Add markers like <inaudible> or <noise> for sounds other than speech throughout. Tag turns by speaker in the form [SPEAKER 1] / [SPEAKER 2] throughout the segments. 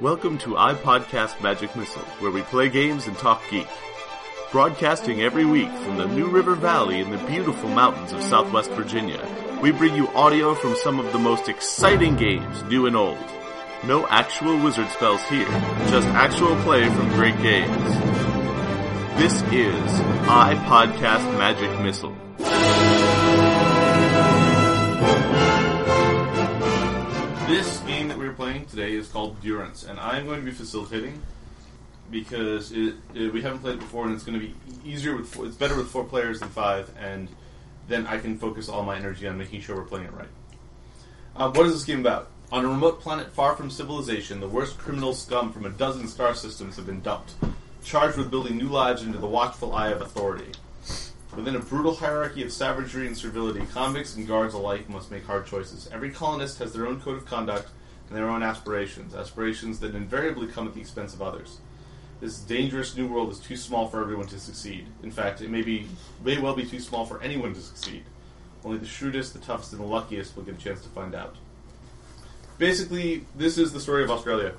[SPEAKER 1] Welcome to iPodcast Magic Missile, where we play games and talk geek. Broadcasting every week from the New River Valley in the beautiful mountains of Southwest Virginia, we bring you audio from some of the most exciting games, new and old. No actual wizard spells here, just actual play from great games. This is iPodcast Magic Missile. This game that we're playing today is called Durance, and I'm going to be facilitating because it, it, we haven't played it before, and it's going to be easier with four, it's better with four players than five, and then I can focus all my energy on making sure we're playing it right. Uh, what is this game about? On a remote planet far from civilization, the worst criminal scum from a dozen star systems have been dumped, charged with building new lives under the watchful eye of authority. Within a brutal hierarchy of savagery and servility, convicts and guards alike must make hard choices. Every colonist has their own code of conduct and their own aspirations, aspirations that invariably come at the expense of others. This dangerous new world is too small for everyone to succeed. In fact, it may be may well be too small for anyone to succeed. Only the shrewdest, the toughest, and the luckiest will get a chance to find out. Basically, this is the story of Australia.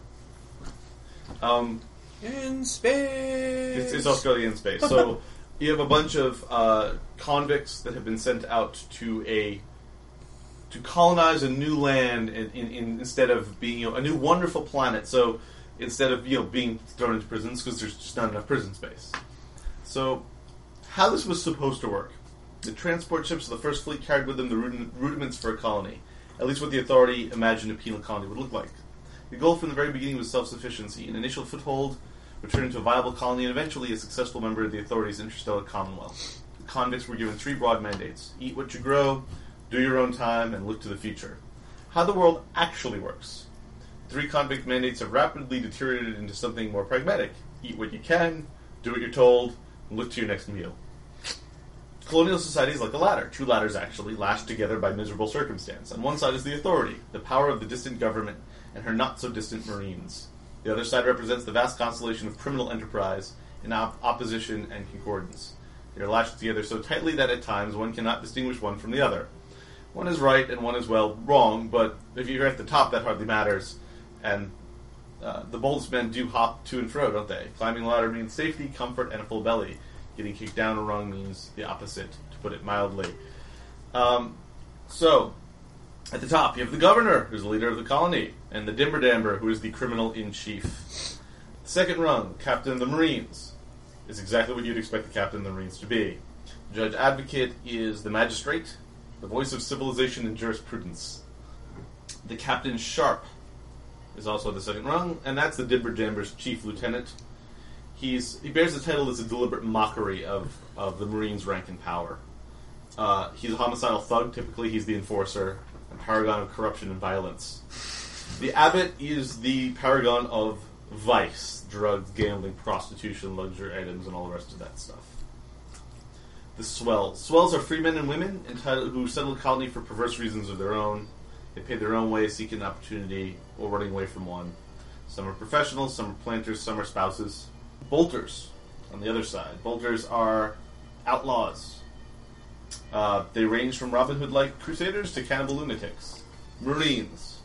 [SPEAKER 1] Um,
[SPEAKER 2] In space.
[SPEAKER 1] It's, it's Australia in space. So you have a bunch of uh, convicts that have been sent out to a to colonize a new land in, in, in, instead of being you know, a new wonderful planet. So instead of you know being thrown into prisons because there's just not enough prison space. So how this was supposed to work? The transport ships of the first fleet carried with them the rudiment- rudiments for a colony, at least what the authority imagined a penal colony would look like. The goal from the very beginning was self-sufficiency, an initial foothold return into a viable colony, and eventually a successful member of the authorities' interstellar commonwealth. The convicts were given three broad mandates eat what you grow, do your own time, and look to the future. How the world actually works. Three convict mandates have rapidly deteriorated into something more pragmatic eat what you can, do what you're told, and look to your next meal. Colonial society is like a ladder, two ladders actually, lashed together by miserable circumstance. On one side is the authority, the power of the distant government, and her not so distant marines. The other side represents the vast constellation of criminal enterprise in op- opposition and concordance. They are lashed together so tightly that at times one cannot distinguish one from the other. One is right and one is, well, wrong, but if you're at the top, that hardly matters. And uh, the boldest men do hop to and fro, don't they? Climbing a ladder means safety, comfort, and a full belly. Getting kicked down or wrong means the opposite, to put it mildly. Um, so, at the top, you have the governor, who's the leader of the colony, and the Dimberdamber, who is the criminal in chief. The second rung, captain of the Marines, is exactly what you'd expect the captain of the Marines to be. Judge advocate is the magistrate, the voice of civilization and jurisprudence. The captain sharp is also the second rung, and that's the Dimberdamber's chief lieutenant. He's he bears the title that's a deliberate mockery of of the Marines' rank and power. Uh, he's a homicidal thug. Typically, he's the enforcer, a paragon of corruption and violence. The abbot is the paragon of vice, drugs, gambling, prostitution, luxury items, and all the rest of that stuff. The swells. Swells are free men and women entitled, who settle the colony for perverse reasons of their own. They pay their own way, seeking opportunity, or running away from one. Some are professionals, some are planters, some are spouses. Bolters, on the other side. Bolters are outlaws, uh, they range from Robin Hood like crusaders to cannibal lunatics. Marines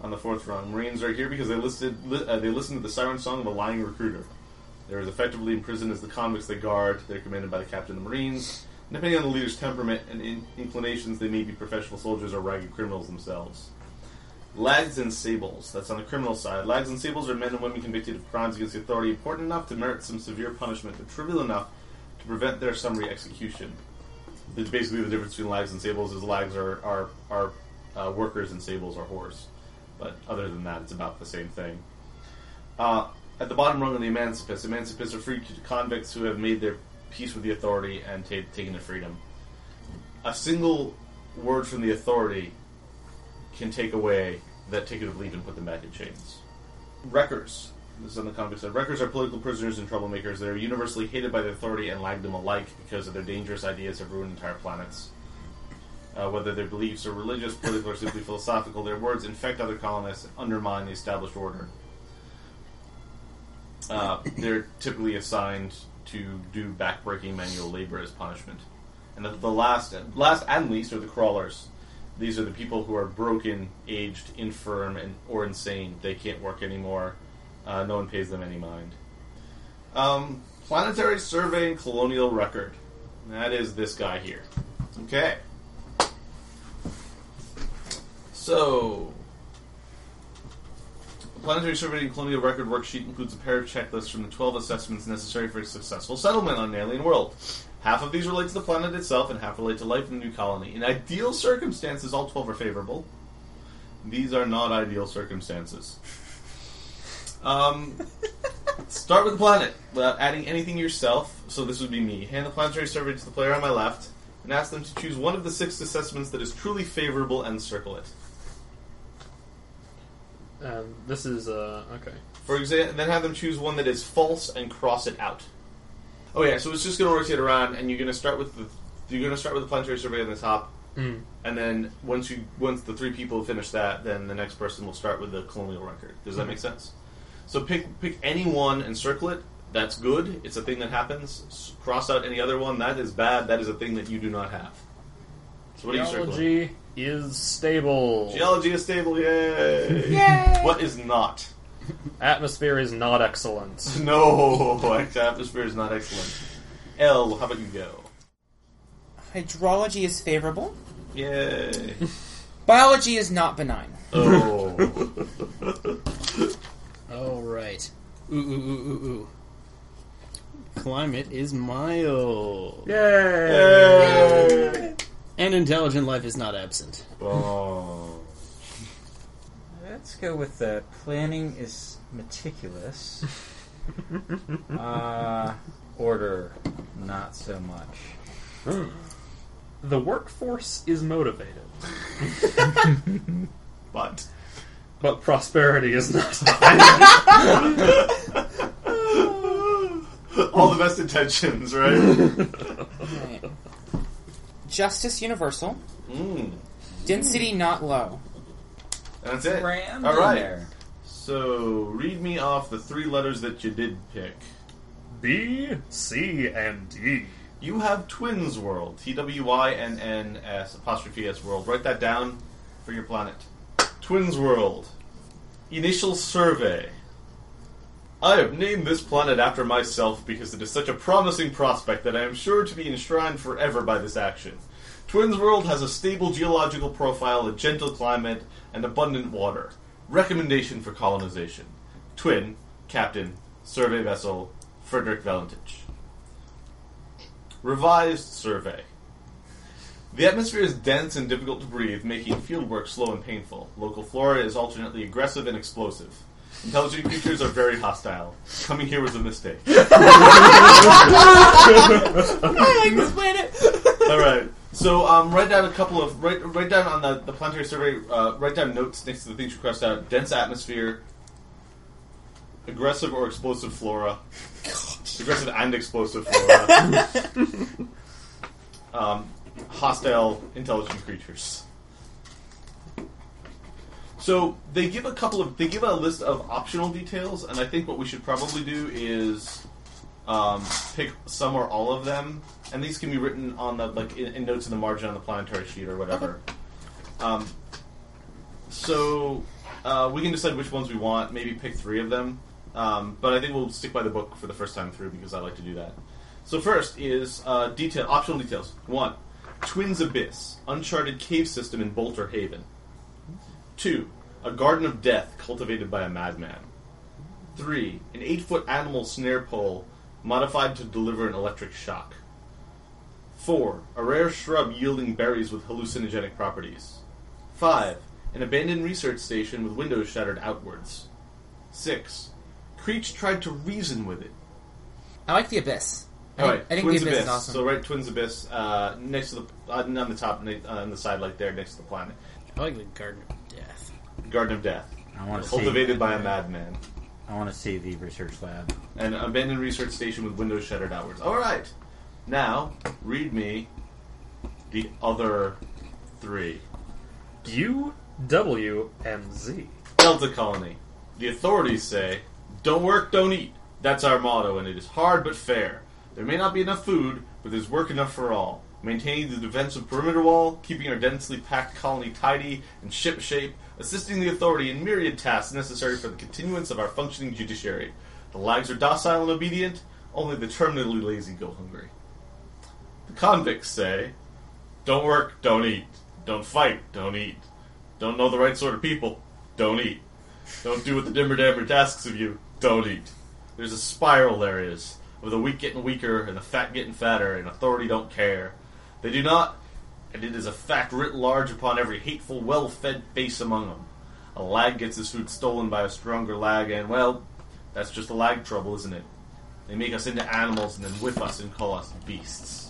[SPEAKER 1] on the fourth rung. Marines are here because they listed li- uh, they listened to the siren song of a lying recruiter. They're as effectively imprisoned as the convicts they guard. They're commanded by the captain of the Marines. And depending on the leader's temperament and in- inclinations, they may be professional soldiers or ragged criminals themselves. Lags and Sables. That's on the criminal side. Lags and Sables are men and women convicted of crimes against the authority important enough to merit some severe punishment, but trivial enough to prevent their summary execution. It's basically the difference between lags and sables is lags are are, are uh, workers and sables are whores. But other than that, it's about the same thing. Uh, at the bottom rung are the emancipists. Emancipists are free convicts who have made their peace with the authority and ta taken their freedom. A single word from the authority can take away that ticket of leave and put them back in chains. Wreckers. This is on the comic side. Wreckers are political prisoners and troublemakers. They are universally hated by the authority and lagged them alike because of their dangerous ideas have ruined entire planets. Uh, whether their beliefs are religious, political, or simply <laughs> philosophical, their words infect other colonists and undermine the established order. Uh, they're typically assigned to do backbreaking manual labor as punishment. And the, the last, last and least are the crawlers. These are the people who are broken, aged, infirm, and or insane. They can't work anymore. Uh, no one pays them any mind. Um, planetary survey and colonial record. That is this guy here. Okay. So, the planetary survey and colonial record worksheet includes a pair of checklists from the 12 assessments necessary for a successful settlement on an alien world. Half of these relate to the planet itself, and half relate to life in the new colony. In ideal circumstances, all 12 are favorable. These are not ideal circumstances. Um, start with the planet without adding anything yourself. So this would be me. Hand the planetary survey to the player on my left and ask them to choose one of the six assessments that is truly favorable and circle it.
[SPEAKER 2] Um, this is uh, okay.
[SPEAKER 1] For example, then have them choose one that is false and cross it out. Oh yeah, so it's just going to rotate around, and you're going to start with the you're going to start with the planetary survey on the top,
[SPEAKER 2] Mm.
[SPEAKER 1] and then once you once the three people finish that, then the next person will start with the colonial record. Does that make sense? So pick pick any one and circle it. That's good. It's a thing that happens. S- cross out any other one. That is bad. That is a thing that you do not have. So what are you circling?
[SPEAKER 2] Geology is stable.
[SPEAKER 1] Geology is stable. Yay!
[SPEAKER 3] Yay!
[SPEAKER 1] What is not?
[SPEAKER 2] Atmosphere is not excellent.
[SPEAKER 1] <laughs> No, atmosphere is not excellent. L, how about you go?
[SPEAKER 3] Hydrology is favorable.
[SPEAKER 1] Yay!
[SPEAKER 3] Biology is not benign.
[SPEAKER 1] Oh,
[SPEAKER 4] All right. Ooh, ooh, ooh, ooh, ooh. Climate is mild.
[SPEAKER 1] yay!
[SPEAKER 4] And intelligent life is not absent.
[SPEAKER 1] Oh.
[SPEAKER 5] Let's go with the planning is meticulous. uh, order, not so much.
[SPEAKER 1] Hmm.
[SPEAKER 2] <laughs> The workforce is motivated,
[SPEAKER 1] But <laughs>
[SPEAKER 2] but prosperity is not. <laughs>
[SPEAKER 1] all the best intentions, right?
[SPEAKER 2] <laughs>
[SPEAKER 3] Right. Justice universal.
[SPEAKER 1] Mm,
[SPEAKER 3] Density not low.
[SPEAKER 1] that's it.
[SPEAKER 5] Crammed
[SPEAKER 1] All
[SPEAKER 5] in
[SPEAKER 1] right.
[SPEAKER 5] there.
[SPEAKER 1] So read me off the three letters that you did pick.
[SPEAKER 2] B, C, and D.
[SPEAKER 1] You have Twins World, T W Y N N S apostrophe S World. Write that down for your planet. Twins World. Initial survey. I have named this planet after myself because it is such a promising prospect that I am sure to be enshrined forever by this action. Twins World has a stable geological profile, a gentle climate, and abundant water. Recommendation for colonization. Twin, Captain, Survey Vessel, Frederick Valentich. Revised survey. The atmosphere is dense and difficult to breathe, making fieldwork slow and painful. Local flora is alternately aggressive and explosive. Intelligent creatures are very hostile. Coming here was a mistake.
[SPEAKER 3] I like this planet.
[SPEAKER 1] <laughs> All right. So um, write down a couple of write write down on the, the planetary survey. Uh, write down notes next to the things you crossed out: dense atmosphere, aggressive or explosive flora, aggressive and explosive flora, um, hostile intelligent creatures. So they give a couple of they give a list of optional details, and I think what we should probably do is um, pick some or all of them, and these can be written on the like in, in notes in the margin on the planetary sheet or whatever. Um, so uh, we can decide which ones we want. Maybe pick three of them, um, but I think we'll stick by the book for the first time through because I like to do that. So first is uh, detail optional details. One, Twins Abyss, uncharted cave system in Bolter Haven. Two, a garden of death cultivated by a madman. Three, an eight foot animal snare pole modified to deliver an electric shock. Four, a rare shrub yielding berries with hallucinogenic properties. Five, an abandoned research station with windows shattered outwards. Six, Creech tried to reason with it.
[SPEAKER 3] I like the abyss. I
[SPEAKER 1] All
[SPEAKER 3] think,
[SPEAKER 1] right,
[SPEAKER 3] I think
[SPEAKER 1] Twins
[SPEAKER 3] the abyss, is awesome.
[SPEAKER 1] So write Twins Abyss uh, next to the uh, on the top uh, on the side like there next to the planet.
[SPEAKER 4] I like the Garden of Death.
[SPEAKER 1] Garden of Death,
[SPEAKER 5] I want to see.
[SPEAKER 1] cultivated by a madman.
[SPEAKER 5] I want to see the research lab.
[SPEAKER 1] An abandoned research station with windows shuttered outwards. All right. Now, read me the other three.
[SPEAKER 2] U, W, and Z.
[SPEAKER 1] Delta Colony. The authorities say, don't work, don't eat. That's our motto, and it is hard but fair. There may not be enough food, but there's work enough for all. maintaining the defensive perimeter wall, keeping our densely packed colony tidy and shipshape, assisting the authority in myriad tasks necessary for the continuance of our functioning judiciary. The lags are docile and obedient, only the terminally lazy go hungry. The convicts say, Don't work, don't eat. Don't fight, don't eat. Don't know the right sort of people, don't eat. Don't do what the dimmer dammer tasks of you, don't eat. There's a spiral there is, with the weak getting weaker and the fat getting fatter, and authority don't care. They do not, and it is a fact writ large upon every hateful, well fed face among them. A lag gets his food stolen by a stronger lag, and well, that's just a lag trouble, isn't it? They make us into animals and then whip us and call us beasts.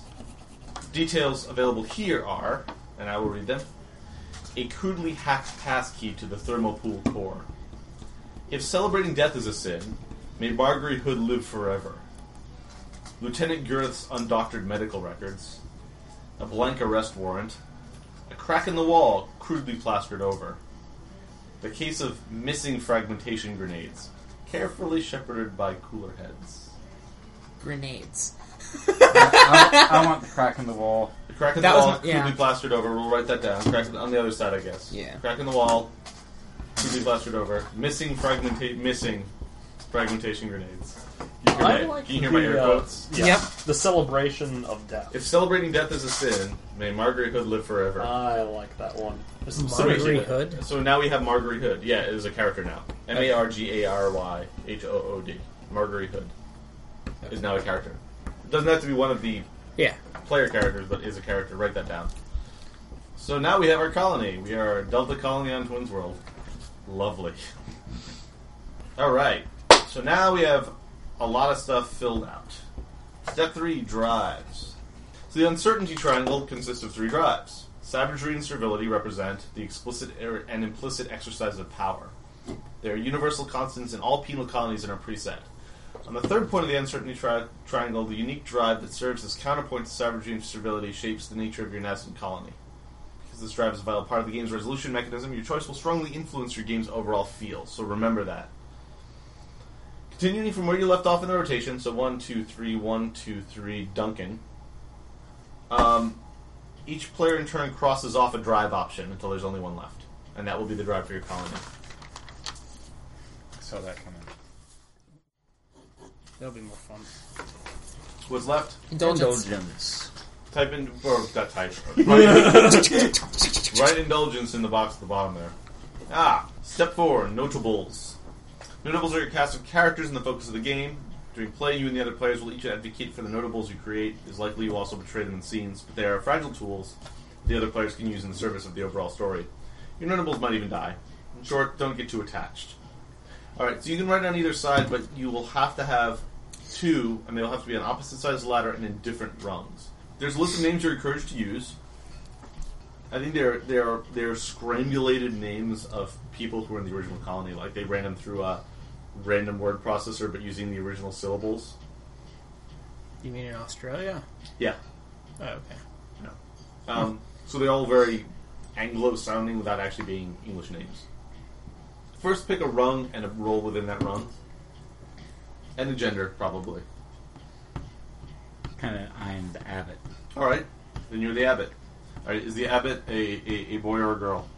[SPEAKER 1] Details available here are, and I will read them, a crudely hacked passkey to the thermopool core. If celebrating death is a sin, may Margery Hood live forever. Lieutenant Gurth's undoctored medical records, a blank arrest warrant, a crack in the wall crudely plastered over, the case of missing fragmentation grenades, carefully shepherded by cooler heads.
[SPEAKER 3] Grenades.
[SPEAKER 5] I, I want the crack in the wall.
[SPEAKER 1] The crack in
[SPEAKER 3] That
[SPEAKER 1] the
[SPEAKER 3] was
[SPEAKER 1] wall
[SPEAKER 3] my- yeah.
[SPEAKER 1] crudely plastered over. We'll write that down. Crack in- on the other side, I guess.
[SPEAKER 3] Yeah.
[SPEAKER 1] Crack in the wall, crudely plastered over. Missing fragmentate missing fragmentation grenades. You hear
[SPEAKER 2] I
[SPEAKER 1] my-
[SPEAKER 2] like
[SPEAKER 1] can you hear
[SPEAKER 2] the,
[SPEAKER 1] my air
[SPEAKER 2] uh,
[SPEAKER 1] quotes?
[SPEAKER 2] yeah,
[SPEAKER 3] Yep.
[SPEAKER 2] The celebration of death.
[SPEAKER 1] If celebrating death is a sin, may Margaret Hood live forever.
[SPEAKER 2] I like that one. There's some
[SPEAKER 1] So wait,
[SPEAKER 6] Margaret
[SPEAKER 2] synergy there.
[SPEAKER 6] Hood?
[SPEAKER 1] So now we have Margaret Hood. Yeah, it is a character now. M A R G A R Y H O O D. Margaret Hood is now a character. It doesn't have to be one of the
[SPEAKER 6] Yeah.
[SPEAKER 1] player characters, but is a character. Write that down. So now we have our colony. We are Delta Colony on Twins World. Lovely. <laughs> All right. So now we have a lot of stuff filled out. Step three drives. So the uncertainty triangle consists of three drives. Savagery and servility represent the explicit er- and implicit exercise of power. They are universal constants in all penal colonies and are preset. On the third point of the uncertainty tri- triangle, the unique drive that serves as counterpoint to savagery and servility shapes the nature of your nascent colony. Because this drive is a vital part of the game's resolution mechanism, your choice will strongly influence your game's overall feel, so remember that. Continuing from where you left off in the rotation, so one, two, three, one, two, three, Duncan. Um, each player in turn crosses off a drive option until there's only one left, and that will be the drive for your colony.
[SPEAKER 5] Saw that coming.
[SPEAKER 6] That'll be more fun.
[SPEAKER 1] What's left?
[SPEAKER 3] Indulgence.
[SPEAKER 5] Indulgence.
[SPEAKER 1] Type in or that type. Right, <laughs> Write indulgence in the box at the bottom there. Ah, step four, notables. Notables are your cast of characters and the focus of the game. During play, you and the other players will each advocate for the notables you create. It is likely you also betray them in scenes, but they are fragile tools the other players can use in the service of the overall story. Your notables might even die. In short, don't get too attached. Alright, so you can write on either side, but you will have to have two, and they'll have to be on opposite sides of the ladder and in different rungs. There's a list of names you're encouraged to use. I think they're they're they're scrambulated names of people who were in the original colony. Like they ran them through a random word processor, but using the original syllables.
[SPEAKER 6] You mean in Australia?
[SPEAKER 1] Yeah.
[SPEAKER 6] Oh, okay.
[SPEAKER 1] Um, so they're all very Anglo-sounding without actually being English names. First, pick a rung and a role within that rung, and a gender probably.
[SPEAKER 5] Kind of, I'm the abbot.
[SPEAKER 1] All right. Then you're the abbot. All right. Is the abbot a, a, a boy or a girl?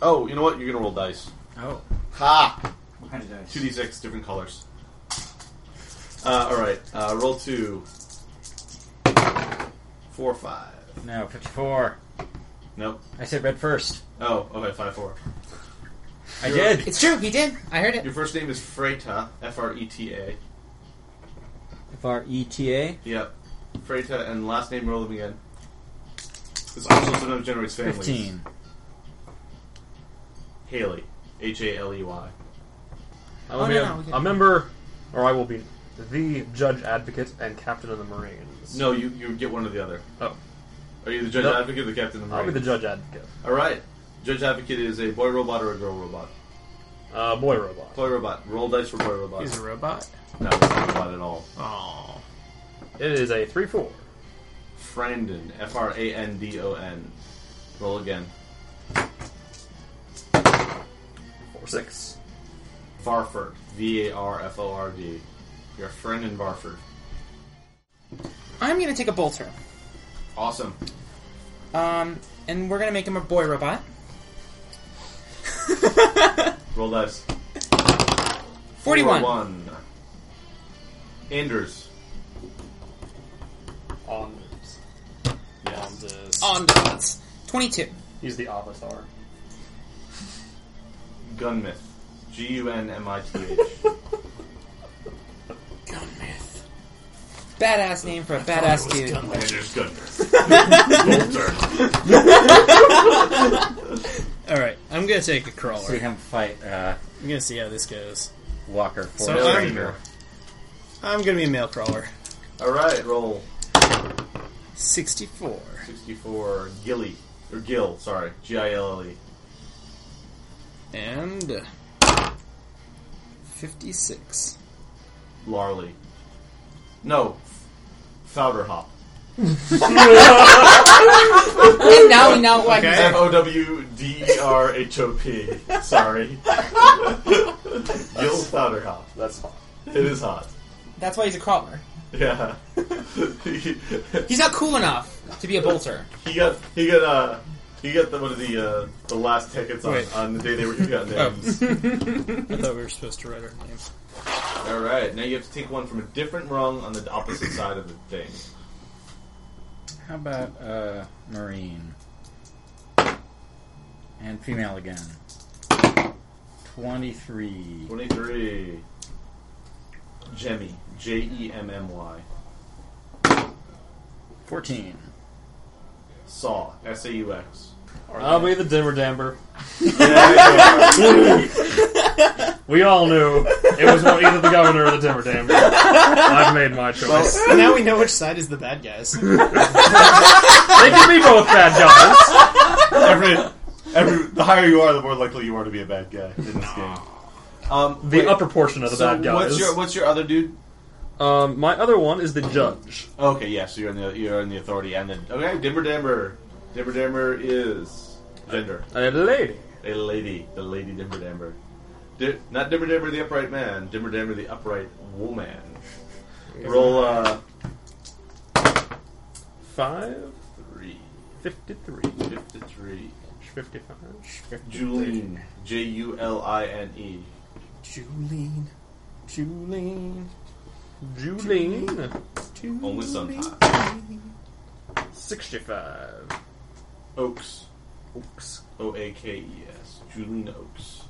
[SPEAKER 1] Oh, you know what? You're gonna roll dice.
[SPEAKER 5] Oh.
[SPEAKER 1] Ha!
[SPEAKER 5] How did I?
[SPEAKER 1] Two d six, different colors. Uh, all right. Uh, roll two. Four five.
[SPEAKER 5] No, 54.
[SPEAKER 1] Nope.
[SPEAKER 5] I said red first.
[SPEAKER 1] Oh, okay. Five four.
[SPEAKER 5] I
[SPEAKER 1] You're-
[SPEAKER 5] did.
[SPEAKER 3] It's true, he did. I heard it.
[SPEAKER 1] Your first name is Freyta. F R E T A.
[SPEAKER 5] F R E T A.
[SPEAKER 1] Yep. Freyta and last name. Roll them again. This also sometimes generates families.
[SPEAKER 5] 15.
[SPEAKER 1] Haley. H A L E Y.
[SPEAKER 2] I
[SPEAKER 3] Oh,
[SPEAKER 2] will be
[SPEAKER 3] no, no,
[SPEAKER 2] a,
[SPEAKER 3] we can-
[SPEAKER 2] a member, or I will be the judge advocate and captain of the Marines.
[SPEAKER 1] No, you, you get one or the other.
[SPEAKER 2] Oh,
[SPEAKER 1] Are you the judge
[SPEAKER 2] Nope.
[SPEAKER 1] advocate or the captain of the
[SPEAKER 2] I'll be
[SPEAKER 1] Marines?
[SPEAKER 2] the judge advocate.
[SPEAKER 1] All right. Judge advocate is a boy robot or a girl robot.
[SPEAKER 2] Uh, boy robot.
[SPEAKER 1] Boy robot. Roll dice for boy robot.
[SPEAKER 6] He's a robot.
[SPEAKER 1] no, it's not a robot at all.
[SPEAKER 6] Oh.
[SPEAKER 2] It is a 3 4.
[SPEAKER 1] Frandon. F R A N D O N. Roll again.
[SPEAKER 2] 4 6.
[SPEAKER 1] Varford. V A R F O R D. You're a friend in Varford.
[SPEAKER 3] I'm gonna take a bolter.
[SPEAKER 1] Awesome.
[SPEAKER 3] Um, and we're gonna make him a boy robot.
[SPEAKER 1] Roll dice.
[SPEAKER 3] Forty-one.
[SPEAKER 1] Four, one. Anders.
[SPEAKER 2] On.
[SPEAKER 5] On this.
[SPEAKER 3] On dots. Twenty-two.
[SPEAKER 2] He's the avatar.
[SPEAKER 1] Gunmith. G U N M I T H.
[SPEAKER 3] Gunmith. Badass name for a badass dude.
[SPEAKER 1] Anders <laughs> Gunmith.
[SPEAKER 5] All right, I'm gonna take a crawler.
[SPEAKER 7] See him fight uh,
[SPEAKER 5] I'm gonna see how this goes.
[SPEAKER 7] Walker Forest
[SPEAKER 5] So I'm-
[SPEAKER 7] Ranger.
[SPEAKER 5] I'm gonna be a male crawler.
[SPEAKER 1] All right, roll
[SPEAKER 5] Sixty-four.
[SPEAKER 1] 64 Gilly or Gill, sorry, G I L L E.
[SPEAKER 5] And uh, 56.
[SPEAKER 1] Larly. No, Fowderhop.
[SPEAKER 3] And now we know why.
[SPEAKER 5] Okay.
[SPEAKER 1] F O W D E R H O P. <laughs> Sorry. Gil Fowderhop.
[SPEAKER 2] That's hot.
[SPEAKER 1] It is hot.
[SPEAKER 3] That's why he's a crawler.
[SPEAKER 1] Yeah. <laughs> he
[SPEAKER 3] He's not cool enough to be a bolter.
[SPEAKER 1] got he got uh he got the, one of the uh, the last tickets on,
[SPEAKER 5] Wait.
[SPEAKER 1] on the day they were he got names.
[SPEAKER 5] I thought we were supposed to write our name.
[SPEAKER 1] All right, now you have to take one from a different rung on the opposite side of the thing.
[SPEAKER 7] How about uh, Marine? And female again. 23.
[SPEAKER 1] Twenty three. Jemmy. J E M M Y.
[SPEAKER 7] 14.
[SPEAKER 1] Saw. S A U X.
[SPEAKER 2] I'll be the dimmer damber.
[SPEAKER 1] Yeah,
[SPEAKER 2] We all knew it was one- either the governor or the dimmer damber. I've made my choice.
[SPEAKER 5] now we know which side is the bad guys.
[SPEAKER 2] they can be both bad guys.
[SPEAKER 1] every, every, the higher you are, the more likely you are to be a bad guy in this game. Um,
[SPEAKER 2] The
[SPEAKER 1] wait,
[SPEAKER 2] upper portion of the
[SPEAKER 1] so
[SPEAKER 2] bad guys.
[SPEAKER 1] What's your what's your other dude?
[SPEAKER 2] um, my other one is the judge.
[SPEAKER 1] Okay, yeah, so you're in the you're in the authority and then okay, Dimmer Damber. Dimmer Damber is gender.
[SPEAKER 2] A lady.
[SPEAKER 1] A lady. The lady Dimmer Damber. Di- not Dimmer Damber the upright man, Dimmer Damber the upright
[SPEAKER 2] <laughs>
[SPEAKER 1] woman. Roll uh
[SPEAKER 2] Five
[SPEAKER 1] three.
[SPEAKER 2] fifty-three.
[SPEAKER 1] Fifty-three.
[SPEAKER 2] Fifty-five.
[SPEAKER 1] Julene. J U L I N E.
[SPEAKER 5] Julene. Julene.
[SPEAKER 2] Julene.
[SPEAKER 1] Only sometimes.
[SPEAKER 2] Sixty-five.
[SPEAKER 1] Oaks.
[SPEAKER 2] Oops.
[SPEAKER 1] O A K E S. Julene Oaks.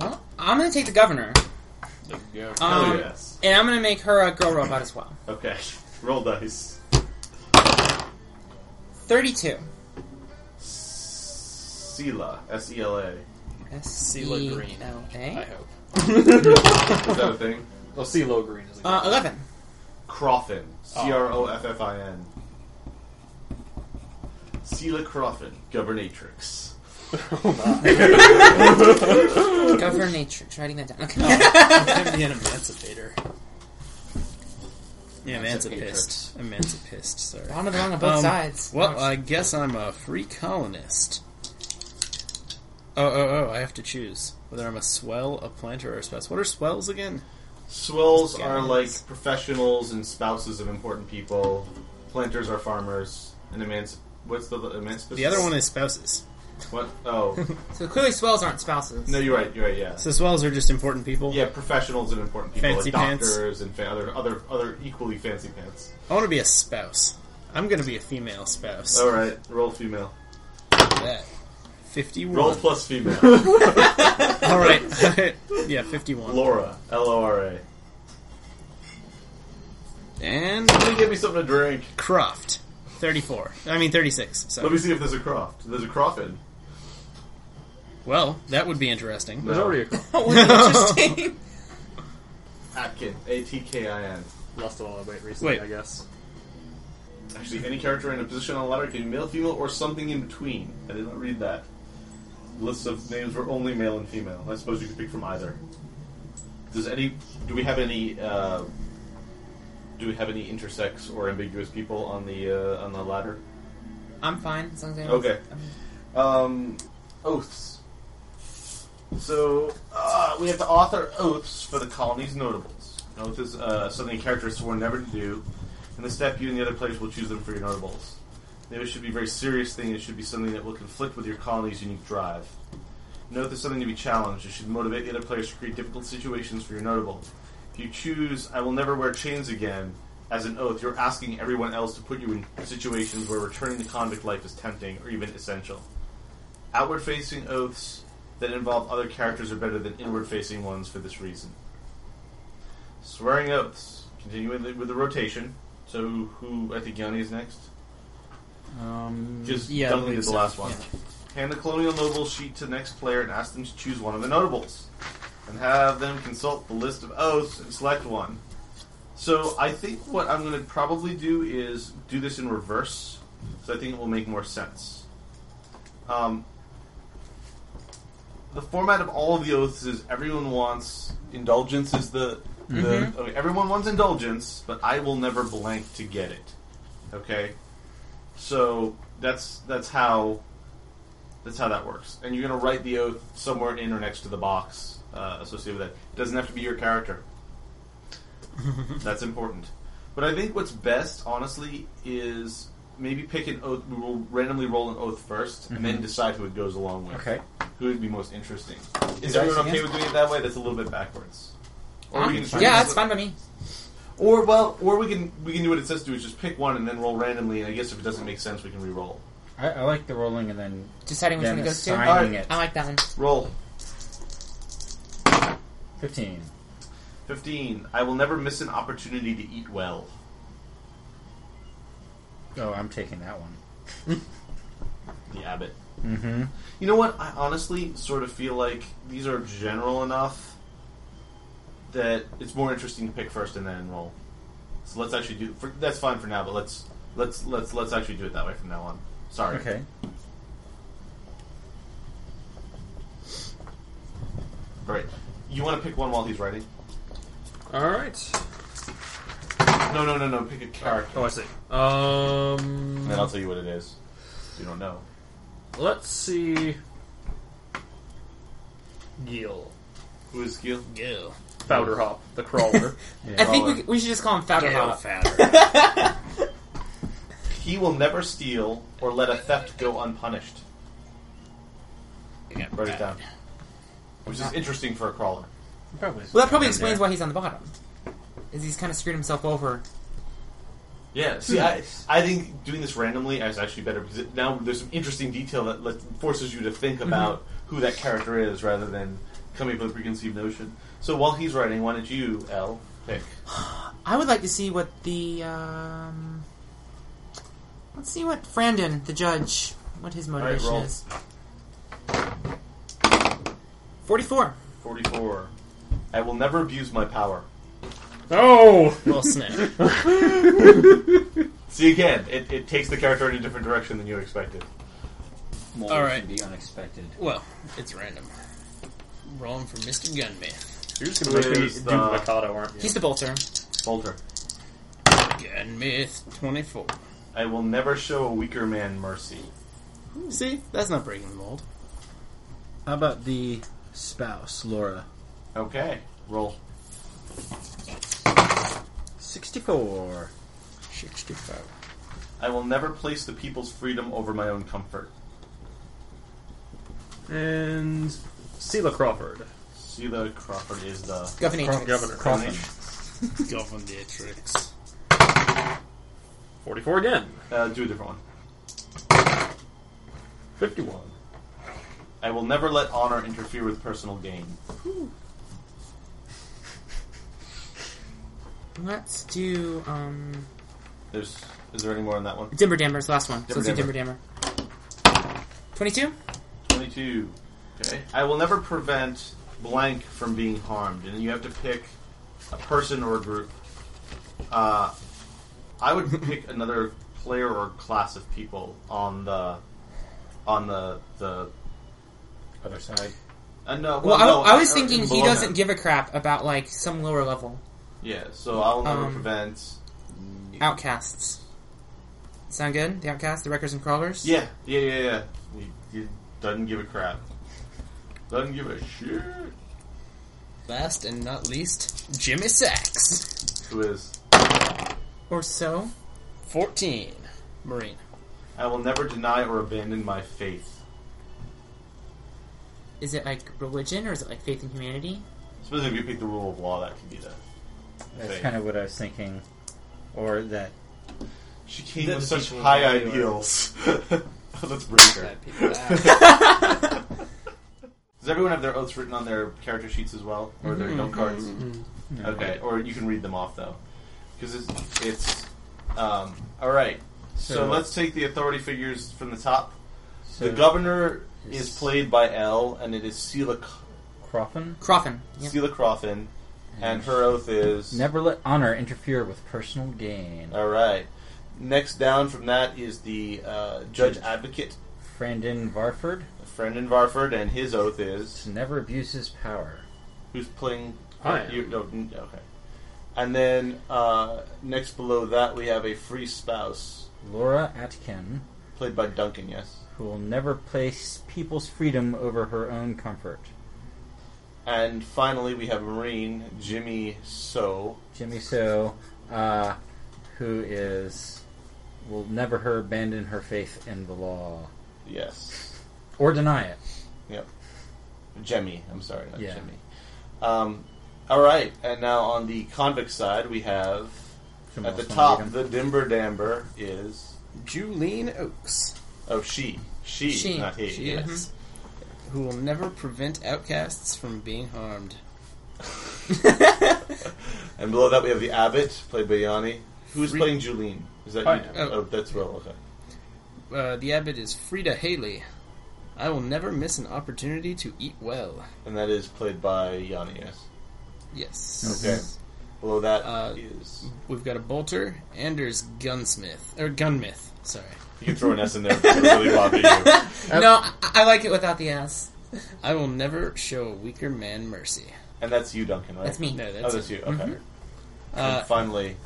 [SPEAKER 3] Well, I'm gonna take the governor,
[SPEAKER 1] Hell
[SPEAKER 3] Um,
[SPEAKER 1] yes.
[SPEAKER 3] and I'm gonna make her a girl robot as well.
[SPEAKER 1] Okay. <laughs> Roll dice.
[SPEAKER 3] Thirty-two.
[SPEAKER 1] Sela. S E L A.
[SPEAKER 5] Sela Green.
[SPEAKER 3] S-E-L-A.
[SPEAKER 5] I hope.
[SPEAKER 1] Is that a thing?
[SPEAKER 2] Oh, CeeLo Green is the
[SPEAKER 3] <laughs> Uh, eleven.
[SPEAKER 5] <laughs>
[SPEAKER 1] Croffin. C R O F F I N. Sela Croffin. Governatrix.
[SPEAKER 3] Governatrix. Writing that down. Okay.
[SPEAKER 5] I'm gonna be an emancipator. Yeah,
[SPEAKER 1] Emancipatrix.
[SPEAKER 5] emancipist. Emancipist, sorry.
[SPEAKER 3] I'm wrong on both
[SPEAKER 5] Um,
[SPEAKER 3] sides.
[SPEAKER 5] Well, I guess I'm a free colonist. Oh, oh, oh, I have to choose whether I'm a swell, a planter, or a spouse. What are swells again?
[SPEAKER 1] Swells are
[SPEAKER 3] Guys.
[SPEAKER 1] like professionals and spouses of important people. Planters are farmers. And emanci- What's the emancipation?
[SPEAKER 5] The other one is spouses.
[SPEAKER 1] What? <laughs> Oh.
[SPEAKER 3] so clearly swells aren't spouses.
[SPEAKER 1] no, you're right. You're right, yeah.
[SPEAKER 5] So swells are just important people?
[SPEAKER 1] Yeah, professionals and important people,
[SPEAKER 5] Fancy
[SPEAKER 1] like
[SPEAKER 5] pants.
[SPEAKER 1] doctors and fa- other other other equally fancy pants.
[SPEAKER 5] I want to be a spouse. I'm going to be a female spouse.
[SPEAKER 1] All right, roll female.
[SPEAKER 5] That. 51.
[SPEAKER 1] Roll plus <laughs> female.
[SPEAKER 5] All right. <laughs> yeah, 51.
[SPEAKER 1] Laura, L O R A.
[SPEAKER 5] And
[SPEAKER 1] Let me get me something to drink.
[SPEAKER 5] Croft, 34. I mean, 36.
[SPEAKER 1] Let
[SPEAKER 5] So.
[SPEAKER 1] me see if there's a croft. There's a croffin.
[SPEAKER 5] Well, that would be interesting.
[SPEAKER 2] There's
[SPEAKER 1] No.
[SPEAKER 2] already a
[SPEAKER 3] <laughs> That was
[SPEAKER 5] <laughs>
[SPEAKER 3] interesting.
[SPEAKER 1] Atkin, A T K I N.
[SPEAKER 2] <laughs> lost a lot of weight recently,
[SPEAKER 5] Wait.
[SPEAKER 2] I guess.
[SPEAKER 1] Actually, any character in a position on a ladder can be male, female, or something in between. I did not read that. Lists of names were only male and female. I suppose you could pick from either. Does any? Do we have any? Uh, do we have any intersex or ambiguous people on the uh, on the ladder?
[SPEAKER 3] I'm fine. As long as I
[SPEAKER 1] Okay. Um, oaths. So uh, we have to author oaths for the colony's notables. An oath is uh, something a character is sworn never to do. and the staff you and the other players will choose them for your notables. Now, it should be a very serious thing. It should be something that will conflict with your colony's unique drive. Note there's something to be challenged. It should motivate the other players to create difficult situations for your notable. If you choose, I will never wear chains again, as an oath, you're asking everyone else to put you in situations where returning to convict life is tempting or even essential. Outward facing oaths that involve other characters are better than inward facing ones for this reason. Swearing oaths. Continuing the- with the rotation. So, who, who I think Yanni is next?
[SPEAKER 5] Um,
[SPEAKER 1] Just
[SPEAKER 8] Mm-hmm. Yeah, I
[SPEAKER 1] Duncan
[SPEAKER 8] believe
[SPEAKER 1] did the
[SPEAKER 8] so.
[SPEAKER 1] last one. Hand the colonial noble sheet to the next player and ask them to choose one of the notables, and have them consult the list of oaths and select one. So I think what I'm going to probably do is do this in reverse, so I think it will make more sense. Um, the format of all of the oaths is everyone wants indulgence is the, the okay, everyone wants indulgence, but I will never blank to get it. Okay, so that's that's how that's how that works. And you're going to write the oath somewhere in or next to the box uh, associated with that. It doesn't have to be your character. That's important. But I think what's best, honestly, is maybe pick an oath. We will randomly roll an oath 1st and then decide who it goes along with.
[SPEAKER 5] Okay.
[SPEAKER 1] Who would be most interesting? Is
[SPEAKER 5] that
[SPEAKER 1] everyone okay
[SPEAKER 5] again?
[SPEAKER 1] with doing it that way? That's a little bit backwards. Or we can try
[SPEAKER 3] yeah,
[SPEAKER 1] and-
[SPEAKER 3] that's fine by me.
[SPEAKER 1] Or well, or we can we can do what it says to do is just pick one and then roll randomly. And I guess if it doesn't make sense, we can re-roll.
[SPEAKER 5] I, I like the rolling and then
[SPEAKER 3] Deciding which
[SPEAKER 5] then
[SPEAKER 3] one it goes to. Oh,
[SPEAKER 5] assigning
[SPEAKER 1] Alright.
[SPEAKER 5] it.
[SPEAKER 3] I like that one.
[SPEAKER 1] Roll.
[SPEAKER 5] Fifteen.
[SPEAKER 1] 15. I will never miss an opportunity to eat well.
[SPEAKER 5] Oh, I'm taking that one.
[SPEAKER 1] The abbot.
[SPEAKER 5] Mm-hmm.
[SPEAKER 1] You know what? I honestly sort of feel like these are general enough that it's more interesting to pick first and then roll. So let's actually do. For, that's fine for now, but let's let's let's let's actually do it that way from now on. Sorry.
[SPEAKER 5] Okay.
[SPEAKER 1] All right. You want to pick one while he's writing?
[SPEAKER 2] All right.
[SPEAKER 1] No, no, no, no. Pick a character,
[SPEAKER 2] Oh, I see. Um,
[SPEAKER 1] and then I'll tell you what it is. You don't know.
[SPEAKER 2] Let's see. Gil.
[SPEAKER 1] Who is Gil?
[SPEAKER 8] Go.
[SPEAKER 2] Powder Hop, the crawler. <laughs> Uh,
[SPEAKER 3] I think we, we should just call him Founder
[SPEAKER 8] Go
[SPEAKER 3] Hop.
[SPEAKER 8] fatter.
[SPEAKER 1] He will never steal or let a theft go unpunished. Write it down. Which is interesting for a crawler.
[SPEAKER 5] Probably.
[SPEAKER 3] Well, that probably explains why he's on the bottom. Is he's kind of screwed himself over.
[SPEAKER 1] Yeah, see, I, I think doing this randomly is actually better because it, now there's some interesting detail that let, forces you to think about who that character is rather than coming up with a preconceived notion. So while he's writing, why don't you, L, pick?
[SPEAKER 3] I would like to see what the um, let's see what Frandon, the judge, what his
[SPEAKER 1] right,
[SPEAKER 3] motivation
[SPEAKER 1] roll.
[SPEAKER 3] is. Forty-four.
[SPEAKER 1] 44. I will never abuse my power.
[SPEAKER 2] oh!
[SPEAKER 8] Well,
[SPEAKER 3] <laughs>
[SPEAKER 8] snap.
[SPEAKER 1] See, again, it, it takes the character in a different direction than you expected.
[SPEAKER 5] All
[SPEAKER 8] Alright.
[SPEAKER 5] right. Be unexpected.
[SPEAKER 8] Well, it's random. Rolling for Mr. Gunman.
[SPEAKER 2] You're just gonna make me
[SPEAKER 1] Is
[SPEAKER 2] do
[SPEAKER 1] the-
[SPEAKER 2] Mikado, aren't you?
[SPEAKER 3] He's the bolter.
[SPEAKER 1] Bolter.
[SPEAKER 8] Gunmith 24.
[SPEAKER 1] I will never show a weaker man mercy.
[SPEAKER 8] See? That's not breaking the mold.
[SPEAKER 5] How about the spouse, Laura?
[SPEAKER 1] Okay, roll.
[SPEAKER 5] Sixty-four.
[SPEAKER 8] 65.
[SPEAKER 1] I will never place the people's freedom over my own comfort.
[SPEAKER 2] And Sela Crawford,
[SPEAKER 1] See, the Crawford is the
[SPEAKER 3] Governor.
[SPEAKER 2] governor.
[SPEAKER 5] Crawford.
[SPEAKER 8] Go from the tricks.
[SPEAKER 2] Forty-four again.
[SPEAKER 1] Uh, do a different one.
[SPEAKER 2] Fifty-one.
[SPEAKER 1] I will never let honor interfere with personal gain.
[SPEAKER 3] Let's do um,
[SPEAKER 1] There's is there any more on that one?
[SPEAKER 3] Dimmer Dammer's last one. so let's do
[SPEAKER 1] Dimmer
[SPEAKER 3] Dimmer Dammer. Twenty-two.
[SPEAKER 1] Twenty two. Okay. I will never prevent blank from being harmed, and you have to pick a person or a group. Uh, I would <laughs> pick another player or class of people on the on the the.
[SPEAKER 5] Other side.
[SPEAKER 1] Uh, no,
[SPEAKER 3] Well,
[SPEAKER 1] no,
[SPEAKER 3] I, I was
[SPEAKER 1] uh,
[SPEAKER 3] thinking he
[SPEAKER 1] below
[SPEAKER 3] doesn't
[SPEAKER 1] that.
[SPEAKER 3] give a crap about like some lower level
[SPEAKER 1] Yeah, so I will never
[SPEAKER 3] Um,
[SPEAKER 1] prevent.
[SPEAKER 3] outcasts. Sound good? The outcasts, the wreckers and crawlers.
[SPEAKER 1] Yeah, yeah, yeah, yeah. He, he doesn't give a crap. Doesn't give a shit.
[SPEAKER 8] Last and not least, Jimmy Sachs.
[SPEAKER 1] Who is
[SPEAKER 3] or so.
[SPEAKER 9] 14. Marine.
[SPEAKER 1] I will never deny or abandon my faith.
[SPEAKER 3] Is it like religion or is it like faith in humanity?
[SPEAKER 1] Suppose if you pick the rule of law, that could be that.
[SPEAKER 5] That's
[SPEAKER 1] Faith.
[SPEAKER 5] kind of what I was thinking. Or that.
[SPEAKER 1] She came
[SPEAKER 9] Then
[SPEAKER 1] with
[SPEAKER 9] the
[SPEAKER 1] such
[SPEAKER 9] people
[SPEAKER 1] high
[SPEAKER 9] value her.
[SPEAKER 1] ideals. <laughs> Let's break her.
[SPEAKER 9] That people ask.
[SPEAKER 1] <laughs> Does everyone have their oaths written on their character sheets as well, or their
[SPEAKER 5] Mm-hmm.
[SPEAKER 1] note cards?
[SPEAKER 5] No.
[SPEAKER 1] Okay, or you can read them off though, because it's it's um, all right. So,
[SPEAKER 5] So-
[SPEAKER 1] let's take the authority figures from the top.
[SPEAKER 5] So
[SPEAKER 1] the governor is
[SPEAKER 5] is-
[SPEAKER 1] played by L, and it is Sela
[SPEAKER 5] Croffin?
[SPEAKER 3] Croffin. Yeah.
[SPEAKER 1] Sela Croffin, and her oath is
[SPEAKER 5] Never let honor interfere with personal gain.
[SPEAKER 1] All right. Next down from that is the uh, judge
[SPEAKER 5] Judge.
[SPEAKER 1] advocate,
[SPEAKER 5] Frandin Varford
[SPEAKER 1] Brendan Varford, and his oath is
[SPEAKER 5] never abuse his power.
[SPEAKER 1] who's playing.
[SPEAKER 2] I am.
[SPEAKER 1] you- no, n- okay. And then uh, next below that we have a free spouse
[SPEAKER 5] Laura Atkin,
[SPEAKER 1] played by Duncan. Yes.
[SPEAKER 5] who will never place people's freedom over her own comfort.
[SPEAKER 1] And finally, we have Marine Jimmy So.
[SPEAKER 5] Jimmy So, uh, who is will never her abandon her faith in the law
[SPEAKER 1] Yes.
[SPEAKER 5] or deny it.
[SPEAKER 1] Yep. Jemmy. I'm sorry, not
[SPEAKER 5] Yeah.
[SPEAKER 1] Jimmy. Um, all right. And now on the convict side, we have
[SPEAKER 5] Someone
[SPEAKER 1] at the
[SPEAKER 5] else wanna
[SPEAKER 1] top
[SPEAKER 5] read 'em?
[SPEAKER 1] the Dimber Damber is
[SPEAKER 9] Julene Oaks.
[SPEAKER 1] Oh, she. She,
[SPEAKER 3] She. mm-hmm.
[SPEAKER 1] not he.
[SPEAKER 9] She is. Who will never prevent outcasts from being harmed.
[SPEAKER 3] <laughs>
[SPEAKER 1] And below that we have the abbot, played by Yanni. Who's
[SPEAKER 9] Re-
[SPEAKER 1] playing Julene? Is that
[SPEAKER 2] I
[SPEAKER 1] you?
[SPEAKER 2] am.
[SPEAKER 1] Oh, that's Will, okay.
[SPEAKER 9] Uh, the abbot is Frida Haley. I will never miss an opportunity to eat well.
[SPEAKER 1] And that is played by Yanni, yes.
[SPEAKER 9] Yes.
[SPEAKER 1] Okay. Below that
[SPEAKER 9] Uh,
[SPEAKER 1] is-
[SPEAKER 9] We've
[SPEAKER 3] Oh.
[SPEAKER 9] got a bolter, Anders Gunsmith. Or Gunmith, sorry.
[SPEAKER 1] You can throw an S in there, it doesn't really bother you.
[SPEAKER 3] No, I, I like it without the ass.
[SPEAKER 9] I will never show a weaker man mercy.
[SPEAKER 1] And that's you, Duncan, right?
[SPEAKER 3] That's me.
[SPEAKER 9] No, that's,
[SPEAKER 1] Oh, that's
[SPEAKER 9] it.
[SPEAKER 1] you, okay.
[SPEAKER 9] Uh,
[SPEAKER 1] and finally,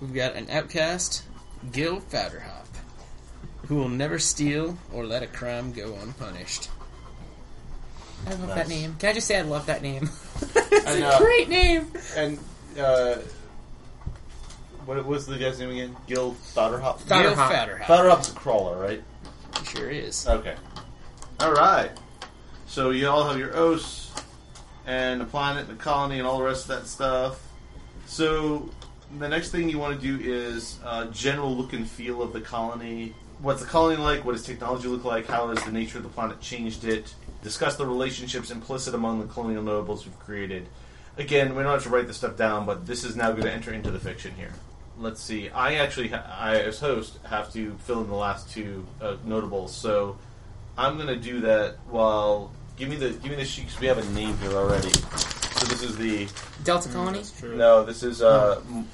[SPEAKER 9] We've got an outcast, Gil Fowderhop, who will never steal or let a crime go unpunished.
[SPEAKER 3] I love
[SPEAKER 1] Nice.
[SPEAKER 3] that name. Can I just say I love that name?
[SPEAKER 1] I
[SPEAKER 9] <laughs>
[SPEAKER 3] it's
[SPEAKER 1] know.
[SPEAKER 3] a great name.
[SPEAKER 1] and, uh, what was the guy's name again? Gil Fodderhop?
[SPEAKER 3] Fowderhop.
[SPEAKER 9] Gil Fowderhop.
[SPEAKER 1] Fodderhop's a crawler, right?
[SPEAKER 9] He sure is.
[SPEAKER 1] Okay. All right. So you all have your oaths and the planet and the colony and all the rest of that stuff. So the next thing you want to do is uh, general look and feel of the colony. What's the colony like? What does technology look like? How has the nature of the planet changed it? Discuss the relationships implicit among the colonial notables we've created. Again, we don't have to write this stuff down, but this is now going to enter into the fiction here. Let's see. I actually, ha- I as host, have to fill in the last two uh, notables. So I'm gonna do that while give me the give me the sheet 'cause we have a name here already. So this is the
[SPEAKER 9] Mm,
[SPEAKER 3] Delta Colony.
[SPEAKER 2] true.
[SPEAKER 1] no, this is uh, M-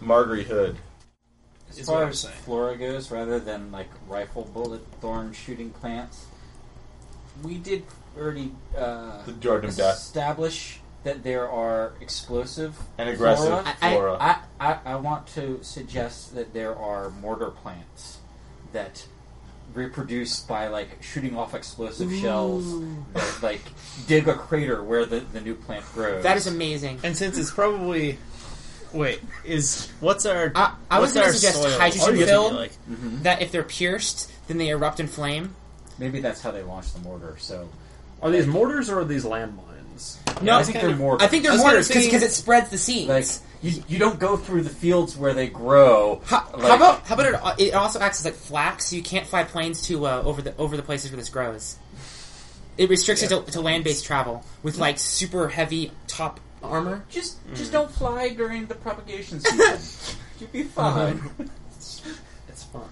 [SPEAKER 1] Margery Hood.
[SPEAKER 9] Is
[SPEAKER 5] As
[SPEAKER 9] what
[SPEAKER 5] far
[SPEAKER 9] I'm
[SPEAKER 5] as
[SPEAKER 9] saying.
[SPEAKER 5] flora goes, rather than like rifle bullet thorn shooting plants, we did already uh,
[SPEAKER 1] The Garden of Death.
[SPEAKER 5] establish that there are explosive
[SPEAKER 1] and aggressive
[SPEAKER 5] flora.
[SPEAKER 1] flora.
[SPEAKER 3] I- I-
[SPEAKER 5] I, I, I want to suggest that there are mortar plants that reproduce by like shooting off explosive shells
[SPEAKER 3] Ooh.
[SPEAKER 5] that like dig a crater where the, the new plant grows.
[SPEAKER 3] That is amazing.
[SPEAKER 9] And since it's probably. Wait, is. What's our.
[SPEAKER 3] I- I was
[SPEAKER 9] what's
[SPEAKER 3] gonna
[SPEAKER 9] our
[SPEAKER 3] suggest
[SPEAKER 9] soil?
[SPEAKER 3] hydrogen
[SPEAKER 9] Oh, yeah,
[SPEAKER 3] filled.
[SPEAKER 9] Like,
[SPEAKER 3] That if they're pierced, then they erupt in flame.
[SPEAKER 5] Maybe that's how they launch the mortar. So
[SPEAKER 2] Are these mortars or are these landmines?
[SPEAKER 5] no, I think
[SPEAKER 9] it's kind
[SPEAKER 5] they're
[SPEAKER 9] of-
[SPEAKER 5] mortar.
[SPEAKER 3] I think
[SPEAKER 9] I
[SPEAKER 3] they're
[SPEAKER 9] was gonna
[SPEAKER 3] mortars
[SPEAKER 9] say-
[SPEAKER 3] because it spreads the seeds.
[SPEAKER 5] like you, you don't go through the fields where they grow.
[SPEAKER 3] how,
[SPEAKER 5] like,
[SPEAKER 3] how about how about it? al- It also acts as like flax, so you can't fly planes to uh, over the over the places where this grows. It restricts it to, to land based travel with like super heavy top armor.
[SPEAKER 5] just just don't fly during the propagation
[SPEAKER 3] <laughs>
[SPEAKER 5] season. You'd be fine.
[SPEAKER 9] it's fun.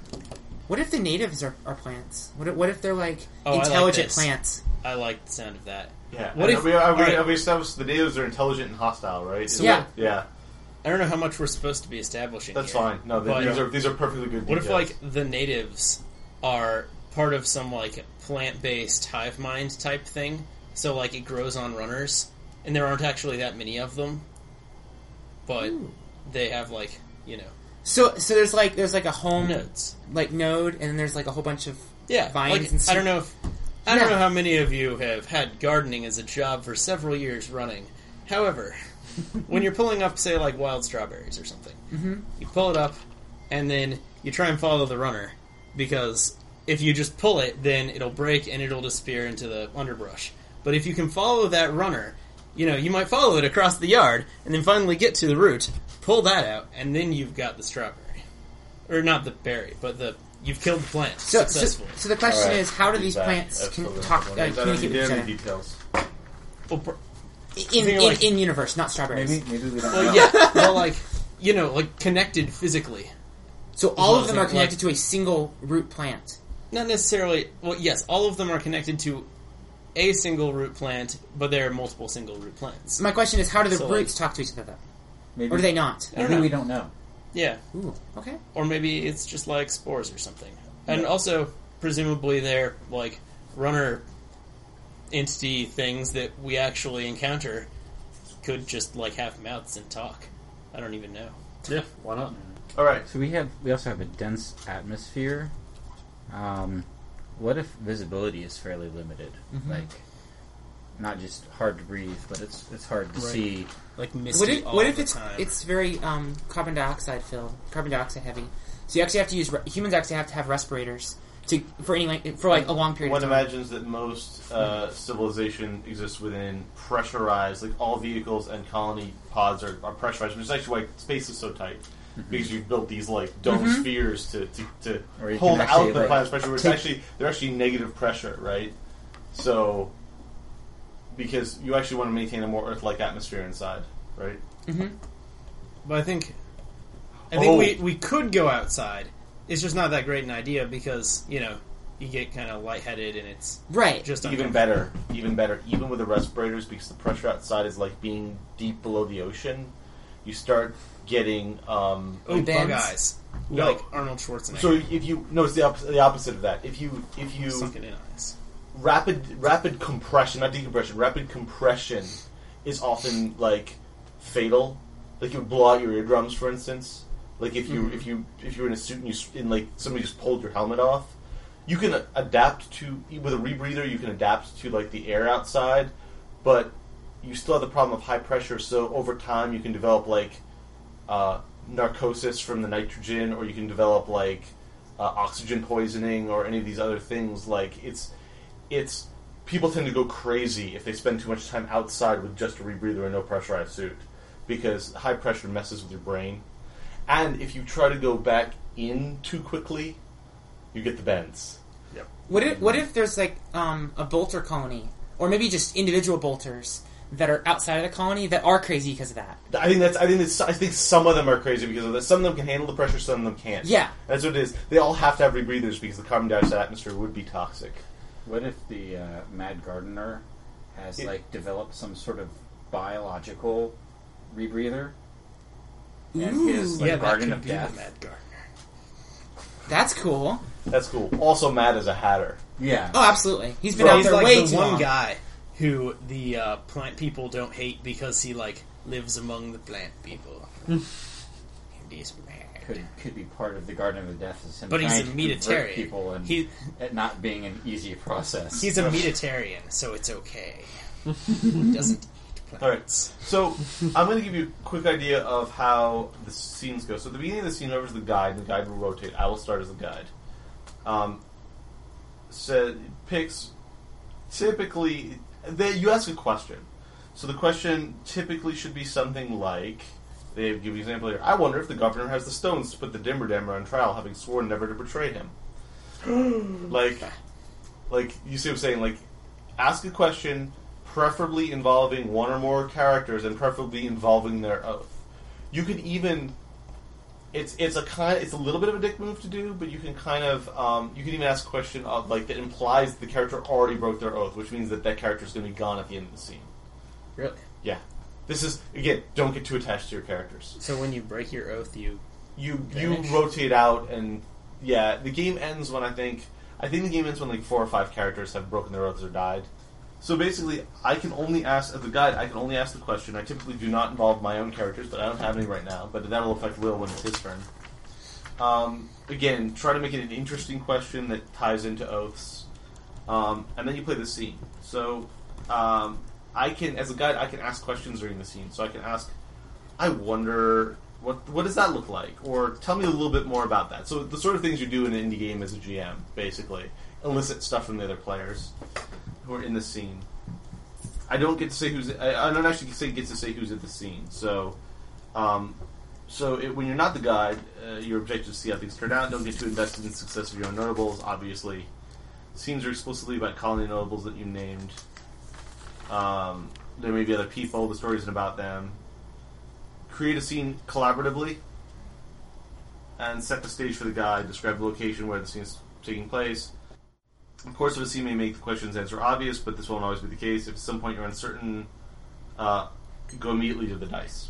[SPEAKER 3] What if the natives are, are plants? What if, what if they're like
[SPEAKER 9] Oh, I like
[SPEAKER 3] intelligent
[SPEAKER 9] this.
[SPEAKER 3] plants?
[SPEAKER 9] I like the sound of that.
[SPEAKER 1] Yeah.
[SPEAKER 9] What
[SPEAKER 1] and
[SPEAKER 9] if-
[SPEAKER 1] we, are, we,
[SPEAKER 9] alright.
[SPEAKER 1] have we established the natives are intelligent and hostile, right? Is
[SPEAKER 3] Yeah.
[SPEAKER 1] it- yeah.
[SPEAKER 9] I don't know how much we're supposed to be establishing.
[SPEAKER 1] That's
[SPEAKER 9] here.
[SPEAKER 1] fine. No, th-
[SPEAKER 9] But- uh,
[SPEAKER 1] these are these are perfectly good.
[SPEAKER 9] What if
[SPEAKER 1] details.
[SPEAKER 9] like the natives are part of some like plant-based hive mind type thing? So like it grows on runners, and there aren't actually that many of them, but
[SPEAKER 3] Hmm.
[SPEAKER 9] they have like you know
[SPEAKER 3] So so there's like there's like a home
[SPEAKER 9] nodes.
[SPEAKER 3] like node, and then there's like a whole bunch of
[SPEAKER 9] Yeah,
[SPEAKER 3] Vines
[SPEAKER 9] like,
[SPEAKER 3] and
[SPEAKER 9] I don't know if I don't
[SPEAKER 3] Yeah.
[SPEAKER 9] know how many of you have had gardening as a job for several years running,
[SPEAKER 3] <laughs>
[SPEAKER 9] However, when you're pulling up, say, like wild strawberries or something,
[SPEAKER 3] Mhm.
[SPEAKER 9] you pull it up, and then you try and follow the runner because if you just pull it, then it'll break and it'll disappear into the underbrush. But if you can follow that runner, you know you might follow it across the yard and then finally get to the root, pull that out, and then you've got the strawberry, or not the berry, but the you've killed the plant
[SPEAKER 3] So, so,
[SPEAKER 9] successfully.
[SPEAKER 3] so the question
[SPEAKER 10] Alright,
[SPEAKER 3] is, how do these
[SPEAKER 10] feedback.
[SPEAKER 3] plants
[SPEAKER 10] That's
[SPEAKER 3] can
[SPEAKER 10] what we're
[SPEAKER 3] talk, uh,
[SPEAKER 10] doing.
[SPEAKER 1] I don't need
[SPEAKER 3] communicate with each
[SPEAKER 1] any
[SPEAKER 3] other?
[SPEAKER 1] details.
[SPEAKER 9] Well, pr-
[SPEAKER 3] In,
[SPEAKER 9] Maybe
[SPEAKER 3] in,
[SPEAKER 9] like-
[SPEAKER 3] in universe, not strawberries.
[SPEAKER 5] Maybe, maybe we don't know.
[SPEAKER 9] well, yeah, well, like you know, like connected physically.
[SPEAKER 3] So all
[SPEAKER 9] what
[SPEAKER 3] of
[SPEAKER 9] I
[SPEAKER 3] them are
[SPEAKER 9] was thinking, like-
[SPEAKER 3] connected to a single root plant.
[SPEAKER 9] not necessarily well yes all of them are connected to a single root plant but there are multiple single root plants
[SPEAKER 3] So my question is, how do the
[SPEAKER 9] So, like-
[SPEAKER 3] roots talk to each other, though?
[SPEAKER 5] Maybe,
[SPEAKER 3] Or do they not?
[SPEAKER 9] I don't
[SPEAKER 5] maybe
[SPEAKER 9] know.
[SPEAKER 5] we don't know.
[SPEAKER 9] yeah
[SPEAKER 3] Ooh, okay.
[SPEAKER 9] or maybe it's just like spores or something and also presumably they're like runner entity things that we actually encounter could just like have mouths and talk i don't even know
[SPEAKER 2] Yeah, why not?
[SPEAKER 1] All right.
[SPEAKER 5] So we have we also have a dense atmosphere. Um, what if visibility is fairly limited?
[SPEAKER 9] Mm-hmm.
[SPEAKER 5] Like, not just hard to breathe, but it's it's hard to
[SPEAKER 9] Right.
[SPEAKER 5] see.
[SPEAKER 9] like misty
[SPEAKER 3] What if,
[SPEAKER 9] all
[SPEAKER 3] what if
[SPEAKER 9] the
[SPEAKER 3] it's
[SPEAKER 9] time.
[SPEAKER 3] it's very um, carbon dioxide filled, carbon dioxide heavy? So you actually have to use re- humans actually have to have respirators to for any like, for like a long period
[SPEAKER 1] One
[SPEAKER 3] of time.
[SPEAKER 1] imagines that most uh, civilization exists within pressurized, like all vehicles and colony pods are, are pressurized, which is actually why space is so tight.
[SPEAKER 5] Mm-hmm.
[SPEAKER 1] Because you've built these like dome
[SPEAKER 3] Mm-hmm.
[SPEAKER 1] spheres to, to, to
[SPEAKER 5] Or you
[SPEAKER 1] hold out
[SPEAKER 5] can actually,
[SPEAKER 1] the
[SPEAKER 5] like,
[SPEAKER 1] planet's pressure, which
[SPEAKER 5] take-
[SPEAKER 1] actually they're actually negative pressure, right? So because you actually want to maintain a more Earth-like atmosphere inside, right?
[SPEAKER 9] But I think I think
[SPEAKER 1] Oh.
[SPEAKER 9] we, we could go outside. It's just not that great an idea because, you know, you get kind of lightheaded and it's
[SPEAKER 3] Right.
[SPEAKER 9] just
[SPEAKER 1] even
[SPEAKER 9] uncomfortable.
[SPEAKER 1] better, even better, even with the respirators, because the pressure outside is like being deep below the ocean. You start getting um,
[SPEAKER 9] Oh, bug
[SPEAKER 3] Bands?
[SPEAKER 9] eyes.
[SPEAKER 1] No.
[SPEAKER 9] Like Arnold Schwarzenegger.
[SPEAKER 1] So if you no, it's the opposite, the opposite of that. If you if you
[SPEAKER 9] sunken in eyes.
[SPEAKER 1] rapid rapid compression, not decompression, rapid compression is often like fatal. Like you would blow out your eardrums, for instance. Like if you if you if you were in a suit and you s- and like somebody just pulled your helmet off, you can a- adapt to with a rebreather. You can adapt to like the air outside, but you still have the problem of high pressure. So over time, you can develop like uh, narcosis from the nitrogen, or you can develop like uh, oxygen poisoning, or any of these other things. Like it's it's people tend to go crazy if they spend too much time outside with just a rebreather and no pressurized suit because high pressure messes with your brain. And if you try to go back in too quickly, you get the bends.
[SPEAKER 3] What if what if there's like um, a bolter colony, or maybe just individual bolters that are outside of the colony that are crazy because of that?
[SPEAKER 1] I think that's. I think that's. I think some of them are crazy because of that. Some of them can handle the pressure. Some of them can't.
[SPEAKER 3] Yeah.
[SPEAKER 1] that's what it is. They all have to have rebreathers because the carbon dioxide atmosphere would be toxic.
[SPEAKER 5] What if the uh, Mad Gardener has
[SPEAKER 1] It-
[SPEAKER 5] like developed some sort of biological rebreather? And his
[SPEAKER 3] Ooh.
[SPEAKER 5] like
[SPEAKER 9] yeah, that
[SPEAKER 5] Garden
[SPEAKER 9] could
[SPEAKER 5] of
[SPEAKER 9] be
[SPEAKER 5] Death.
[SPEAKER 9] the Mad Gardener.
[SPEAKER 3] That's cool.
[SPEAKER 1] That's cool. Also, Matt is a hatter.
[SPEAKER 5] Yeah.
[SPEAKER 3] Oh, absolutely. He's been
[SPEAKER 1] Bro,
[SPEAKER 3] out
[SPEAKER 9] He's
[SPEAKER 3] there
[SPEAKER 9] like
[SPEAKER 3] way
[SPEAKER 9] the
[SPEAKER 3] too
[SPEAKER 9] one
[SPEAKER 3] long.
[SPEAKER 9] guy who the uh, plant people don't hate because he, like, lives among the plant people. <laughs> and he's mad.
[SPEAKER 5] Could could be part of the Garden of Death is him
[SPEAKER 9] But he's
[SPEAKER 5] trying
[SPEAKER 9] a
[SPEAKER 5] to convert
[SPEAKER 9] meatitarian.
[SPEAKER 5] people and
[SPEAKER 9] He,
[SPEAKER 5] it not being an easy process.
[SPEAKER 9] He's a meatitarian, so it's okay. <laughs> He doesn't eat plants.
[SPEAKER 1] So I'm going to give you a quick idea of how the scenes go. So at the beginning of the scene, whoever's the guide, the guide will rotate. I will start as the guide. Um, so picks typically they, you ask a question. So the question typically should be something like they give you an example here. I wonder if the governor has the stones to put the Dimmer Dammer on trial, having sworn never to betray him. <gasps> like, like you see what I'm saying? Like, ask a question, preferably involving one or more characters, and preferably involving their oath. You could even it's it's a kind it's a little bit of a dick move to do, but you can kind of um, you can even ask a question of like that implies the character already broke their oath, which means that that character is going to be gone at the end of the scene.
[SPEAKER 9] Really?
[SPEAKER 1] Yeah, this is again don't get too attached to your characters.
[SPEAKER 9] So when you break your oath, you
[SPEAKER 1] You
[SPEAKER 9] Vanish.
[SPEAKER 1] you rotate out and yeah, the game ends when I think I think the game ends when like four or five characters have broken their oaths or died. So basically, I can only ask as a guide. I can only ask the question. I typically do not involve my own characters, but I don't have any right now. But that will affect Will when it's his turn. Um, again, try to make it an interesting question that ties into oaths, um, and then you play the scene. So um, I can, as a guide, I can ask questions during the scene. So I can ask, I wonder what what does that look like, or tell me a little bit more about that. So the sort of things you do in an indie game as a GM, basically, elicit stuff from the other players who are in the scene. I don't get to say who's. I, I don't actually say, get to say who's at the scene. So, um, so it, when you're not the guide, uh, your objective is to see how things turn out. Don't get too invested in the success of your own notables. Obviously, scenes are explicitly about colony notables that you named. Um, there may be other people. The story isn't about them. Create a scene collaboratively, and set the stage for the guide. Describe the location where the scene is taking place. Of course, if a scene may make the question's answer obvious, but this won't always be the case. If at some point you're uncertain, uh, go immediately to the dice.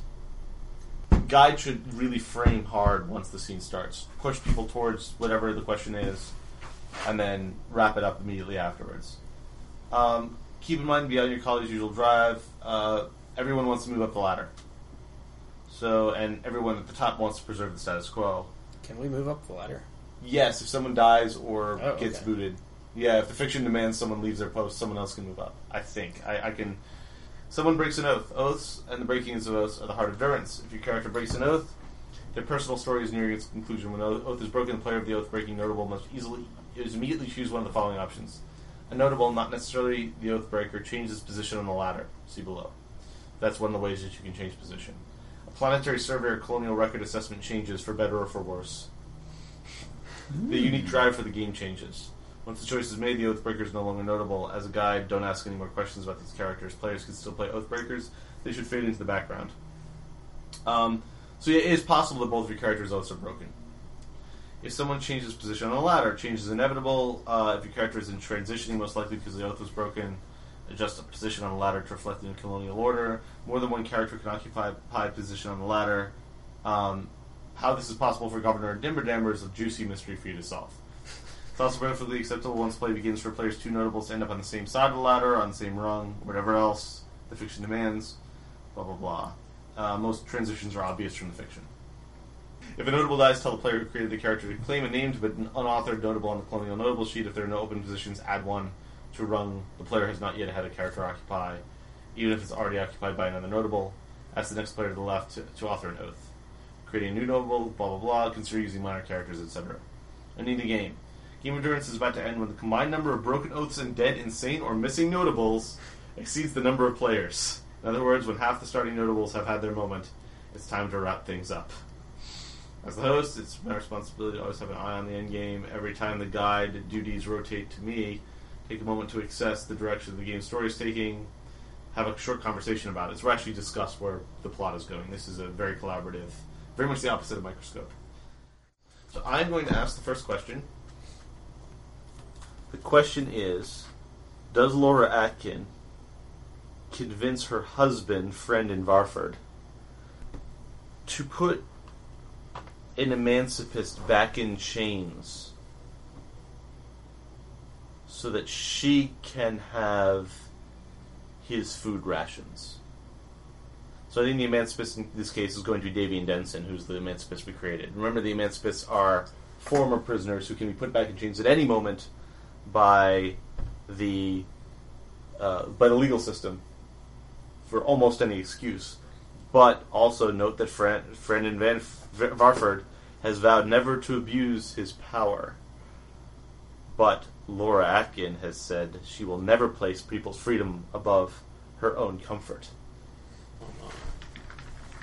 [SPEAKER 1] Guide should really frame hard once the scene starts. Push people towards whatever the question is, and then wrap it up immediately afterwards. Um, keep in mind, be on your colleague's usual drive. Uh, everyone wants to move up the ladder. So, and everyone at the top wants to preserve the status quo.
[SPEAKER 9] Can we move up the ladder?
[SPEAKER 1] Yes, if someone dies or
[SPEAKER 9] Oh,
[SPEAKER 1] gets
[SPEAKER 9] okay.
[SPEAKER 1] booted. Yeah, if the fiction demands someone leaves their post, someone else can move up. I think I, I can. Someone breaks an oath. Oaths and the breakings of oaths are the heart of variance. If your character breaks an oath, their personal story is nearing its conclusion. When oath, oath is broken, the player of the oath breaking notable must easily is immediately choose one of the following options: a notable, not necessarily the oath breaker, changes position on the ladder. See below. That's one of the ways that you can change position. A planetary survey or colonial record assessment changes for better or for worse. The unique drive for the game changes. Once the choice is made, the Oathbreaker is no longer notable. As a guide, don't ask any more questions about these characters. Players can still play Oathbreakers, they should fade into the background. Um, so yeah, it is possible that both of your characters' oaths are broken. If someone changes position on a ladder, change is inevitable. Uh, if your character is in transitioning, most likely because the oath was broken, adjust the position on the ladder to reflect the new colonial order. More than one character can occupy occupy a position on the ladder. Um, how this is possible for Governor Dimberdammer is a juicy mystery for you to solve. It's also perfectly acceptable once play begins for players two notables to end up on the same side of the ladder, on the same rung, whatever else the fiction demands, blah blah blah. Uh, most transitions are obvious from the fiction. If a notable dies, tell the player who created the character to claim a named but an unauthored notable on the colonial notable sheet. If there are no open positions, add one to a rung the player has not yet had a character occupy, even if it's already occupied by another notable. Ask the next player to the left to, to author an oath. Creating a new notable, blah blah blah, consider using minor characters, etc. I need a game. Game endurance is about to end when the combined number of broken oaths and dead, insane, or missing notables exceeds the number of players. In other words, when half the starting notables have had their moment, it's time to wrap things up. As the host, it's my responsibility to always have an eye on the end game. Every time the guide duties rotate to me, take a moment to assess the direction the game story is taking, have a short conversation about it. So we actually discuss where the plot is going. This is a very collaborative, very much the opposite of Microscope. So I'm going to ask the first question. The question is Does Laura Atkin convince her husband, friend in Varford, to put an emancipist back in chains so that she can have his food rations? So I think the emancipist in this case is going to be Davian Denson, who's the emancipist we created. Remember, the emancipists are former prisoners who can be put back in chains at any moment by the uh, by the legal system for almost any excuse. But also note that Fran- Brandon Van F- Varford has vowed never to abuse his power. But Laura Atkin has said she will never place people's freedom above her own comfort.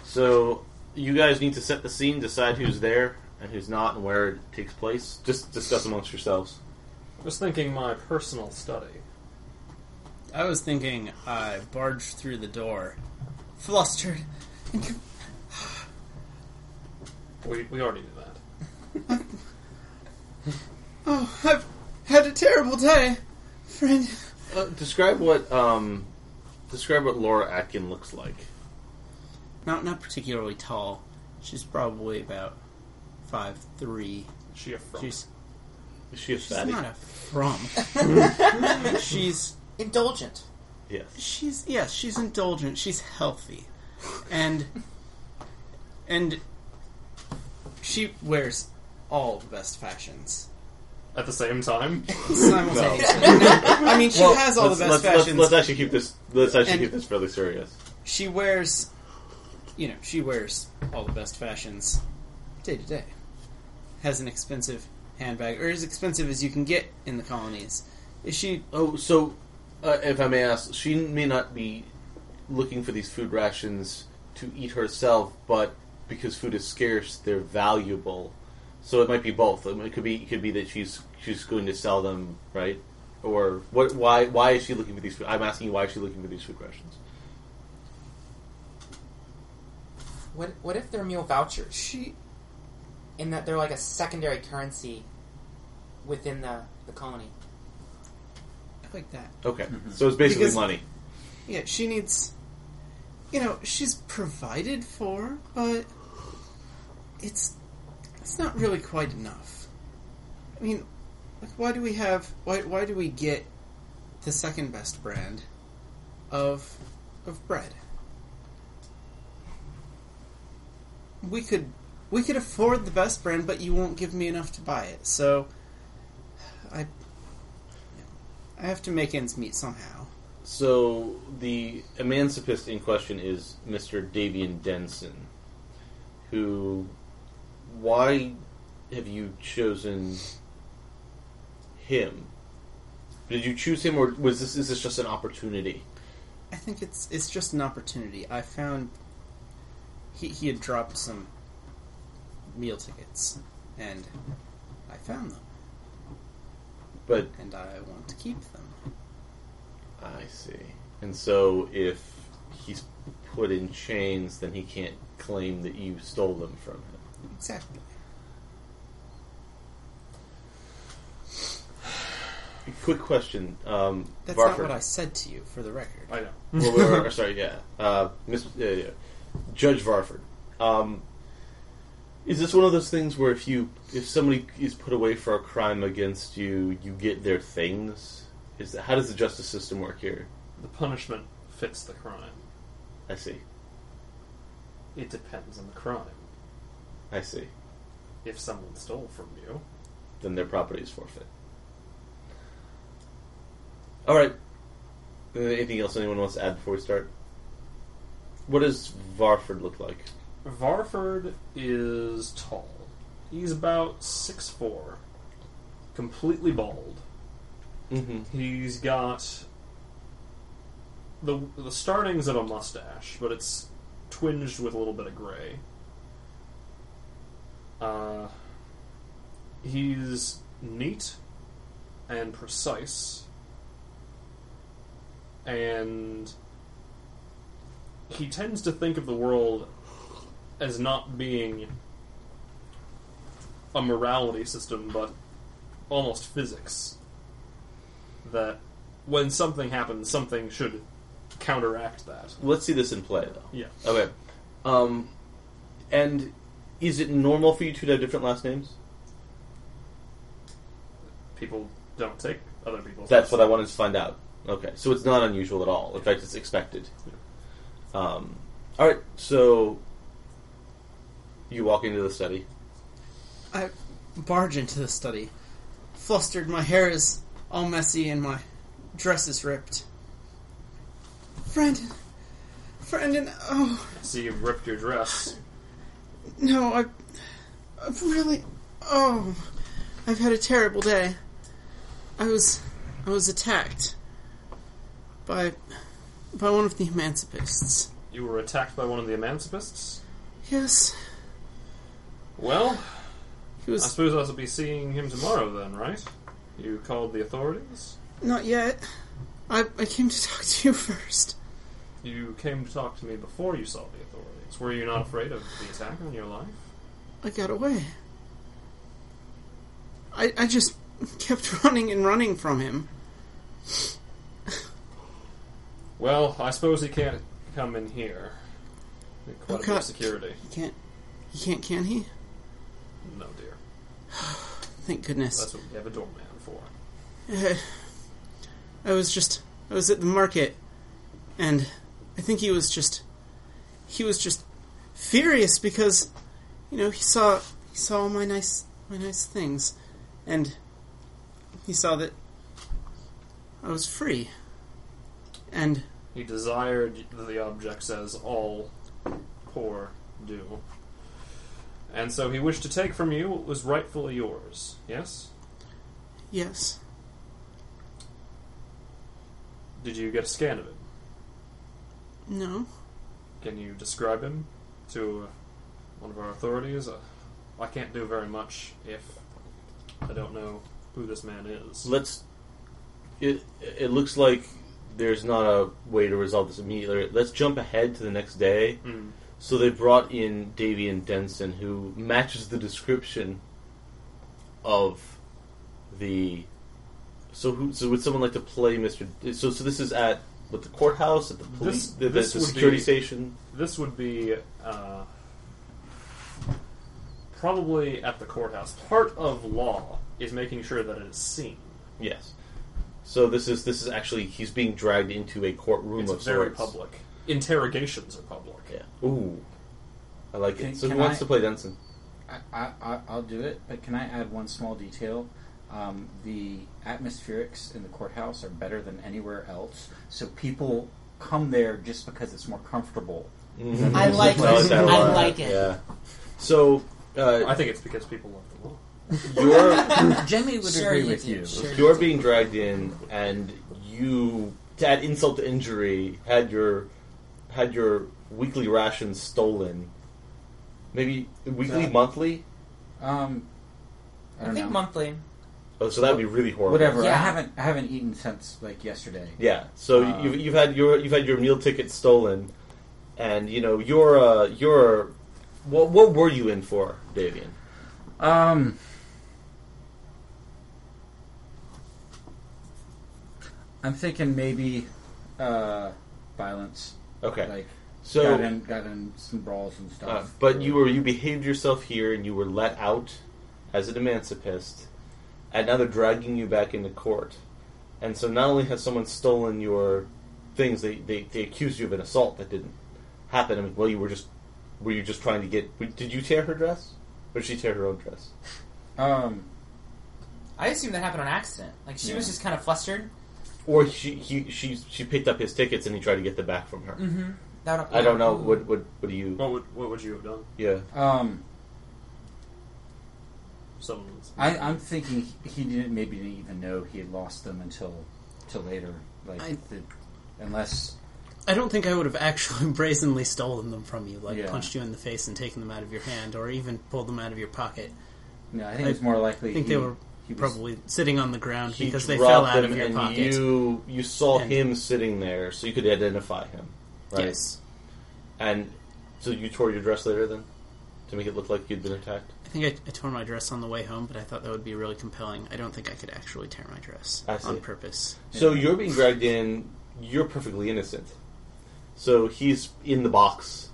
[SPEAKER 1] So you guys need to set the scene, decide who's there and who's not, and where it takes place. Just discuss amongst yourselves.
[SPEAKER 2] was thinking my personal study.
[SPEAKER 9] I was thinking I barged through the door. <laughs>
[SPEAKER 3] Flustered.
[SPEAKER 2] We, we already knew that.
[SPEAKER 3] Oh, I've had a terrible day, friend.
[SPEAKER 1] Uh, describe what um, describe what Laura Atkin looks like.
[SPEAKER 3] Not not particularly tall. She's probably about five three.
[SPEAKER 2] Is she a front?
[SPEAKER 3] She's
[SPEAKER 1] Is she a
[SPEAKER 3] she's
[SPEAKER 1] fatty?
[SPEAKER 3] not a frump. she's
[SPEAKER 11] Indulgent.
[SPEAKER 1] yes.
[SPEAKER 3] she's yes she's indulgent. She's healthy, and and
[SPEAKER 9] She wears all the best fashions.
[SPEAKER 2] at the same time.
[SPEAKER 3] simultaneously.
[SPEAKER 9] <laughs>
[SPEAKER 3] I mean, she has all the
[SPEAKER 1] let's,
[SPEAKER 3] best
[SPEAKER 1] let's, let's,
[SPEAKER 3] fashions.
[SPEAKER 1] let's actually keep this. Let's actually
[SPEAKER 9] And-
[SPEAKER 1] keep this fairly serious.
[SPEAKER 9] She wears, you know, she wears all the best fashions day to day. Has an expensive handbag, or as expensive as you can get in the colonies. Is she?
[SPEAKER 1] Oh, so uh, if I may ask, she may not be looking for these food rations to eat herself, but because food is scarce, they're valuable. So it might be both. I mean, it could be it could be that she's she's going to sell them, right? Or what? Why why is she looking for these? Food? I'm asking you why is she looking for these food rations?
[SPEAKER 3] What, what if they're meal vouchers?
[SPEAKER 9] She
[SPEAKER 3] In that they're like a secondary currency within the, the colony.
[SPEAKER 9] I like that.
[SPEAKER 1] Okay, so it's basically
[SPEAKER 9] Because-
[SPEAKER 1] money.
[SPEAKER 9] Yeah, she needs. You know, she's provided for, but it's it's not really quite enough. I mean, like, why do we have? Why why do we get the second best brand of of bread? We could we could afford the best brand, but you won't give me enough to buy it. So I I have to make ends meet somehow.
[SPEAKER 1] So the emancipist in question is Mr. Davian Denson, who. Why have you chosen him? Did you choose him, or was this is this just an opportunity?
[SPEAKER 9] I think it's it's just an opportunity. I found he he had dropped some meal tickets, and I found them,
[SPEAKER 1] But
[SPEAKER 9] and I want to keep them.
[SPEAKER 1] I see. And so, if he's put in chains, then he can't claim that you stole them from him.
[SPEAKER 9] Exactly.
[SPEAKER 1] Quick question, um,
[SPEAKER 9] That's
[SPEAKER 1] Varford.
[SPEAKER 9] not what I said to you, for the
[SPEAKER 2] <laughs>
[SPEAKER 9] record.
[SPEAKER 2] <laughs> I know.
[SPEAKER 1] well, we're- we're- sorry, yeah. Uh, Miss, uh, yeah. Judge Varford. Um, is this one of those things where if you if somebody is put away for a crime against you, you get their things? Is that, how does the justice system work here?
[SPEAKER 2] The punishment fits the crime.
[SPEAKER 1] I see.
[SPEAKER 2] It depends on the crime.
[SPEAKER 1] I see.
[SPEAKER 2] If someone stole from you,
[SPEAKER 1] Then their property is forfeit. All right. Uh, anything else anyone wants to add before we start? What does Varford look like?
[SPEAKER 2] Varford is tall. He's about six four, completely bald.
[SPEAKER 1] Mm-hmm.
[SPEAKER 2] He's got the the startings of a mustache, but it's twinged with a little bit of gray. Uh, he's neat and precise, and he tends to think of the world as not being a morality system, but almost physics that when something happens, something should counteract that.
[SPEAKER 1] Let's see this in play, though.
[SPEAKER 2] Yeah.
[SPEAKER 1] Okay. Um, and is it normal for you two to have different last names?
[SPEAKER 2] People don't take other people's.
[SPEAKER 1] That's what I wanted to find out. Okay, so it's not unusual at all. In fact, it's expected. Um, all right, so you walk into the study.
[SPEAKER 9] I barge into the study, flustered. My hair is all messy, and my dress is ripped. Brandon, Brandon, oh.
[SPEAKER 2] See, you ripped your dress.
[SPEAKER 9] No, I. I've really. Oh, I've had a terrible day. I was, I was attacked by, by one of the emancipists.
[SPEAKER 2] You were attacked by one of the emancipists.
[SPEAKER 9] Yes,
[SPEAKER 2] Well, I
[SPEAKER 9] he was
[SPEAKER 2] suppose I'll be seeing him tomorrow then, right? You called the authorities.
[SPEAKER 9] not yet. I, I came to <laughs> talk to you first.
[SPEAKER 2] You came to talk to me before you saw the authorities. Were you not afraid of the attack on your life?
[SPEAKER 9] I got away. I, I just <laughs> kept running and running from him.
[SPEAKER 2] Well, I suppose he can't come in here. Quite a bit
[SPEAKER 9] Okay.
[SPEAKER 2] of security.
[SPEAKER 9] He can't, he can't, can he?
[SPEAKER 2] No, dear.
[SPEAKER 9] Thank goodness.
[SPEAKER 2] That's what we have a doorman for.
[SPEAKER 9] Uh, <laughs> I was just I was at the market and I think he was just he was just furious because you know he saw he saw all my nice my nice things and
[SPEAKER 3] he saw that I was free. And
[SPEAKER 2] He desired the objects as all poor do. And so he wished to take from you what was rightfully yours, yes?
[SPEAKER 3] yes,
[SPEAKER 2] Did you get a scan of him?
[SPEAKER 3] no,
[SPEAKER 2] Can you describe him to uh, one of our authorities? Uh, I can't do very much if I don't know who this man is.
[SPEAKER 1] Let's. It it looks like there's not a way to resolve this immediately. Let's jump ahead to the next day.
[SPEAKER 2] Mm.
[SPEAKER 1] So they brought in Davy and Denson, who matches the description of the. So who? So would someone like to play Mister? So so this is at what the courthouse at the police
[SPEAKER 2] This-
[SPEAKER 1] the, the-
[SPEAKER 2] this
[SPEAKER 1] the
[SPEAKER 2] would
[SPEAKER 1] security
[SPEAKER 2] be-
[SPEAKER 1] station.
[SPEAKER 2] This would be uh, probably at the courthouse. Part of law is making sure that it is seen.
[SPEAKER 1] Yes. So this is this is actually he's being dragged into a courtroom
[SPEAKER 2] It's
[SPEAKER 1] of
[SPEAKER 2] very
[SPEAKER 1] sorts.
[SPEAKER 2] public. Interrogations are public.
[SPEAKER 1] Yeah. Ooh. I like
[SPEAKER 5] Can-
[SPEAKER 1] it. So who
[SPEAKER 5] can
[SPEAKER 1] wants
[SPEAKER 5] I-
[SPEAKER 1] to play Denson?
[SPEAKER 5] I, I, I- I'll do it, but can I add one small detail? Um, the atmospherics in the courthouse are better than anywhere else, so people come there just because it's more comfortable.
[SPEAKER 3] I like
[SPEAKER 1] I Mm-hmm. like
[SPEAKER 3] it.
[SPEAKER 1] that a
[SPEAKER 3] I
[SPEAKER 1] lot.
[SPEAKER 3] like it.
[SPEAKER 1] Yeah. So
[SPEAKER 2] I
[SPEAKER 1] uh,
[SPEAKER 2] think it's because people love the law. <laughs>
[SPEAKER 1] you're
[SPEAKER 3] <laughs>
[SPEAKER 5] Jamie would
[SPEAKER 3] Sure
[SPEAKER 5] agree
[SPEAKER 3] you
[SPEAKER 5] with
[SPEAKER 3] do,
[SPEAKER 5] you.
[SPEAKER 3] sure.
[SPEAKER 1] you're being dragged in, and you to add insult to injury had your had your weekly rations stolen. Maybe weekly,
[SPEAKER 5] Yeah.
[SPEAKER 1] monthly.
[SPEAKER 5] Um, I
[SPEAKER 3] I,
[SPEAKER 5] don't
[SPEAKER 3] think
[SPEAKER 5] know.
[SPEAKER 3] monthly.
[SPEAKER 1] Oh, so that would be really horrible.
[SPEAKER 5] Whatever. I
[SPEAKER 3] Yeah.
[SPEAKER 5] haven't I haven't eaten since like yesterday.
[SPEAKER 1] Yeah. So
[SPEAKER 5] Uh,
[SPEAKER 1] you've, you've had your you've had your meal ticket stolen, and you know you're uh, you're what what were you in for, Davian?
[SPEAKER 5] Um, I'm thinking maybe uh, violence.
[SPEAKER 1] Okay.
[SPEAKER 5] Like got
[SPEAKER 1] so,
[SPEAKER 5] in got in some brawls and stuff.
[SPEAKER 1] uh, but you were you behaved yourself here, and you were let out as an emancipist, and now they're dragging you back into court. And so, not only has someone stolen your things, they they, they accuse you of an assault that didn't happen. I mean, well, you were just were you just trying to get? Did you tear her dress, or did she tear her own dress?
[SPEAKER 5] um.
[SPEAKER 3] I assume that happened on accident. Like she was
[SPEAKER 5] Yeah.
[SPEAKER 3] just kind of flustered.
[SPEAKER 1] Or she, he, she, she picked up his tickets and he tried to get them back from her.
[SPEAKER 3] Mm-hmm. That,
[SPEAKER 1] I don't know. What, what, what do you?
[SPEAKER 2] What would what would you have done?
[SPEAKER 1] Yeah.
[SPEAKER 5] Um,
[SPEAKER 2] Someone was-
[SPEAKER 5] I, I'm thinking he didn't maybe didn't even know he had lost them until till later, like
[SPEAKER 9] I-
[SPEAKER 5] the, unless
[SPEAKER 9] I don't think I would have actually <laughs> brazenly stolen them from you, like
[SPEAKER 5] Yeah.
[SPEAKER 9] punched you in the face and taken them out of your hand, or even pulled them out of your pocket.
[SPEAKER 5] no, I think it's more likely.
[SPEAKER 9] I think
[SPEAKER 5] he,
[SPEAKER 9] they were
[SPEAKER 5] he was-
[SPEAKER 9] probably sitting on the ground
[SPEAKER 1] He
[SPEAKER 9] because they
[SPEAKER 1] dropped
[SPEAKER 9] fell out
[SPEAKER 1] them
[SPEAKER 9] of your
[SPEAKER 1] and
[SPEAKER 9] pocket.
[SPEAKER 1] You, you saw
[SPEAKER 9] And-
[SPEAKER 1] him sitting there, so you could identify him, right?
[SPEAKER 9] Yes,
[SPEAKER 1] And so you tore your dress later then, to make it look like you'd been attacked.
[SPEAKER 9] I think I, I tore my dress on the way home, but I thought that would be really compelling. I don't think I could actually tear my dress
[SPEAKER 1] I see.
[SPEAKER 9] on purpose.
[SPEAKER 1] So you're being dragged in. You're perfectly innocent. So he's in the box,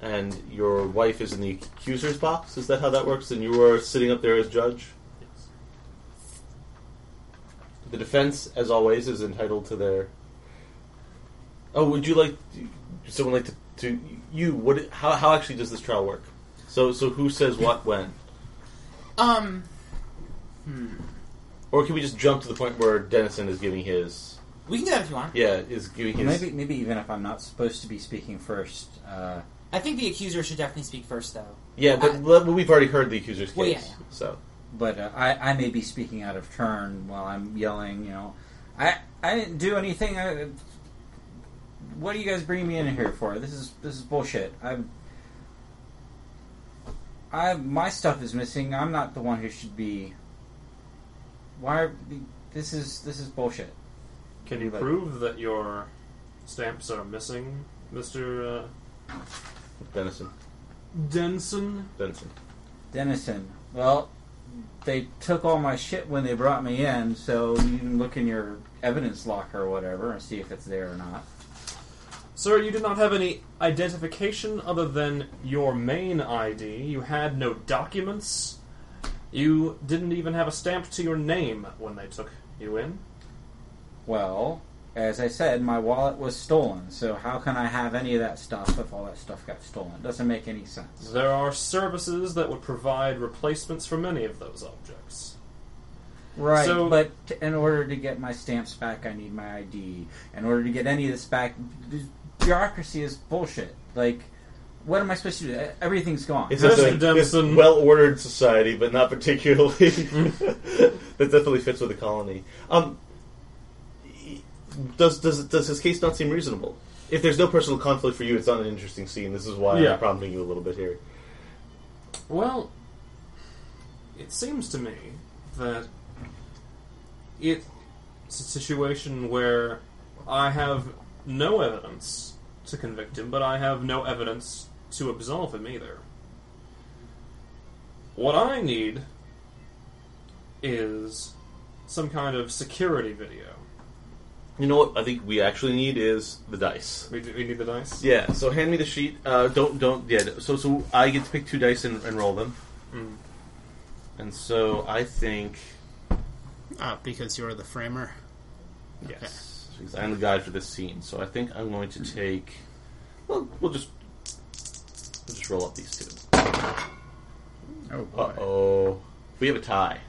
[SPEAKER 1] and your wife is in the accuser's box. Is that how that works? And you are sitting up there as judge.
[SPEAKER 2] Yes.
[SPEAKER 1] The defense, as always, is entitled to their. Oh, would you like someone like to, to you? What? How, how actually does this trial work? So so who says what when?
[SPEAKER 3] Um, hmm.
[SPEAKER 1] Or can we just jump to the point where Dennison is giving his
[SPEAKER 3] we can do that if you want.
[SPEAKER 1] yeah is giving his
[SPEAKER 5] maybe maybe even if I'm not supposed to be speaking first, uh,
[SPEAKER 3] I think the accuser should definitely speak first, though.
[SPEAKER 1] yeah but
[SPEAKER 3] I-
[SPEAKER 1] le- we've already heard the accuser's case
[SPEAKER 3] Well, yeah, yeah.
[SPEAKER 1] so
[SPEAKER 5] but uh, I I may be speaking out of turn while I'm yelling. You know, I I didn't do anything. I, what are you guys bringing me in here for? This is this is bullshit. I'm. I my stuff is missing. I'm not the one who should be. Why? Are, this is this is bullshit.
[SPEAKER 2] Can you
[SPEAKER 5] Like-
[SPEAKER 2] prove that your stamps are missing, Mister uh,
[SPEAKER 1] Dennison
[SPEAKER 2] Denson?
[SPEAKER 1] Dennison
[SPEAKER 5] Dennison. Well, they took all my shit when they brought me in, so you can look in your evidence locker or whatever and see if it's there or not.
[SPEAKER 2] Sir, you did not have any identification other than your main ID. You had no documents. You didn't even have a stamp to your name when they took you in.
[SPEAKER 5] Well, as I said, my wallet was stolen, so how can I have any of that stuff if all that stuff got stolen? It doesn't make any sense.
[SPEAKER 2] There are services that would provide replacements for many of those objects.
[SPEAKER 5] Right,
[SPEAKER 2] So-
[SPEAKER 5] but t- in order to get my stamps back, I need my ID. In order to get any of this back, this bureaucracy is bullshit. Like, what am I supposed to do? E- Everything's gone.
[SPEAKER 1] It's
[SPEAKER 2] Mr.
[SPEAKER 1] just like this
[SPEAKER 2] Dempson.
[SPEAKER 1] well-ordered society, but not particularly. that definitely fits with the colony. Um, does does does his case not seem reasonable? If there's no personal conflict for you, it's not an interesting scene. This is why
[SPEAKER 2] Yeah.
[SPEAKER 1] I'm prompting you a little bit here.
[SPEAKER 2] Well, it seems to me that it- it's a situation where I have no evidence to convict him, but I have no evidence to absolve him either. What I need is some kind of security video.
[SPEAKER 1] You know what? I think we actually need is the dice.
[SPEAKER 2] We, we need the dice?
[SPEAKER 1] Yeah. So hand me the sheet. Uh, don't don't. Yeah. So so I get to pick two dice and, and roll them.
[SPEAKER 2] Mm.
[SPEAKER 1] And so I think
[SPEAKER 9] Uh, because you're the framer.
[SPEAKER 1] Yes, because I'm the guide for this scene. So I think I'm going to take. Well, we'll just we'll just roll up these two.
[SPEAKER 9] Oh boy.
[SPEAKER 1] Uh oh, we have a tie.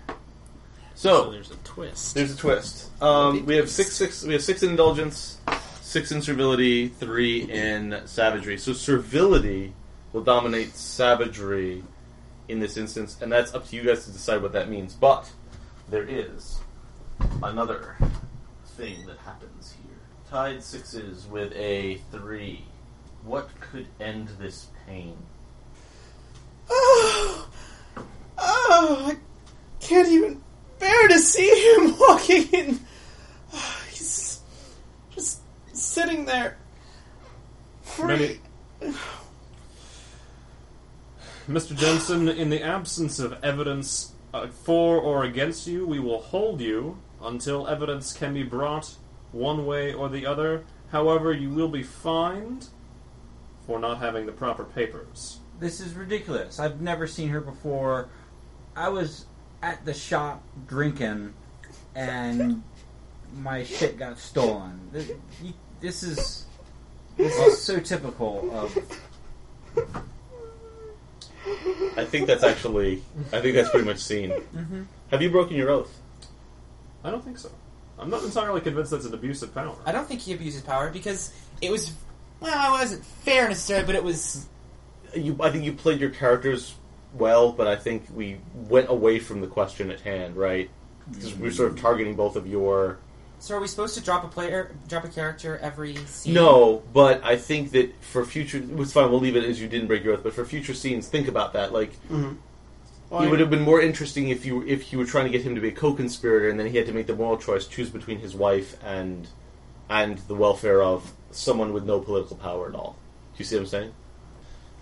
[SPEAKER 9] So
[SPEAKER 1] So
[SPEAKER 9] there's a twist.
[SPEAKER 1] Oh. there's a twist. Um, we have six six. We have six in indulgence, six in servility, three in savagery. So servility will dominate savagery in this instance, and that's up to you guys to decide what that means. But there is another thing that happens here. Tied sixes with a three. What could end this pain?
[SPEAKER 12] Oh, oh, I can't even bear to see him walking in. He's just sitting there.
[SPEAKER 2] Many- Mr. Jensen, in the absence of evidence uh, for or against you, we will hold you until evidence can be brought one way or the other. However, you will be fined for not having the proper papers.
[SPEAKER 5] this is ridiculous. I've never seen her before. I was at the shop drinking, and my shit got stolen. This, you- this is this is so typical of.
[SPEAKER 1] I think that's actually. I think that's pretty much seen. Have you broken your oath?
[SPEAKER 2] I don't think so. I'm not entirely convinced that's an abuse of power.
[SPEAKER 3] I don't think he abuses power because it was well, it wasn't fair necessarily, but it was
[SPEAKER 1] you, I think you played your characters well, but I think we went away from the question at hand, right? 'Cause we're sort of targeting both of your.
[SPEAKER 3] so. Are we supposed to drop a player, drop a character every scene?
[SPEAKER 1] No, but I think that for future, it's fine. We'll leave it as you didn't break your oath, but for future scenes, think about that. Like, it would have been more interesting if you if you were trying to get him to be a co-conspirator, and then he had to make the moral choice, choose between his wife and and the welfare of someone with no political power at all. Do you see what I'm saying?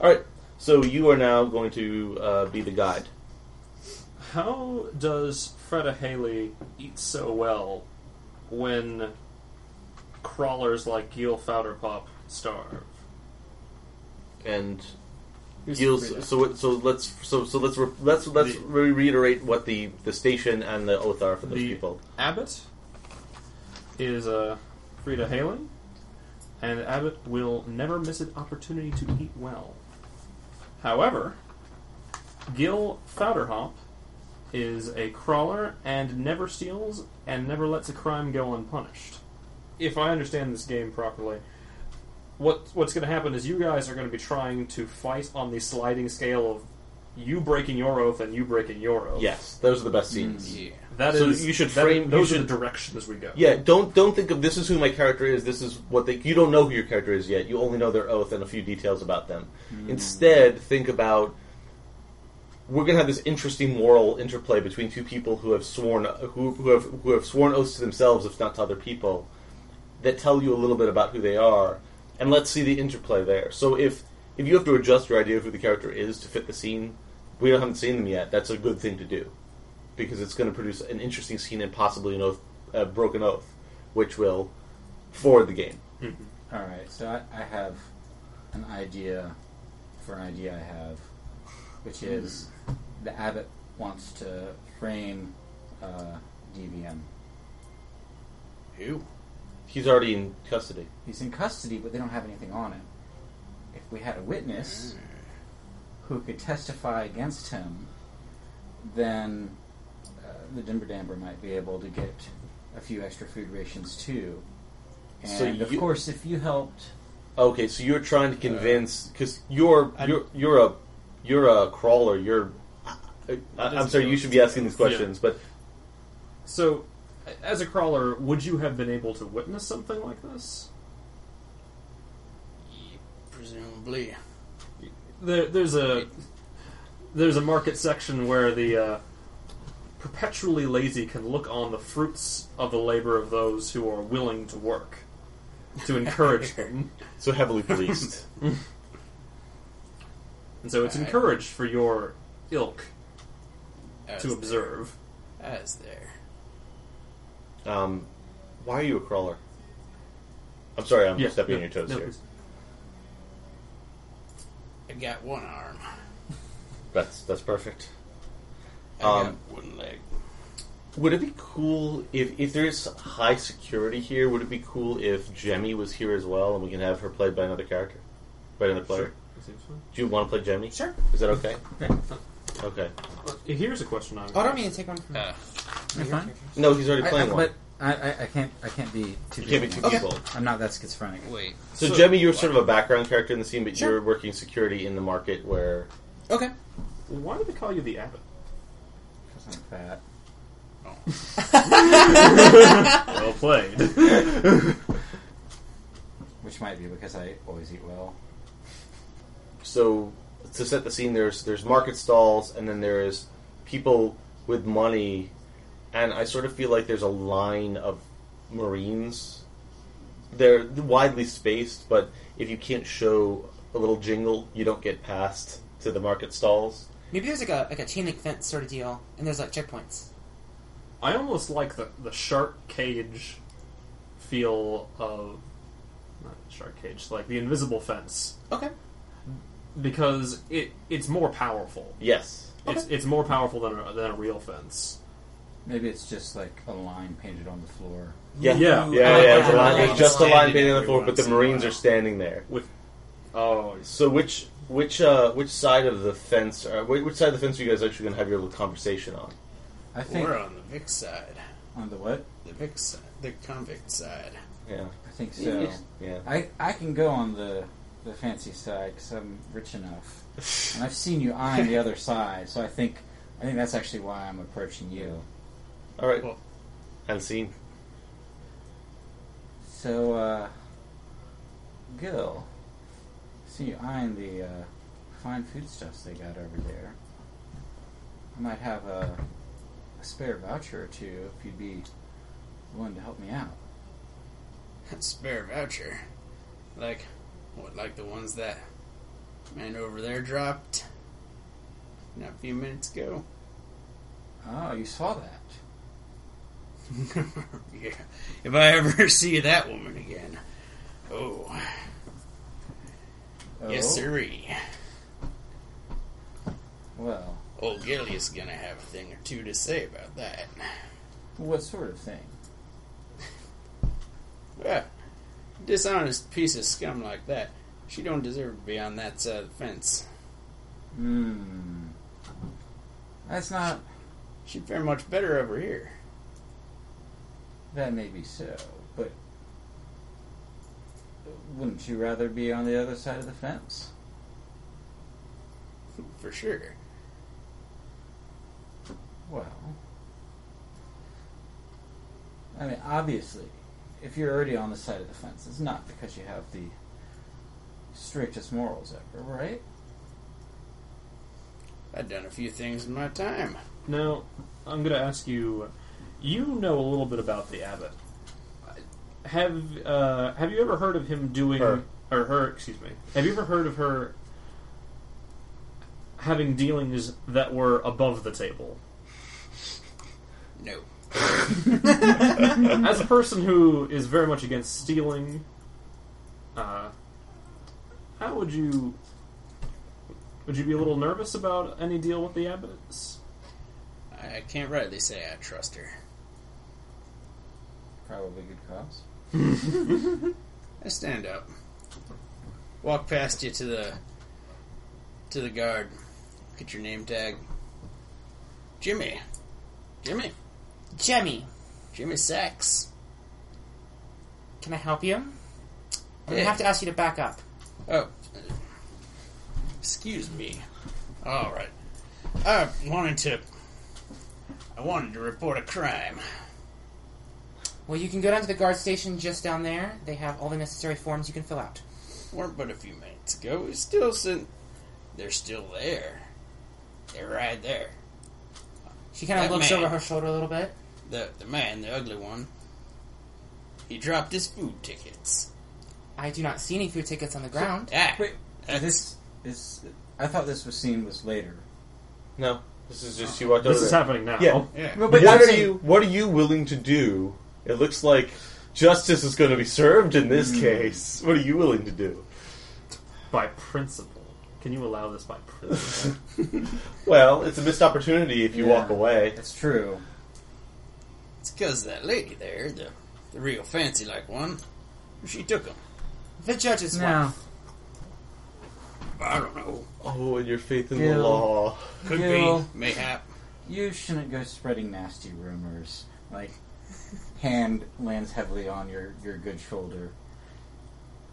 [SPEAKER 1] All right. So you are now going to uh, be the guide.
[SPEAKER 2] How does Freda Haley eat so well when crawlers like Gil Fowderpop starve?
[SPEAKER 1] and
[SPEAKER 5] Who's
[SPEAKER 1] you'll
[SPEAKER 5] Frida?
[SPEAKER 1] so what- so let's so so let's re- let's let's
[SPEAKER 2] The-
[SPEAKER 1] re- reiterate what the the station and the oath are for those
[SPEAKER 2] The-
[SPEAKER 1] people.
[SPEAKER 2] Abbott is uh, Frida Haley, and Abbott will never miss an opportunity to eat well. However, Gil Fowderhop is a crawler and never steals and never lets a crime go unpunished. If I understand this game properly, what what's going to happen is you guys are going to be trying to fight on the sliding scale of you breaking your oath and you breaking your oath.
[SPEAKER 1] Yes, those are the best scenes.
[SPEAKER 2] That is.
[SPEAKER 1] So you should
[SPEAKER 2] that-
[SPEAKER 1] frame- you
[SPEAKER 2] Those are
[SPEAKER 1] should-
[SPEAKER 2] the directions we go.
[SPEAKER 1] Yeah, don't don't think of this is who my character is. This is what they. You don't know who your character is yet. You only know their oath and a few details about them. Instead, think about we're going to have this interesting moral interplay between two people who have sworn who, who have who have sworn oaths to themselves, if not to other people, that tell you a little bit about who they are, and let's see the interplay there. So if if you have to adjust your idea of who the character is to fit the scene, we haven't seen them yet. That's a good thing to do because it's going to produce an interesting scene and possibly an oath, a broken oath, which will forward the game.
[SPEAKER 5] All right, so I, I have an idea for an idea I have, which is the abbot wants to frame uh, DVM.
[SPEAKER 9] Who?
[SPEAKER 1] He's already in custody.
[SPEAKER 5] He's in custody, but they don't have anything on him. If we had a witness who could testify against him, then uh, the Dimber Damber might be able to get a few extra food rations too. And
[SPEAKER 1] So
[SPEAKER 5] of
[SPEAKER 1] you-
[SPEAKER 5] course, if you helped,
[SPEAKER 1] Okay, so you're trying
[SPEAKER 2] Uh,
[SPEAKER 1] to convince because you're you're you're a you're a crawler. You're I, I'm sorry. You should be asking these questions, but
[SPEAKER 2] So, a- as a crawler, would you have been able to witness something like this?
[SPEAKER 9] Presumably.
[SPEAKER 2] There, there's a there's a market section where the uh, perpetually lazy can look on the fruits of the labor of those who are willing to work to
[SPEAKER 1] <laughs>
[SPEAKER 2] encourage them.
[SPEAKER 1] so heavily
[SPEAKER 2] <laughs>
[SPEAKER 1] policed.
[SPEAKER 2] And so it's
[SPEAKER 9] Alright.
[SPEAKER 2] encouraged for your ilk
[SPEAKER 9] As
[SPEAKER 2] to observe.
[SPEAKER 9] As there.
[SPEAKER 1] um, why are you a crawler? I'm sorry. I'm
[SPEAKER 2] Yeah,
[SPEAKER 1] stepping
[SPEAKER 2] no,
[SPEAKER 1] on your toes
[SPEAKER 2] no,
[SPEAKER 1] here.
[SPEAKER 2] please.
[SPEAKER 9] I've got one arm.
[SPEAKER 1] That's that's perfect.
[SPEAKER 9] I've
[SPEAKER 1] Um,
[SPEAKER 9] got one leg.
[SPEAKER 1] Would it be cool if if there's high security here? Would it be cool if Jemmy was here as well, and we can have her played by another character, by another player?
[SPEAKER 2] Sure. That seems fine.
[SPEAKER 1] Do you want to play Jemmy?
[SPEAKER 3] Sure.
[SPEAKER 1] Is that okay? okay.
[SPEAKER 2] Well, Here's a question I'm
[SPEAKER 3] Oh, I don't mean to take one from
[SPEAKER 9] Uh,
[SPEAKER 5] you're fine.
[SPEAKER 1] No, he's already
[SPEAKER 5] I,
[SPEAKER 1] playing
[SPEAKER 5] I-
[SPEAKER 1] one.
[SPEAKER 5] but I, I, I can't I can't be too.
[SPEAKER 1] You can't be two
[SPEAKER 5] people.
[SPEAKER 1] people.
[SPEAKER 5] I'm not that schizophrenic.
[SPEAKER 9] wait.
[SPEAKER 1] So,
[SPEAKER 2] So-
[SPEAKER 1] Jemmy, you're sort of a background character in the scene, but
[SPEAKER 3] Sure.
[SPEAKER 1] you're working security in the market where.
[SPEAKER 3] Okay.
[SPEAKER 2] Why do they call you the abbot?
[SPEAKER 5] Because I'm fat.
[SPEAKER 2] Well played.
[SPEAKER 5] Which might be because I always eat well.
[SPEAKER 1] So to set the scene, there's there's market stalls, and then there's people with money, and I sort of feel like there's a line of Marines. They're widely spaced, but if you can't show a little jingle, you don't get past to the market stalls.
[SPEAKER 3] Maybe there's like a like a chain link fence sort of deal, and there's like checkpoints.
[SPEAKER 2] I almost like the, the shark cage feel of not shark cage, like the invisible fence,
[SPEAKER 3] Okay.
[SPEAKER 2] because it it's more powerful.
[SPEAKER 1] Yes.
[SPEAKER 2] It's it's more powerful than a, than a real fence.
[SPEAKER 5] Maybe it's just like a line painted on the floor.
[SPEAKER 1] Yeah. Yeah,
[SPEAKER 2] Ooh,
[SPEAKER 1] yeah,
[SPEAKER 3] I like
[SPEAKER 1] it's a
[SPEAKER 3] that.
[SPEAKER 1] line-
[SPEAKER 3] I like
[SPEAKER 1] it's just a
[SPEAKER 3] that.
[SPEAKER 1] line being on the floor, but the
[SPEAKER 9] Every once in
[SPEAKER 1] Marines
[SPEAKER 9] a
[SPEAKER 1] are
[SPEAKER 9] while.
[SPEAKER 1] standing there.
[SPEAKER 2] With oh,
[SPEAKER 1] So which which uh, which side of the fence? Or which, which side of the fence are you guys actually going to have your little conversation on?
[SPEAKER 5] I think
[SPEAKER 9] We're on the Vic side.
[SPEAKER 5] on the what?
[SPEAKER 9] The Vic side. The convict side.
[SPEAKER 1] Yeah,
[SPEAKER 5] I think so.
[SPEAKER 1] yeah.
[SPEAKER 5] I, I can go on the, the fancy side because I'm rich enough, and I've seen you eyeing the other side. So I think I think that's actually why I'm approaching you.
[SPEAKER 1] All right.
[SPEAKER 9] Well-
[SPEAKER 1] and scene.
[SPEAKER 5] So, uh, Gil, see you eyeing the uh, fine foodstuffs they got over there. I might have a, a spare voucher or two if you'd be willing to help me out.
[SPEAKER 9] <laughs> Spare voucher. Like, what, like the ones that man over there dropped? Not a few minutes ago? <laughs>
[SPEAKER 5] Oh, you saw that.
[SPEAKER 9] yeah. If I ever <laughs> see that woman again. Oh,
[SPEAKER 5] Oh,
[SPEAKER 9] yes, sirree.
[SPEAKER 5] Well,
[SPEAKER 9] Old Gilly's gonna have a thing or two to say about that.
[SPEAKER 5] what sort of thing?
[SPEAKER 9] Well, dishonest piece of scum like that, she don't deserve to be on that side of the fence.
[SPEAKER 5] Hmm. That's not.
[SPEAKER 9] She'd fare much better over here.
[SPEAKER 5] That may be so, but wouldn't you rather be on the other side of the fence?
[SPEAKER 9] For sure.
[SPEAKER 5] Well, I mean, obviously, if you're already on the side of the fence, it's not because you have the strictest morals ever, right?
[SPEAKER 9] I've done a few things in my time.
[SPEAKER 2] now I'm going to ask you. You know a little bit about the abbot. Have uh, have you ever heard of him doing
[SPEAKER 1] Her.
[SPEAKER 2] or her? Excuse me. Have you ever heard of her having dealings that were above the table?
[SPEAKER 9] No.
[SPEAKER 2] as a person who is very much against stealing, uh, how would you would you be a little nervous about any deal with the abbots?
[SPEAKER 9] I I can't rightly say I trust her.
[SPEAKER 5] Probably good cause.
[SPEAKER 9] I stand up. Walk past you to the to the guard. Look at your name tag. Jimmy. Jimmy.
[SPEAKER 3] Jemmy,
[SPEAKER 9] Jimmy Sacks.
[SPEAKER 3] can I help you? I'm gonna
[SPEAKER 9] Yeah.
[SPEAKER 3] have to ask you to back up.
[SPEAKER 9] Oh. Excuse me. Alright. I wanted to. I wanted to report a crime.
[SPEAKER 3] Well, you can go down to the guard station just down there. They have all the necessary forms you can fill out.
[SPEAKER 9] Weren't but a few minutes ago. It's still sent. They're still there. They're right there.
[SPEAKER 3] She kind of
[SPEAKER 9] That
[SPEAKER 3] looks
[SPEAKER 9] man.
[SPEAKER 3] over her shoulder a little bit.
[SPEAKER 9] The, the man, the ugly one, he dropped his food tickets.
[SPEAKER 3] I do not see any food tickets on the ground.
[SPEAKER 9] Ah,
[SPEAKER 5] Wait,
[SPEAKER 9] that's-
[SPEAKER 5] this is. I thought this was scene was later.
[SPEAKER 1] No, this is just you walked over.
[SPEAKER 2] This is
[SPEAKER 1] there.
[SPEAKER 2] happening now.
[SPEAKER 1] Yeah.
[SPEAKER 9] Yeah.
[SPEAKER 5] No,
[SPEAKER 1] what
[SPEAKER 5] I'm
[SPEAKER 1] are
[SPEAKER 5] saying-
[SPEAKER 1] you? What are you willing to do? It looks like justice is going to be served in this case. What are you willing to <laughs> do?
[SPEAKER 2] By principle. Can you allow this by
[SPEAKER 1] <laughs>
[SPEAKER 2] principle?
[SPEAKER 1] Well, it's a missed opportunity if you
[SPEAKER 5] Yeah.
[SPEAKER 1] walk away.
[SPEAKER 5] That's true.
[SPEAKER 9] It's because that lady there, the, the real fancy like one, she took him.
[SPEAKER 3] The judge's
[SPEAKER 5] No.
[SPEAKER 3] wife.
[SPEAKER 9] I don't know.
[SPEAKER 1] Oh, and your faith in
[SPEAKER 5] Yeah.
[SPEAKER 1] the law.
[SPEAKER 9] Could
[SPEAKER 5] Gil.
[SPEAKER 9] be, mayhap.
[SPEAKER 5] You shouldn't go spreading nasty rumors. Like, hand lands heavily on your, your good shoulder.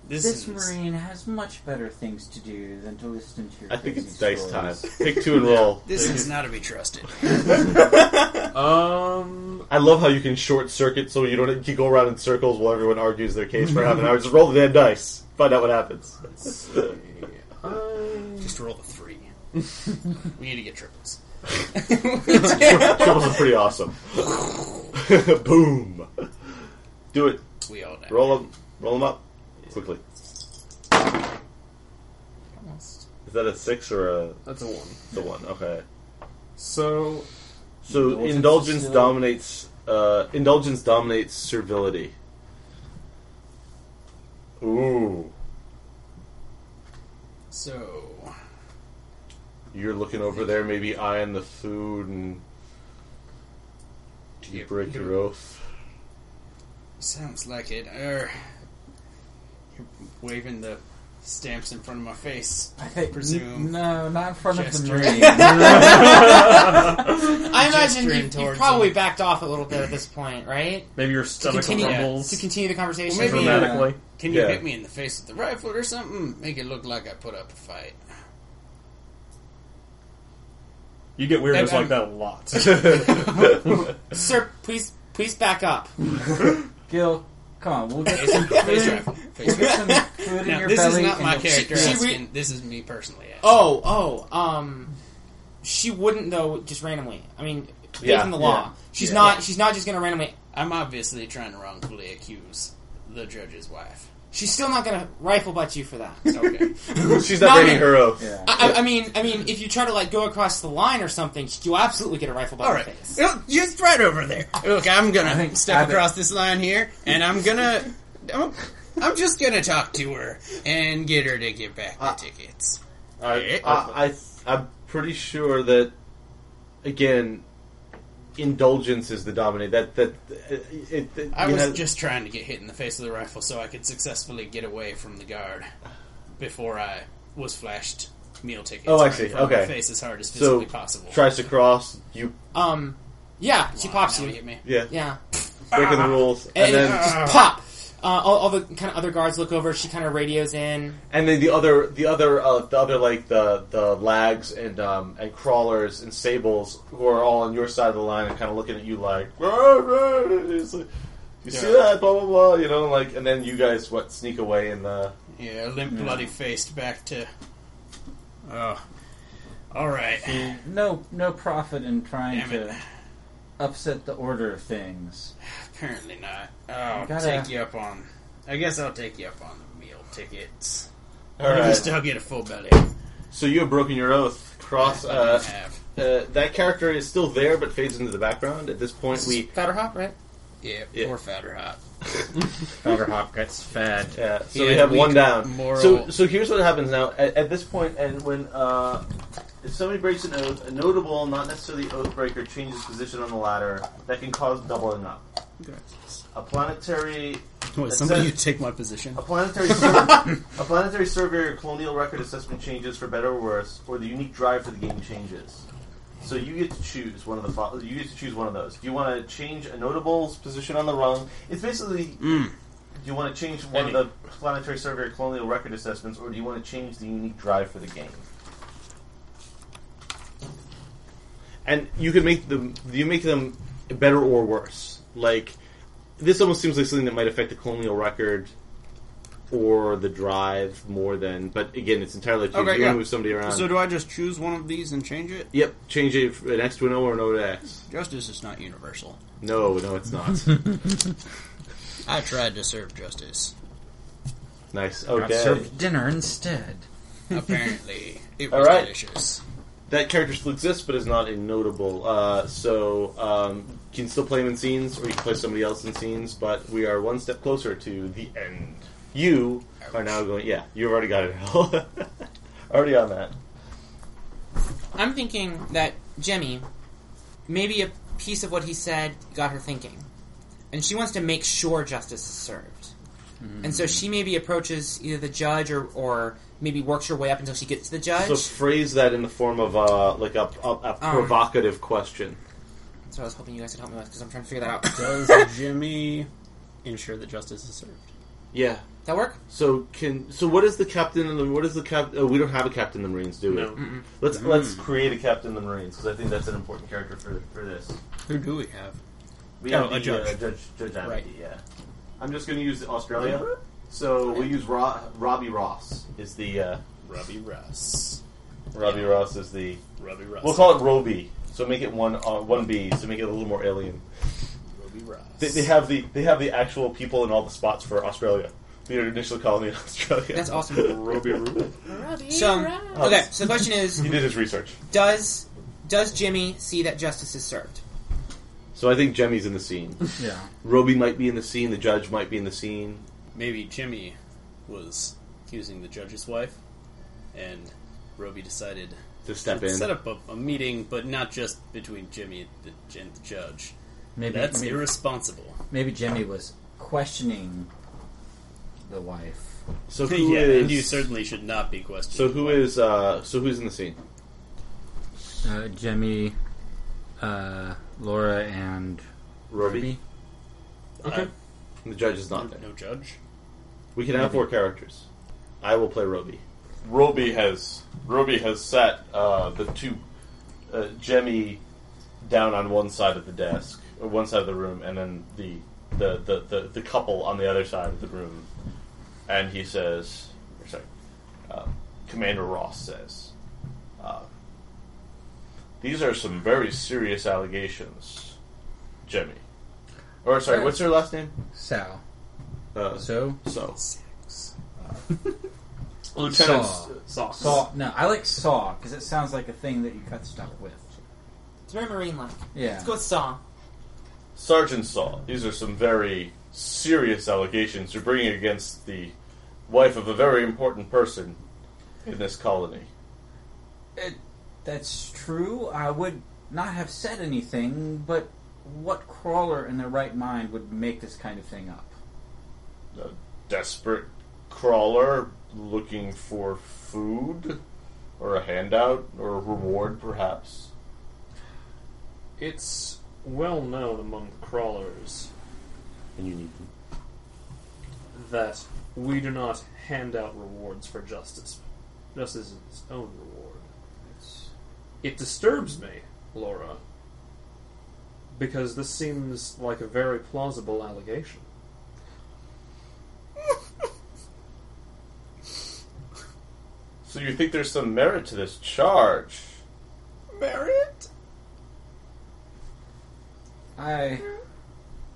[SPEAKER 9] This,
[SPEAKER 5] This
[SPEAKER 9] is
[SPEAKER 5] Marine has much better things to do than to listen to your
[SPEAKER 1] I think
[SPEAKER 5] crazy
[SPEAKER 1] it's dice time.
[SPEAKER 5] stories.
[SPEAKER 1] Pick two and roll.
[SPEAKER 9] This is not to be
[SPEAKER 5] <laughs>
[SPEAKER 9] trusted.
[SPEAKER 2] um,
[SPEAKER 1] I love how you can short circuit so you don't you go around in circles while everyone argues their case for half an hour. Just roll the damn dice. Find out what happens.
[SPEAKER 2] I-
[SPEAKER 9] Just roll a
[SPEAKER 5] <laughs>
[SPEAKER 9] three. we need to get triples.
[SPEAKER 1] Triples are pretty awesome. <laughs> Boom. Do it.
[SPEAKER 9] We all die.
[SPEAKER 1] Roll them. Roll them up quickly.
[SPEAKER 3] Almost.
[SPEAKER 1] Is that a six or a
[SPEAKER 2] that's a one.
[SPEAKER 1] the one? Okay.
[SPEAKER 2] So,
[SPEAKER 1] So
[SPEAKER 5] Indulgence
[SPEAKER 1] indulgence,
[SPEAKER 5] is still-
[SPEAKER 1] dominates. Uh, indulgence dominates servility. Ooh,
[SPEAKER 9] So,
[SPEAKER 1] you're looking over there, maybe eyeing the food, and do you
[SPEAKER 9] Yep.
[SPEAKER 1] break your oath? <laughs>
[SPEAKER 9] sounds like it. Er, you're waving the stamps in front of my face.
[SPEAKER 5] I think,
[SPEAKER 9] Presume.
[SPEAKER 5] No, not in front
[SPEAKER 9] Gesture.
[SPEAKER 5] of the Marine.
[SPEAKER 9] <laughs>
[SPEAKER 3] I imagine you,
[SPEAKER 9] Gesturing
[SPEAKER 3] you
[SPEAKER 9] towards
[SPEAKER 3] probably
[SPEAKER 9] them.
[SPEAKER 3] backed off a little bit at this point, right?
[SPEAKER 2] maybe your
[SPEAKER 3] To
[SPEAKER 2] stomach
[SPEAKER 3] continue,
[SPEAKER 2] rumbles
[SPEAKER 3] to continue the conversation.
[SPEAKER 9] Well, maybe-
[SPEAKER 2] dramatically.
[SPEAKER 9] Can you
[SPEAKER 1] Yeah.
[SPEAKER 9] hit me in the face with the rifle or something? Mm, Make it look like I put up a fight.
[SPEAKER 2] You get weirdos like
[SPEAKER 9] Hey, I'm-
[SPEAKER 2] that a lot.
[SPEAKER 3] Sir, please, please back up.
[SPEAKER 5] Gil, come on, we'll get
[SPEAKER 9] Face,
[SPEAKER 5] some
[SPEAKER 9] face
[SPEAKER 5] food.
[SPEAKER 9] rifle. Face
[SPEAKER 5] We'll
[SPEAKER 9] <laughs> rifle.
[SPEAKER 5] get some food in
[SPEAKER 9] Now,
[SPEAKER 5] your
[SPEAKER 9] this
[SPEAKER 5] belly.
[SPEAKER 9] is not
[SPEAKER 5] and
[SPEAKER 9] my
[SPEAKER 5] you'll-
[SPEAKER 9] character
[SPEAKER 3] she re-
[SPEAKER 9] asking. this is me personally asking.
[SPEAKER 3] Oh, oh, um, she wouldn't though, just randomly. I mean, based
[SPEAKER 1] Yeah,
[SPEAKER 3] on the law,
[SPEAKER 5] yeah,
[SPEAKER 3] she's
[SPEAKER 5] yeah.
[SPEAKER 3] not. She's not just gonna randomly.
[SPEAKER 9] I'm obviously trying to wrongfully accuse the judge's wife.
[SPEAKER 3] She's still not gonna rifle butt you for
[SPEAKER 9] <laughs>
[SPEAKER 3] that.
[SPEAKER 9] Okay.
[SPEAKER 1] She's not breaking her oath.
[SPEAKER 5] Yeah.
[SPEAKER 3] I, I- I mean, I mean, if you try to like go across the line or something, you absolutely get a rifle butt
[SPEAKER 9] All
[SPEAKER 3] in
[SPEAKER 9] right,
[SPEAKER 3] the face.
[SPEAKER 9] Look, Oh, just right over there. Look, I'm gonna
[SPEAKER 5] I think-
[SPEAKER 9] step
[SPEAKER 5] I think-
[SPEAKER 9] across this line here, and I'm gonna, I'm, I'm just gonna talk to her and get her to give back the tickets.
[SPEAKER 1] Uh, I, I, I, I'm pretty sure that again, indulgence is the dominant. That that it, it, it-
[SPEAKER 9] I
[SPEAKER 1] you
[SPEAKER 9] was
[SPEAKER 1] have-
[SPEAKER 9] just trying to get hit in the face with a rifle so I could successfully get away from the guard before I was flashed meal tickets.
[SPEAKER 1] Oh, I
[SPEAKER 9] right
[SPEAKER 1] see.
[SPEAKER 9] in front of my
[SPEAKER 1] Okay.
[SPEAKER 9] face as hard as
[SPEAKER 1] so
[SPEAKER 9] physically possible.
[SPEAKER 1] tries to cross you.
[SPEAKER 3] Um, yeah, she
[SPEAKER 9] Come on,
[SPEAKER 3] pops
[SPEAKER 9] now
[SPEAKER 3] you.
[SPEAKER 9] Hit me.
[SPEAKER 1] Yeah,
[SPEAKER 3] Yeah,
[SPEAKER 1] breaking the rules, and,
[SPEAKER 3] and, it
[SPEAKER 1] then
[SPEAKER 3] just pop. Uh, all, all the kind of other guards look over. She kind of radios in.
[SPEAKER 1] And then the other, the other, uh, the other, like the the lags and um, and crawlers and sables who are all on your side of the line and kind of looking at you like, "Rah, rah," and it's like, you see
[SPEAKER 9] Yeah.
[SPEAKER 1] that, blah blah blah, you know, like, and then you guys what sneak away and uh,
[SPEAKER 9] Yeah, limp, bloody faced back to. Oh, all right.
[SPEAKER 5] No, no profit in trying
[SPEAKER 9] Damn it.
[SPEAKER 5] to upset the order of things.
[SPEAKER 9] Apparently not. I'll
[SPEAKER 5] You gotta-
[SPEAKER 9] take you up on. I guess I'll take you up on the meal tickets.
[SPEAKER 1] all
[SPEAKER 9] Or
[SPEAKER 1] right. Uh,
[SPEAKER 9] just I'll get a full belly.
[SPEAKER 1] So you have broken your oath. Cross. Uh,
[SPEAKER 9] Have.
[SPEAKER 1] uh, that character is still there, but fades into the background. At this point, we
[SPEAKER 3] Fatter hop, right?
[SPEAKER 9] Yeah,
[SPEAKER 1] yeah.
[SPEAKER 9] more fat or hot.
[SPEAKER 5] Powder Hop gets fed.
[SPEAKER 1] Yeah, uh, so
[SPEAKER 9] Yeah,
[SPEAKER 1] we have
[SPEAKER 9] weak
[SPEAKER 1] one down.
[SPEAKER 9] moral-
[SPEAKER 1] So so here's what happens now. At, at this point, and when uh, if somebody breaks an oath, a notable, not necessarily oath breaker, changes position on the ladder, that can cause doubling up. A planetary
[SPEAKER 9] Wait,
[SPEAKER 1] somebody you
[SPEAKER 9] take my position.
[SPEAKER 1] a
[SPEAKER 9] <laughs>
[SPEAKER 1] planetary sur- a planetary survey or colonial record assessment changes for better or worse, or the unique drive for the game changes. So you get to choose one of the fo- you get to choose one of those. Do you want to change a notable's position on the rung? It's basically
[SPEAKER 9] Mm.
[SPEAKER 1] do you want to change one of
[SPEAKER 12] Any-
[SPEAKER 1] the planetary survey or colonial record assessments, or do you want to change the unique drive for the game? And you can make them. You make them better or worse. Like this almost seems like something that might affect the colonial record or the drive more than. But again, it's entirely up to you.
[SPEAKER 9] Okay,
[SPEAKER 1] If you want
[SPEAKER 9] yeah.
[SPEAKER 1] to move somebody around.
[SPEAKER 9] So do I just choose one of these and change it?
[SPEAKER 1] yep, change it f- an X to an O or an O to X.
[SPEAKER 9] Justice is not universal.
[SPEAKER 1] No, no, it's
[SPEAKER 5] <laughs>
[SPEAKER 1] not.
[SPEAKER 9] I tried to serve justice.
[SPEAKER 1] nice. Oh,
[SPEAKER 5] Got
[SPEAKER 1] dad.
[SPEAKER 5] served dinner instead.
[SPEAKER 9] Apparently, it
[SPEAKER 1] All
[SPEAKER 9] was
[SPEAKER 1] right.
[SPEAKER 9] delicious.
[SPEAKER 1] That character still exists, but is not a notable. Uh, so um, you can still play him in scenes, or you can play somebody else in scenes. But we are one step closer to the end. You are now going. Yeah, you've already got it. all. <laughs> already on that.
[SPEAKER 3] I'm thinking that Jemmy, maybe a piece of what he said got her thinking. And she wants to make sure justice is served. And so she maybe approaches either the judge or, or maybe works her way up until she gets to the judge.
[SPEAKER 1] So phrase that in the form of uh, like a, a, a
[SPEAKER 5] Ah.
[SPEAKER 1] provocative question.
[SPEAKER 3] That's what I was hoping you guys would help me with because I'm trying to figure that out.
[SPEAKER 12] <laughs>
[SPEAKER 3] Does
[SPEAKER 12] Does Jimmy ensure that justice is served?
[SPEAKER 1] Yeah.
[SPEAKER 3] that work?
[SPEAKER 1] So can so what is the captain of the what is the cap? Oh, we don't have a captain of the Marines, do we?
[SPEAKER 2] No.
[SPEAKER 1] Let's
[SPEAKER 12] Hmm.
[SPEAKER 1] let's create a captain of the Marines because I think that's an important character for for this.
[SPEAKER 12] Who do we have?
[SPEAKER 1] We
[SPEAKER 12] Oh,
[SPEAKER 1] have the,
[SPEAKER 12] a judge.
[SPEAKER 1] Uh, judge, judge Amity,
[SPEAKER 12] Right.
[SPEAKER 1] yeah. I'm just going to use Australia. So we'll use Ro- Robbie Ross. Is the uh,
[SPEAKER 12] Robbie Ross.
[SPEAKER 1] Robbie Ross is the
[SPEAKER 12] Robbie Ross.
[SPEAKER 1] we'll call it Roby. So make it one uh, one B. So make it a little more alien.
[SPEAKER 12] Robbie Ross.
[SPEAKER 1] They, they have the they have the actual people in all the spots for Australia. The initial colony in <laughs> Australia.
[SPEAKER 3] That's awesome.
[SPEAKER 1] Roby Roos.
[SPEAKER 3] So okay. So the question is,
[SPEAKER 1] He did his research.
[SPEAKER 3] does does Jimmy see that justice is served?
[SPEAKER 1] So I think Jemmy's in the scene.
[SPEAKER 5] Yeah.
[SPEAKER 1] Roby might be in the scene. The judge might be in the scene.
[SPEAKER 12] Maybe Jimmy was accusing the judge's wife, and Roby decided
[SPEAKER 1] To step
[SPEAKER 12] to
[SPEAKER 1] in.
[SPEAKER 12] set up a, a meeting, but not just between Jimmy and the, and the judge.
[SPEAKER 5] Maybe
[SPEAKER 12] That's
[SPEAKER 5] maybe,
[SPEAKER 12] irresponsible.
[SPEAKER 5] maybe Jimmy was questioning the wife.
[SPEAKER 12] <laughs>
[SPEAKER 1] So who
[SPEAKER 12] yeah,
[SPEAKER 1] is?
[SPEAKER 12] and you certainly should not be questioned.
[SPEAKER 1] so who is? Uh, so who's in the scene?
[SPEAKER 5] Uh, Jimmy, uh, Laura, and
[SPEAKER 1] Roby. Uh,
[SPEAKER 2] Okay.
[SPEAKER 1] The judge is
[SPEAKER 12] No,
[SPEAKER 1] not there.
[SPEAKER 12] no judge.
[SPEAKER 1] We can have four characters. I will play Roby. Roby has Roby has sat uh, the two uh, Jemmy down on one side of the desk, or one side of the room, and then the the, the, the, the couple on the other side of the room. And he says, or sorry, uh, Commander Ross says, uh, "These are some very serious allegations, Jemmy." Or sorry, what's her last name?
[SPEAKER 5] Sal.
[SPEAKER 1] Uh,
[SPEAKER 5] So
[SPEAKER 1] so uh, <laughs>
[SPEAKER 2] Lieutenant
[SPEAKER 5] Saw.
[SPEAKER 2] Sauce.
[SPEAKER 5] saw. No, I like saw because it sounds like a thing that you got stuck with.
[SPEAKER 3] It's very marine-like.
[SPEAKER 5] Yeah.
[SPEAKER 3] Let's go with Saw.
[SPEAKER 1] Sergeant Saul, these are some very serious allegations you're bringing against the wife of a very important person in this colony.
[SPEAKER 5] It, that's true. I would not have said anything, but what crawler in their right mind would make this kind of thing up?
[SPEAKER 1] A desperate crawler looking for food or a handout or a reward, perhaps.
[SPEAKER 2] It's well known among crawlers
[SPEAKER 1] And you need them.
[SPEAKER 2] that we do not hand out rewards for justice. Justice is its own reward.
[SPEAKER 5] It's,
[SPEAKER 2] It disturbs me, Laura, because this seems like a very plausible allegation.
[SPEAKER 1] So you think there's some merit to this charge?
[SPEAKER 9] Merit?
[SPEAKER 5] I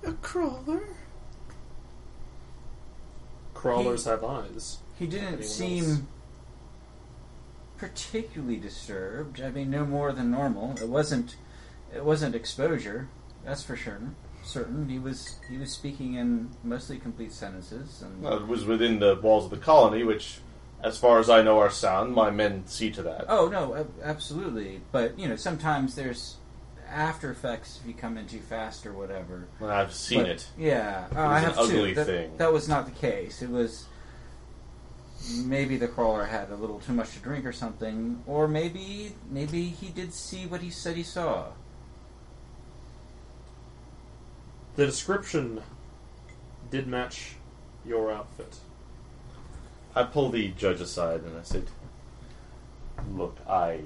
[SPEAKER 9] A crawler?
[SPEAKER 2] Crawlers have eyes.
[SPEAKER 5] he didn't
[SPEAKER 2] Anyone
[SPEAKER 5] seem
[SPEAKER 2] else?
[SPEAKER 5] particularly disturbed. I mean, no more than normal. It wasn't it wasn't exposure. That's for sure. Certain he was he was speaking in mostly complete sentences and
[SPEAKER 1] Well, it was within the walls of the colony, which, as far as I know, are sound. My men see to that.
[SPEAKER 5] Oh no, ab- absolutely. But you know, sometimes there's after effects if you come in too fast or whatever.
[SPEAKER 1] Well, I've seen
[SPEAKER 5] But-
[SPEAKER 1] it.
[SPEAKER 5] Yeah, Uh, I
[SPEAKER 1] an
[SPEAKER 5] have
[SPEAKER 1] ugly
[SPEAKER 5] too. That,
[SPEAKER 1] thing.
[SPEAKER 5] that was not the case. It was maybe the crawler had a little too much to drink or something, or maybe maybe he did see what he said he saw.
[SPEAKER 2] The description did match your outfit.
[SPEAKER 1] I pull the judge aside and I said, "Look, I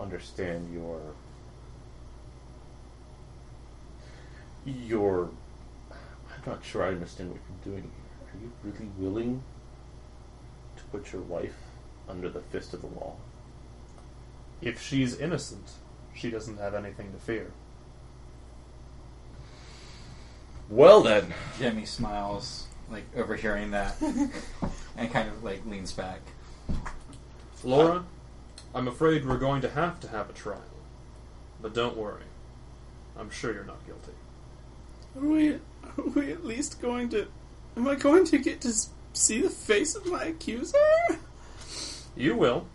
[SPEAKER 1] understand your your. I'm not sure I understand what you're doing. here. Are you really willing to put your wife under the fist of the law?
[SPEAKER 2] If she's innocent, she doesn't have anything to fear.
[SPEAKER 1] Well <laughs> then,
[SPEAKER 5] Jemmy smiles, like overhearing that,
[SPEAKER 12] <laughs>
[SPEAKER 5] and kind of like leans back.
[SPEAKER 2] Laura, I'm afraid we're going to have to have a trial. But don't worry. I'm sure you're not guilty.
[SPEAKER 9] Are we, are we at least going to. Am I going to get to s- see the face of my accuser?
[SPEAKER 2] You will.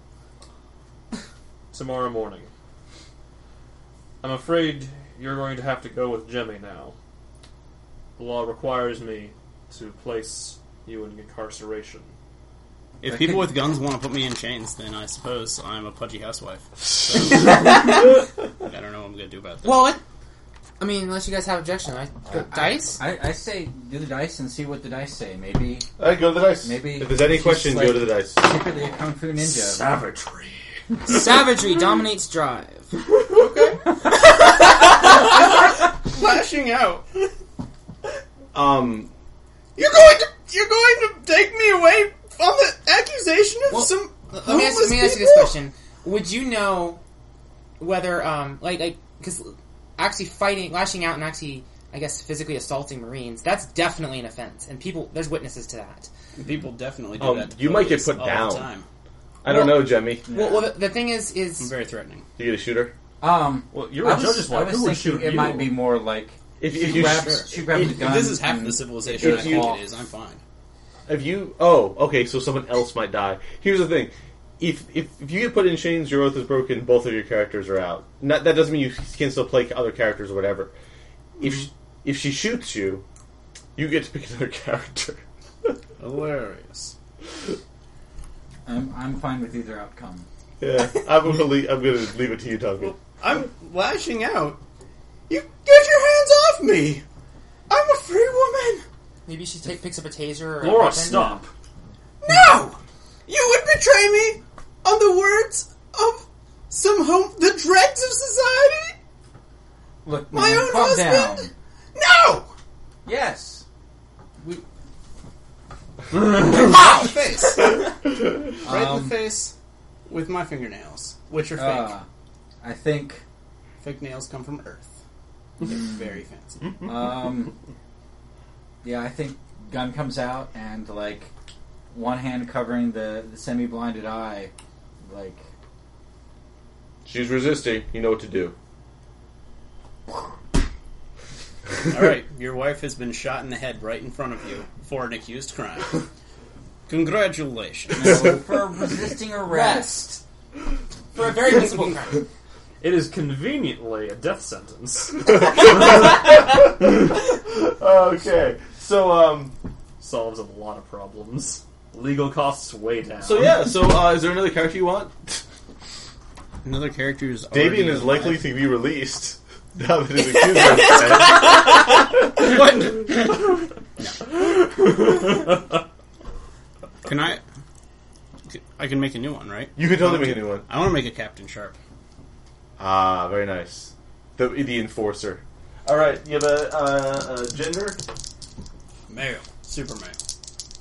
[SPEAKER 2] Tomorrow morning. I'm afraid you're going to have to go with Jemmy now. The law requires me to place you in incarceration.
[SPEAKER 12] If people with guns want to put me in chains, then I suppose I'm a pudgy housewife. So- I don't know what I'm going to do about that.
[SPEAKER 3] Well, it, I mean, unless you guys have objection, I go dice.
[SPEAKER 5] I, I say do the dice and see what the dice say. Maybe
[SPEAKER 1] all right, go to the dice.
[SPEAKER 5] Maybe
[SPEAKER 1] if there's any
[SPEAKER 5] she's
[SPEAKER 1] question,
[SPEAKER 5] like-
[SPEAKER 1] go to the dice.
[SPEAKER 5] secretly a kung fu ninja.
[SPEAKER 2] Savagery.
[SPEAKER 3] Savagery dominates drive.
[SPEAKER 9] Flashing out.
[SPEAKER 1] Um,
[SPEAKER 9] You're going to. You're going to take me away on the accusation of
[SPEAKER 3] Well,
[SPEAKER 9] some.
[SPEAKER 12] uh,
[SPEAKER 3] let me ask, let me ask you this question: Would you know whether, um, like, like, because actually fighting, lashing out, and actually, I guess, physically assaulting Marines—that's definitely an offense, and people, there's witnesses to that.
[SPEAKER 12] people definitely do
[SPEAKER 1] Um,
[SPEAKER 12] that. to
[SPEAKER 1] you might get
[SPEAKER 12] police
[SPEAKER 1] put
[SPEAKER 12] all
[SPEAKER 1] down.
[SPEAKER 12] The time.
[SPEAKER 1] I don't know, Jemmy.
[SPEAKER 3] Well, well, the, the thing is,
[SPEAKER 12] I'm
[SPEAKER 3] is
[SPEAKER 12] very threatening.
[SPEAKER 1] Do you get a shooter?
[SPEAKER 5] Um,
[SPEAKER 2] Well, you're a
[SPEAKER 5] I was,
[SPEAKER 2] judge's
[SPEAKER 5] I
[SPEAKER 2] wife.
[SPEAKER 5] was
[SPEAKER 2] Who would
[SPEAKER 5] thinking
[SPEAKER 2] shoot
[SPEAKER 5] it
[SPEAKER 2] you?
[SPEAKER 5] might be more like
[SPEAKER 1] If,
[SPEAKER 5] she
[SPEAKER 1] if you
[SPEAKER 5] grabs, she grabs
[SPEAKER 1] if-
[SPEAKER 5] a
[SPEAKER 1] if
[SPEAKER 5] gun.
[SPEAKER 12] This is half
[SPEAKER 5] and-
[SPEAKER 12] the civilization I
[SPEAKER 1] if you-
[SPEAKER 12] think it is. I'm fine.
[SPEAKER 1] If you oh okay, so someone else might die. Here's the thing: if if, if you get put in chains, your oath is broken. Both of your characters are out. Not, that doesn't mean you can still play other characters or whatever. If she, if she shoots you, you get to pick another <laughs> character.
[SPEAKER 12] Hilarious.
[SPEAKER 5] I'm, I'm fine with either outcome.
[SPEAKER 1] Yeah, I'm gonna leave, I'm gonna leave it to you, Duncan.
[SPEAKER 9] I'm lashing out. You get your hands off me! I'm a free woman!
[SPEAKER 3] maybe she take, picks up a taser or
[SPEAKER 1] <laughs>
[SPEAKER 3] a
[SPEAKER 2] Laura,
[SPEAKER 3] weapon.
[SPEAKER 2] stop.
[SPEAKER 9] No! You would betray me on the words of some home. the dregs of society?
[SPEAKER 5] Look,
[SPEAKER 9] My
[SPEAKER 5] man,
[SPEAKER 9] own
[SPEAKER 5] Mm, calm
[SPEAKER 9] husband?
[SPEAKER 5] down.
[SPEAKER 9] No!
[SPEAKER 5] Yes.
[SPEAKER 9] <laughs>
[SPEAKER 5] We,
[SPEAKER 9] Ow! face. right in
[SPEAKER 5] Um,
[SPEAKER 9] the face with my fingernails, which are fake.
[SPEAKER 5] uh, I think
[SPEAKER 9] fake nails come from Earth. They're very fancy.
[SPEAKER 5] <laughs> Um, yeah, I think gun comes out and like one hand covering the, the semi-blinded eye, <laughs> like
[SPEAKER 1] She's resisting. You know what to do.
[SPEAKER 12] All right, your wife has been shot in the head right in front of you for an accused crime. Congratulations.
[SPEAKER 5] no, for resisting arrest.
[SPEAKER 3] Rest. For a very visible crime.
[SPEAKER 2] It is conveniently a death sentence. <laughs>
[SPEAKER 1] Okay, so um,
[SPEAKER 2] Solves a lot of problems. Legal costs way down.
[SPEAKER 1] so yeah, so uh, is there another character you <laughs> want?
[SPEAKER 12] Another character is
[SPEAKER 1] Davian
[SPEAKER 12] already
[SPEAKER 1] is
[SPEAKER 12] alive.
[SPEAKER 1] likely to be released <laughs> now that his accuser is dead.
[SPEAKER 12] Can I? I can make a new one, right?
[SPEAKER 1] You can totally make a new one.
[SPEAKER 12] I want to make a Captain Sharp.
[SPEAKER 1] Ah, very nice. The the enforcer. All right, you have a, uh, a gender.
[SPEAKER 12] Male, Superman,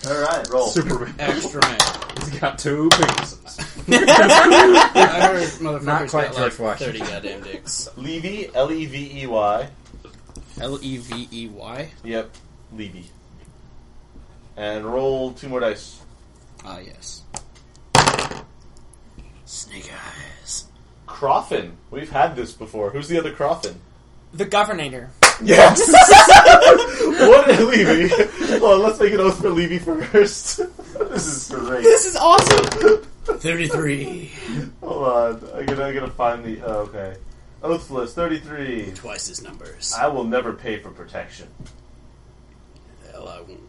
[SPEAKER 1] All right, roll.
[SPEAKER 2] Superman
[SPEAKER 12] extra male.
[SPEAKER 2] has got two penises.
[SPEAKER 12] <laughs> I heard motherfuckers
[SPEAKER 5] Not quite
[SPEAKER 12] got
[SPEAKER 5] George
[SPEAKER 12] like
[SPEAKER 5] Washington.
[SPEAKER 12] thirty goddamn dicks.
[SPEAKER 1] Levy, L E V E Y.
[SPEAKER 12] L e v e y.
[SPEAKER 1] Yep, Levy. And roll two more dice.
[SPEAKER 12] Ah, yes. Snake eyes.
[SPEAKER 1] Croffin. We've had this before. Who's the other Croffin?
[SPEAKER 3] The governor.
[SPEAKER 1] Yes. <laughs> what Levy? Well, let's make an oath for Levy first. <laughs> this is great.
[SPEAKER 3] This is awesome.
[SPEAKER 12] Thirty-three.
[SPEAKER 1] Hold on, I gotta I gotta find the. Oh, okay, oath list thirty three.
[SPEAKER 12] Twice his numbers.
[SPEAKER 1] I will never pay for protection.
[SPEAKER 12] Hell, I won't.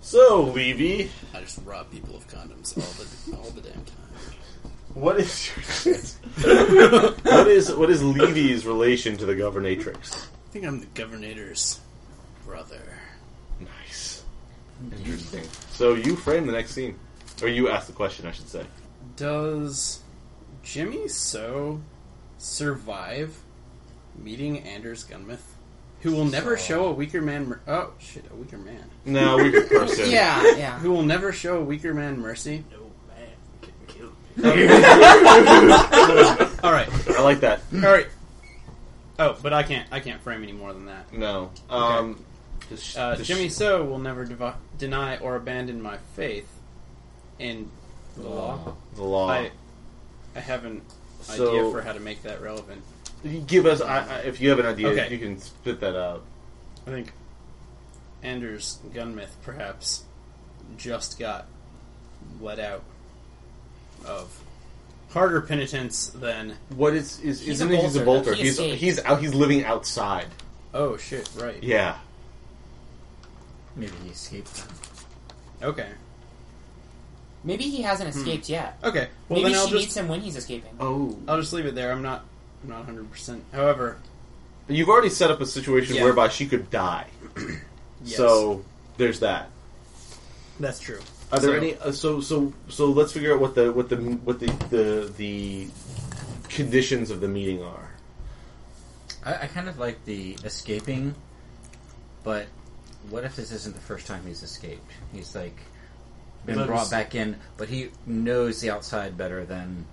[SPEAKER 1] So, Levy,
[SPEAKER 9] I just rob people of condoms all the all the damn time.
[SPEAKER 1] what is <laughs> what is what is Levy's relation to the governatrix?
[SPEAKER 9] I think I'm the governor's brother.
[SPEAKER 1] Nice, interesting. So you frame the next scene, or you ask the question, I should say.
[SPEAKER 9] Does Jimmy So survive meeting Anders Gunmith, who will never show a weaker man? Mer- oh shit, a weaker man
[SPEAKER 1] No, weaker <laughs> person.
[SPEAKER 3] Yeah, yeah.
[SPEAKER 9] <laughs> who will never show a weaker man mercy. <laughs> All right,
[SPEAKER 1] I like that.
[SPEAKER 9] all right. Oh, but I can't. I can't frame any more than that.
[SPEAKER 1] No, um, does sh-
[SPEAKER 9] Uh,
[SPEAKER 1] does
[SPEAKER 9] Jimmy
[SPEAKER 1] sh-
[SPEAKER 9] So will never devi deny or abandon my faith in the law.
[SPEAKER 1] the law.
[SPEAKER 9] I, I have an idea
[SPEAKER 1] So-
[SPEAKER 9] for how to make that relevant.
[SPEAKER 1] You Give us I, I, if you have an idea.
[SPEAKER 9] Okay.
[SPEAKER 1] You can spit that out.
[SPEAKER 9] I think Anders Gunmith perhaps just got let out of harder penitence than
[SPEAKER 1] What is is
[SPEAKER 3] He's
[SPEAKER 1] isn't
[SPEAKER 3] a
[SPEAKER 1] it- he's a
[SPEAKER 3] bolter.
[SPEAKER 1] bolter?
[SPEAKER 3] He
[SPEAKER 1] he's
[SPEAKER 3] escaped.
[SPEAKER 1] he's out. He's living outside.
[SPEAKER 9] oh shit right
[SPEAKER 1] Yeah.
[SPEAKER 5] Maybe he escaped.
[SPEAKER 9] okay
[SPEAKER 3] Maybe he hasn't escaped yet.
[SPEAKER 9] okay well
[SPEAKER 3] Maybe
[SPEAKER 9] then
[SPEAKER 3] she
[SPEAKER 9] I'll
[SPEAKER 3] meets
[SPEAKER 9] just
[SPEAKER 3] him when he's escaping.
[SPEAKER 1] Oh.
[SPEAKER 9] I'll just leave it there I'm not I'm not 100 percent however
[SPEAKER 1] You've already set up a situation
[SPEAKER 9] Yeah.
[SPEAKER 1] whereby she could die.
[SPEAKER 9] yes,
[SPEAKER 1] So there's that.
[SPEAKER 9] that's true
[SPEAKER 1] Are there
[SPEAKER 9] So-
[SPEAKER 1] any? Uh, so so so let's figure out what the what the what the the, the conditions of the meeting are.
[SPEAKER 5] I, I kind of like the escaping, but what if this isn't the first time he's escaped? He's like been
[SPEAKER 2] Lives-
[SPEAKER 5] brought back in, but he knows the outside better than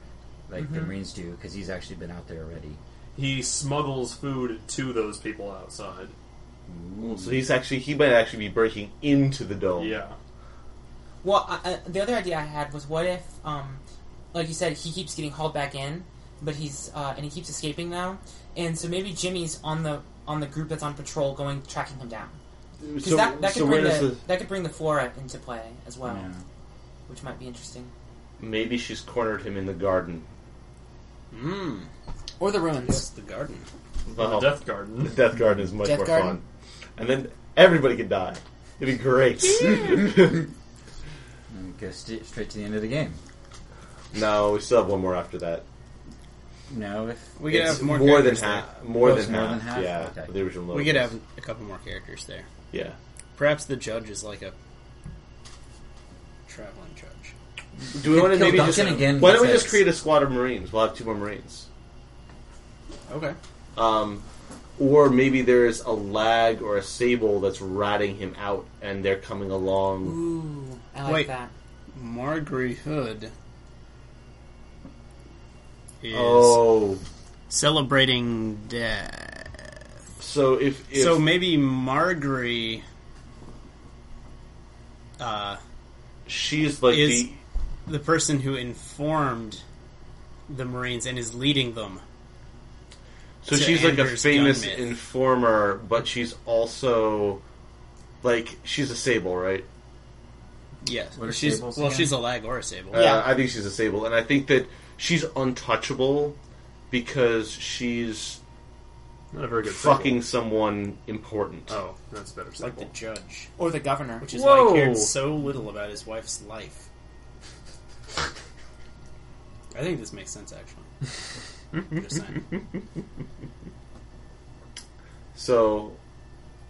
[SPEAKER 5] like
[SPEAKER 3] Mm-hmm.
[SPEAKER 5] the Marines do because he's actually been out there already.
[SPEAKER 2] He smuggles food to those people outside.
[SPEAKER 1] So he's actually he might actually be breaking into the dome.
[SPEAKER 2] Yeah.
[SPEAKER 3] Well, I, I, the other idea I had was what if, um, like you said, he keeps getting hauled back in, but he's uh, and he keeps escaping now, and so maybe Jimmy's on the on the group that's on patrol, going tracking him down. Because
[SPEAKER 1] So,
[SPEAKER 3] that, that could
[SPEAKER 1] so where
[SPEAKER 3] bring
[SPEAKER 1] does
[SPEAKER 3] the,
[SPEAKER 1] the
[SPEAKER 3] that could bring the flora into play as well,
[SPEAKER 5] Yeah.
[SPEAKER 3] which might be interesting.
[SPEAKER 1] maybe she's cornered him in the garden?
[SPEAKER 9] mm,
[SPEAKER 3] Or the ruins.
[SPEAKER 9] this is the garden Uh-huh.
[SPEAKER 1] Well,
[SPEAKER 2] The Death Garden. <laughs>
[SPEAKER 1] the death garden is much
[SPEAKER 3] Death
[SPEAKER 1] more
[SPEAKER 3] garden?
[SPEAKER 1] fun, and then everybody could die. It'd be great.
[SPEAKER 5] And go st- straight to the end of the game.
[SPEAKER 1] <laughs> no, we still have one more after that.
[SPEAKER 5] No, if
[SPEAKER 9] we could
[SPEAKER 1] It's
[SPEAKER 9] have more,
[SPEAKER 1] than
[SPEAKER 9] characters
[SPEAKER 1] half.
[SPEAKER 9] there.
[SPEAKER 1] More,
[SPEAKER 5] Oh,
[SPEAKER 1] than,
[SPEAKER 5] it's more
[SPEAKER 1] half,
[SPEAKER 5] than half?
[SPEAKER 1] Yeah,
[SPEAKER 5] Okay.
[SPEAKER 1] the original.
[SPEAKER 9] we could
[SPEAKER 1] locus.
[SPEAKER 9] have a couple more characters there
[SPEAKER 1] Yeah.
[SPEAKER 9] perhaps the judge is like a traveling judge
[SPEAKER 1] Do we want to
[SPEAKER 5] Kill
[SPEAKER 1] maybe
[SPEAKER 5] Duncan
[SPEAKER 1] just,
[SPEAKER 5] again
[SPEAKER 1] Why don't we
[SPEAKER 5] says-
[SPEAKER 1] just create a squad of Marines? We'll have two more Marines.
[SPEAKER 9] okay
[SPEAKER 1] Um, or maybe there's a lag or a sable that's ratting him out, and they're coming along.
[SPEAKER 3] Ooh, I like
[SPEAKER 9] Wait.
[SPEAKER 3] that.
[SPEAKER 9] Margery Hood is
[SPEAKER 1] Oh,
[SPEAKER 9] celebrating death.
[SPEAKER 1] so if, if
[SPEAKER 9] so maybe Margery uh,
[SPEAKER 1] she's like
[SPEAKER 9] is-
[SPEAKER 1] the
[SPEAKER 9] the person who informed the Marines and is leading them.
[SPEAKER 1] so
[SPEAKER 9] to
[SPEAKER 1] she's like a
[SPEAKER 9] Anders
[SPEAKER 1] famous
[SPEAKER 9] Gunmith.
[SPEAKER 1] informer, but she's also like she's a sable, right?
[SPEAKER 9] Yes.
[SPEAKER 5] What are
[SPEAKER 9] she's
[SPEAKER 5] sables
[SPEAKER 9] well
[SPEAKER 5] again?
[SPEAKER 9] she's a lag or a sable.
[SPEAKER 3] Yeah.
[SPEAKER 1] Uh, I think she's a sable, and I think that she's untouchable because she's
[SPEAKER 2] Not a very good sequel.
[SPEAKER 1] fucking someone important.
[SPEAKER 2] Oh, that's a better.
[SPEAKER 9] Like the
[SPEAKER 2] sequel.
[SPEAKER 9] judge.
[SPEAKER 3] Or the governor.
[SPEAKER 9] Which is why
[SPEAKER 1] Whoa.
[SPEAKER 9] he cared so little about his wife's life. I think this makes sense actually. Just saying.
[SPEAKER 1] So,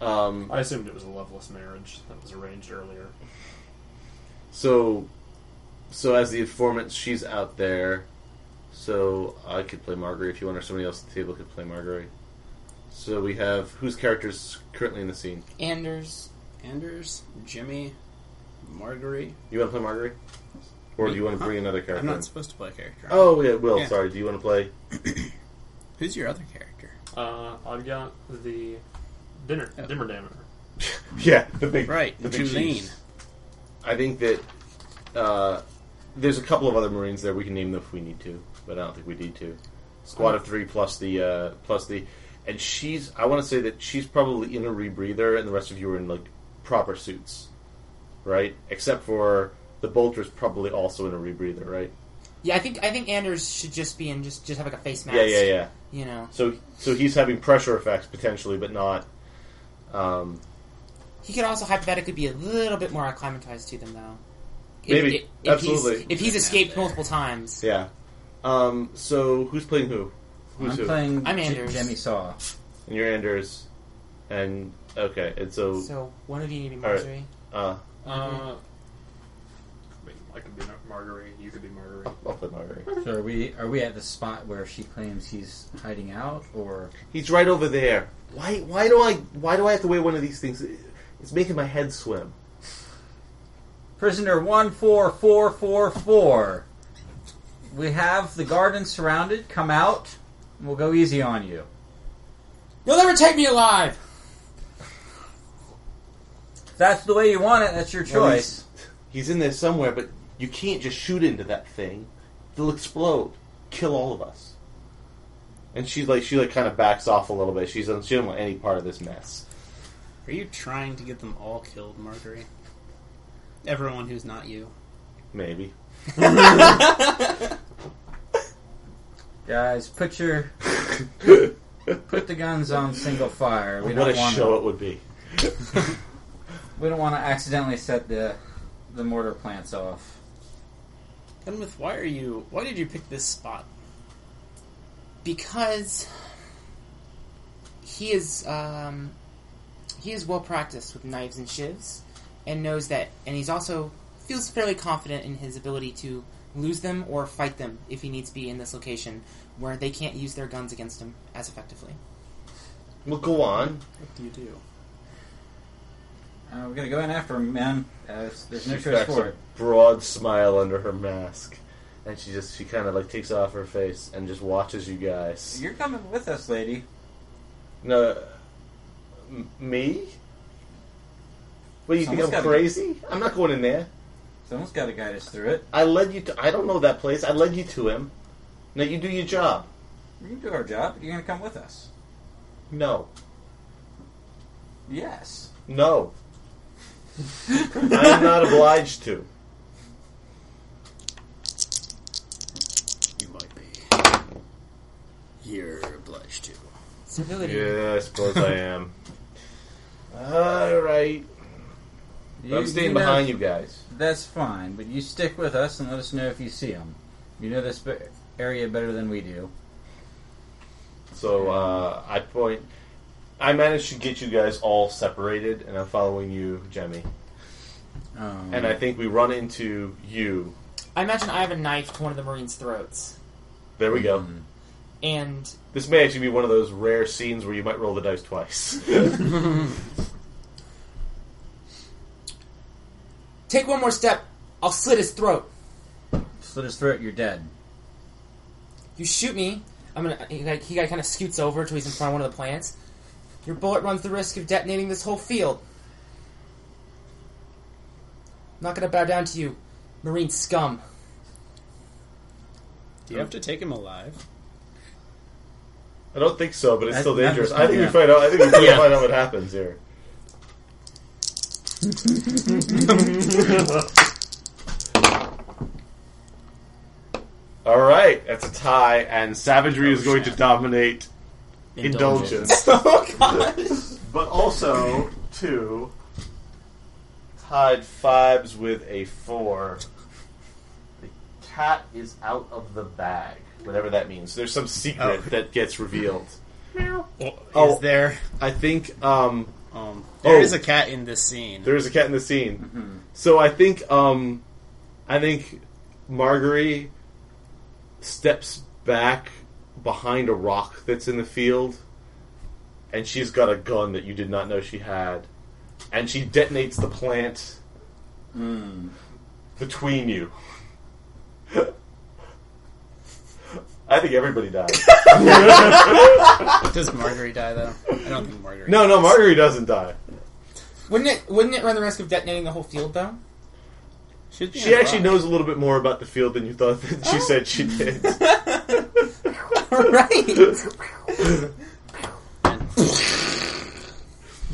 [SPEAKER 1] um,
[SPEAKER 2] I assumed it was a loveless marriage that was arranged earlier.
[SPEAKER 1] so, so as the informant, she's out there. So I could play Marguerite if you want, or somebody else at the table could play Marguerite. So we have whose characters currently in the scene?
[SPEAKER 3] Anders.
[SPEAKER 9] Anders, Jimmy, Margery.
[SPEAKER 1] You want to play Marguerite, or do you want to bring another character?
[SPEAKER 9] I'm
[SPEAKER 1] in?
[SPEAKER 9] not supposed to play a character.
[SPEAKER 1] Oh yeah, Will.
[SPEAKER 9] Yeah.
[SPEAKER 1] Sorry. Do you want to play?
[SPEAKER 9] Who's your other character?
[SPEAKER 2] Uh, I've got the dinner dimmer dammer.
[SPEAKER 1] Yeah, the big
[SPEAKER 9] Right,
[SPEAKER 1] the big
[SPEAKER 9] Julene.
[SPEAKER 1] cheese. I think that uh, there's a couple of other Marines there. We can name them if we need to, but I don't think we need to. Squad of three plus the uh, plus the, and she's. I want to say that she's probably in a rebreather, and the rest of you are in like proper suits, right? Except for the Bolter's probably also in a rebreather, right?
[SPEAKER 3] Yeah, I think I think Anders should just be in just just have like a face mask.
[SPEAKER 1] Yeah, yeah, yeah.
[SPEAKER 3] You know.
[SPEAKER 1] So so he's having pressure effects potentially, but not. Um,
[SPEAKER 3] He could also hypothetically be a little bit more acclimatized to them, though. If-
[SPEAKER 1] Maybe.
[SPEAKER 3] if, if
[SPEAKER 1] Absolutely.
[SPEAKER 3] He's, if he's escaped multiple times,
[SPEAKER 1] Yeah. Um, so who's playing who? Who's
[SPEAKER 5] I'm
[SPEAKER 1] who?
[SPEAKER 5] playing
[SPEAKER 3] I'm
[SPEAKER 5] J-
[SPEAKER 3] Anders.
[SPEAKER 5] Jemmy Saw.
[SPEAKER 1] And you're Anders. And okay, and so,
[SPEAKER 3] so one of you need to be
[SPEAKER 1] All right.
[SPEAKER 3] Marjorie.
[SPEAKER 1] uh,
[SPEAKER 2] Uh, I mean, I could be Mar- Marguerite. You could be Marguerite.
[SPEAKER 1] I'll play Marguerite.
[SPEAKER 5] So are we are we at the spot where she claims he's hiding out, or
[SPEAKER 1] He's right over there. Why? Why do I? Why do I have to wear one of these things? It's making my head swim.
[SPEAKER 5] prisoner one four four four four? We have the garden surrounded. Come out. and We'll go easy on you.
[SPEAKER 3] You'll never take me alive.
[SPEAKER 5] If that's the way you want it. That's your
[SPEAKER 1] Well,
[SPEAKER 5] choice.
[SPEAKER 1] He's in there somewhere, but you can't just shoot into that thing. It'll explode, kill all of us. And she's like, she like kind of backs off a little bit. She's she doesn't want any part of this mess.
[SPEAKER 9] Are you trying to get them all killed, Marguerite? Everyone who's not you.
[SPEAKER 1] Maybe.
[SPEAKER 5] Guys, put your put the guns on single fire. We
[SPEAKER 1] what
[SPEAKER 5] don't
[SPEAKER 1] a
[SPEAKER 5] want
[SPEAKER 1] show it would be.
[SPEAKER 5] we don't want to accidentally set the the mortar plants off.
[SPEAKER 9] Gunmith, why are you? Why did you pick this spot?
[SPEAKER 3] because he is um, he is well practiced with knives and shivs, and knows that, and he's also feels fairly confident in his ability to lose them or fight them if he needs to be in this location where they can't use their guns against him as effectively.
[SPEAKER 1] Well, go on.
[SPEAKER 9] What do you do?
[SPEAKER 5] Uh, we're gonna go in after him, man. Uh, there's no
[SPEAKER 1] She
[SPEAKER 5] choice
[SPEAKER 1] cracks
[SPEAKER 5] for
[SPEAKER 1] a
[SPEAKER 5] it.
[SPEAKER 1] broad smile under her mask, and she just she kind of like takes off her face and just watches you guys.
[SPEAKER 5] You're coming with us, lady.
[SPEAKER 1] No, m- me? What you
[SPEAKER 5] Someone's
[SPEAKER 1] think I'm
[SPEAKER 5] gotta-
[SPEAKER 1] crazy? I'm not going in there.
[SPEAKER 5] Someone's got to guide us through it.
[SPEAKER 1] I led you to. I don't know that place. I led you to him. Now you do your job.
[SPEAKER 5] We can do our job. You're gonna come with us.
[SPEAKER 1] No,
[SPEAKER 5] Yes.
[SPEAKER 1] <laughs> no. I am not obliged to.
[SPEAKER 9] You might be. You're obliged to.
[SPEAKER 3] Civility.
[SPEAKER 1] Yeah, I suppose I am. All right,
[SPEAKER 5] You-
[SPEAKER 1] I'm staying
[SPEAKER 5] know-
[SPEAKER 1] behind you guys.
[SPEAKER 5] That's fine, but you stick with us and let us know if you see them. You know this be- area better than we do.
[SPEAKER 1] So uh, I point. I managed to get you guys all separated, and I'm following you, Jemmy.
[SPEAKER 5] Um,
[SPEAKER 1] And I think we run into you.
[SPEAKER 3] I imagine I have a knife to one of the Marines' throats,
[SPEAKER 1] There we go.
[SPEAKER 3] and
[SPEAKER 1] This may actually be one of those rare scenes where you might roll the dice twice.
[SPEAKER 3] take one more step, I'll slit his throat.
[SPEAKER 5] slit his throat. You're dead.
[SPEAKER 3] You shoot me. I'm gonna. He, like, he kind of scoots over till he's in front of one of the plants. Your bullet runs the risk of detonating this whole field. I'm not gonna bow down to you, marine scum.
[SPEAKER 9] Do you have to take him alive?
[SPEAKER 1] I don't think so, but it's
[SPEAKER 5] That-
[SPEAKER 1] still
[SPEAKER 5] that
[SPEAKER 1] dangerous.
[SPEAKER 5] was-
[SPEAKER 1] I think we
[SPEAKER 5] yeah.
[SPEAKER 1] find out. I think we probably
[SPEAKER 9] Yeah.
[SPEAKER 1] find out what happens here. All right, that's a tie, and savagery is going to dominate indulgence.
[SPEAKER 3] oh god!
[SPEAKER 1] <laughs> but also two tied fives with a four. The cat is out of the bag, whatever that means. There's some secret
[SPEAKER 9] Oh.
[SPEAKER 1] that gets revealed.
[SPEAKER 9] Oh,
[SPEAKER 1] Oh.
[SPEAKER 9] Is there?
[SPEAKER 1] I think um,
[SPEAKER 9] Um, there
[SPEAKER 1] Oh.
[SPEAKER 9] is a cat in this scene.
[SPEAKER 1] there is a cat in the scene. So I think um, I think Marguerite steps back behind a rock that's in the field, and she's got a gun that you did not know she had, and she detonates the plant between you. <laughs> I think everybody dies.
[SPEAKER 9] Does Marguerite die though? I don't think Marguerite.
[SPEAKER 1] no, no, Marguerite doesn't die.
[SPEAKER 3] wouldn't it? Wouldn't it run the risk of detonating the whole field though?
[SPEAKER 9] Should be
[SPEAKER 1] She
[SPEAKER 9] on
[SPEAKER 1] actually
[SPEAKER 9] rock.
[SPEAKER 1] knows a little bit more about the field than you thought that she said she did.
[SPEAKER 3] right.
[SPEAKER 1] <laughs>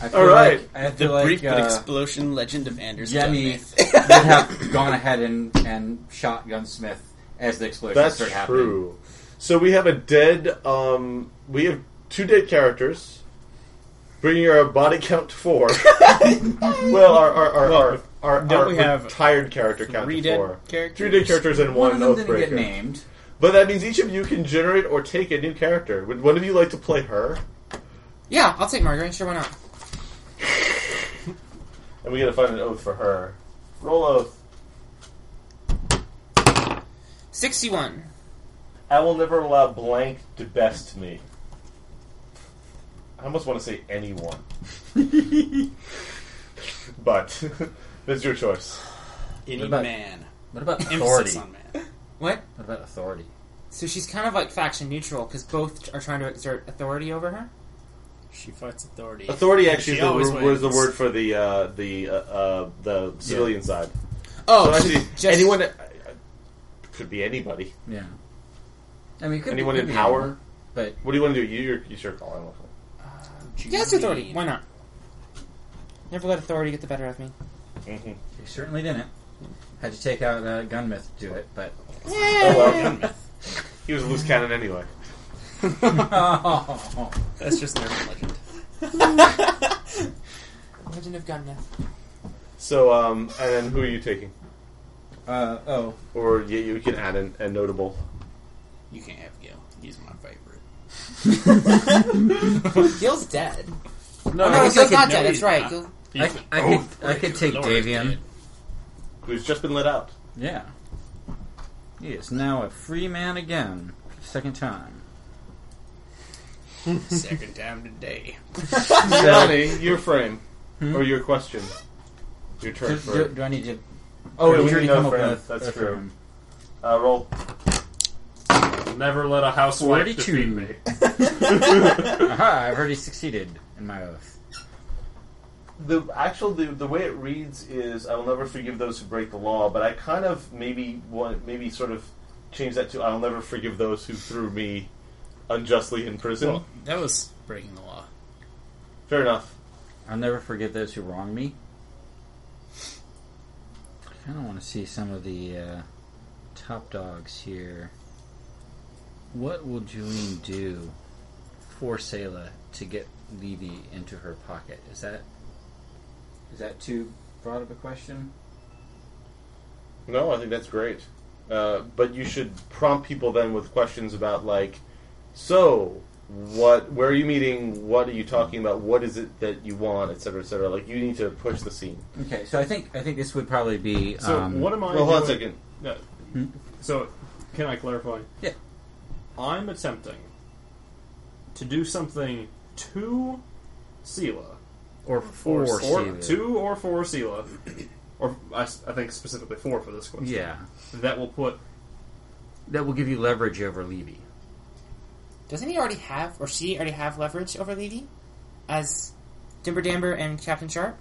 [SPEAKER 5] I feel
[SPEAKER 1] All right.
[SPEAKER 5] Like, I feel
[SPEAKER 9] the
[SPEAKER 5] like
[SPEAKER 9] brief but
[SPEAKER 5] uh,
[SPEAKER 9] explosion legend of Anders.
[SPEAKER 5] Jemmy
[SPEAKER 9] Gunmith.
[SPEAKER 5] would have gone ahead and, and shot Gunsmith as the explosion
[SPEAKER 1] That's
[SPEAKER 5] started happening.
[SPEAKER 1] true. So we have a dead. Um, we have two dead characters. bringing our body count to four. well, our our our, our, our,
[SPEAKER 9] don't
[SPEAKER 1] our
[SPEAKER 9] we have
[SPEAKER 1] retired character count
[SPEAKER 9] three
[SPEAKER 1] to
[SPEAKER 9] dead
[SPEAKER 1] four.
[SPEAKER 9] characters?
[SPEAKER 1] Three dead characters and
[SPEAKER 5] One
[SPEAKER 1] one,
[SPEAKER 5] of them didn't get
[SPEAKER 1] oathbreaker.
[SPEAKER 5] named.
[SPEAKER 1] But that means each of you can generate or take a new character. Would one of you like to play her?
[SPEAKER 3] Yeah, I'll take Margaret. Sure, why not?
[SPEAKER 1] And we gotta find an oath for her. Roll oath.
[SPEAKER 3] Sixty-one.
[SPEAKER 1] I will never allow blank to best me. I almost want to say
[SPEAKER 9] <laughs>
[SPEAKER 1] anyone. but <laughs> that's your choice.
[SPEAKER 9] Any
[SPEAKER 5] What about-
[SPEAKER 9] man.
[SPEAKER 5] What about authority?
[SPEAKER 9] Emphasis on man.
[SPEAKER 3] What?
[SPEAKER 5] What about authority?
[SPEAKER 3] So she's kind of like faction neutral because both are trying to exert authority over her.
[SPEAKER 9] She fights authority.
[SPEAKER 1] Authority actually is
[SPEAKER 9] She
[SPEAKER 1] the,
[SPEAKER 9] always
[SPEAKER 1] word- was the
[SPEAKER 9] wins.
[SPEAKER 1] word for the uh, the uh, uh, the civilian side.
[SPEAKER 3] Oh,
[SPEAKER 1] So actually,
[SPEAKER 3] just
[SPEAKER 1] anyone could be anybody.
[SPEAKER 5] Yeah. I mean, it could
[SPEAKER 1] Anyone
[SPEAKER 5] be,
[SPEAKER 1] in
[SPEAKER 5] could be
[SPEAKER 1] power?
[SPEAKER 5] anyone, but
[SPEAKER 1] What do you want to do? You, you're, you sure call him.
[SPEAKER 3] Yes, authority. Why not? Never let authority get the better of me.
[SPEAKER 1] Mm-hmm.
[SPEAKER 5] you certainly didn't. Had to take out uh, Gunmith to do it,
[SPEAKER 1] <laughs>
[SPEAKER 5] but <laughs>
[SPEAKER 1] Oh, <laughs> well. he was a loose cannon anyway. <laughs>
[SPEAKER 5] Oh,
[SPEAKER 9] That's just an urban legend.
[SPEAKER 3] Legend of Gunna.
[SPEAKER 1] So, um, and then who are you taking?
[SPEAKER 5] uh, oh,
[SPEAKER 1] Or you, you can add an, a notable.
[SPEAKER 9] You can't have Gil. He's my favorite.
[SPEAKER 3] Gil's dead.
[SPEAKER 9] No,
[SPEAKER 3] no, Gil's not
[SPEAKER 9] no,
[SPEAKER 3] dead. That's
[SPEAKER 9] he's
[SPEAKER 3] right.
[SPEAKER 9] not.
[SPEAKER 3] Gil-
[SPEAKER 5] I,
[SPEAKER 9] He's-
[SPEAKER 5] I could I could take
[SPEAKER 9] Lord,
[SPEAKER 5] Davian.
[SPEAKER 9] dude.
[SPEAKER 1] Who's just been let out.
[SPEAKER 5] Yeah. He is now a free man again, second time.
[SPEAKER 9] Second time today.
[SPEAKER 1] Johnny, Hmm? your frame. Or your question. Your turn
[SPEAKER 5] Do,
[SPEAKER 1] for
[SPEAKER 5] do-
[SPEAKER 1] it.
[SPEAKER 5] do I need to?
[SPEAKER 1] Oh,
[SPEAKER 5] or
[SPEAKER 1] wait,
[SPEAKER 5] did
[SPEAKER 1] we
[SPEAKER 5] you already
[SPEAKER 1] didn't
[SPEAKER 5] come
[SPEAKER 1] know
[SPEAKER 5] up
[SPEAKER 1] for him.
[SPEAKER 5] with
[SPEAKER 1] That's
[SPEAKER 5] a
[SPEAKER 1] true.
[SPEAKER 5] frame?
[SPEAKER 1] Uh, roll.
[SPEAKER 2] Never let a housewife defeat
[SPEAKER 5] 42.
[SPEAKER 2] me.
[SPEAKER 5] Aha! I've already succeeded in my oath.
[SPEAKER 1] The actual the, the way it reads is I will never forgive those who break the law, but I kind of maybe want maybe sort of change that to I will never forgive those who threw me unjustly in prison.
[SPEAKER 9] Well, that was breaking the law.
[SPEAKER 1] Fair enough.
[SPEAKER 5] I'll never forgive those who wrong me. I kind of want to see some of the uh, top dogs here. What will Julene do for Selah to get Levy into her pocket? Is that is that too broad of a question?
[SPEAKER 1] No, I think that's great. Uh, but you should prompt people then with questions about like, so what? Where are you meeting? What are you talking about? What is it that you want, etc., etc. Like you need to push the scene.
[SPEAKER 5] Okay, so I think I think this would probably be.
[SPEAKER 2] So
[SPEAKER 5] um,
[SPEAKER 2] what am I?
[SPEAKER 1] well, hold on a
[SPEAKER 2] doing-
[SPEAKER 1] second.
[SPEAKER 2] No. So can I clarify?
[SPEAKER 5] Yeah.
[SPEAKER 2] I'm attempting to do something to Sela
[SPEAKER 5] or for
[SPEAKER 2] or
[SPEAKER 5] Selah.
[SPEAKER 2] to or for Sela, or I, s- I think specifically four for this question.
[SPEAKER 5] Yeah,
[SPEAKER 2] That will put
[SPEAKER 5] that will give you leverage over Levy.
[SPEAKER 3] Doesn't he already have, or she already have leverage over Levy? As Dimber Damber and Captain Sharp?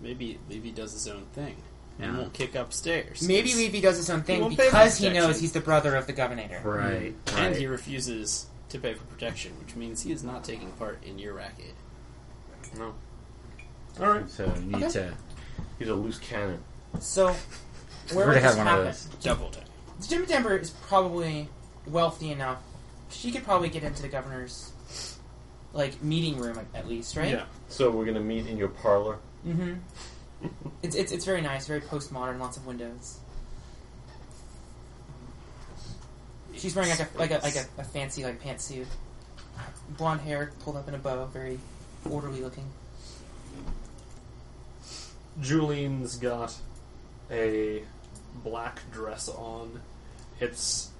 [SPEAKER 9] Maybe Levy does his own thing
[SPEAKER 5] Yeah.
[SPEAKER 9] and won't kick upstairs.
[SPEAKER 3] Maybe
[SPEAKER 9] 'cause-
[SPEAKER 3] Levy does his own thing
[SPEAKER 9] won't pay for
[SPEAKER 3] because he
[SPEAKER 9] protection.
[SPEAKER 3] knows he's the brother of the Governator.
[SPEAKER 5] Right.
[SPEAKER 9] and he refuses to pay for protection, which means he is not taking part in your racket.
[SPEAKER 2] no. All right.
[SPEAKER 5] So you need
[SPEAKER 3] Okay.
[SPEAKER 5] to.
[SPEAKER 1] He's a loose cannon.
[SPEAKER 3] So, where
[SPEAKER 5] We're
[SPEAKER 3] would
[SPEAKER 5] gonna
[SPEAKER 3] this
[SPEAKER 5] have one of
[SPEAKER 3] happen?
[SPEAKER 5] those.
[SPEAKER 9] Double time.
[SPEAKER 3] Dimber Damber is probably wealthy enough. She could probably get into the governor's, like, meeting room at, at least, right?
[SPEAKER 2] Yeah.
[SPEAKER 1] So we're gonna meet in your parlor.
[SPEAKER 3] Mm-hmm. it's, it's, it's very nice, very postmodern, lots of windows. She's wearing like a like a like a, a fancy like pantsuit, blonde hair pulled up in a bow, very orderly looking.
[SPEAKER 2] Julian's got a black dress on. It's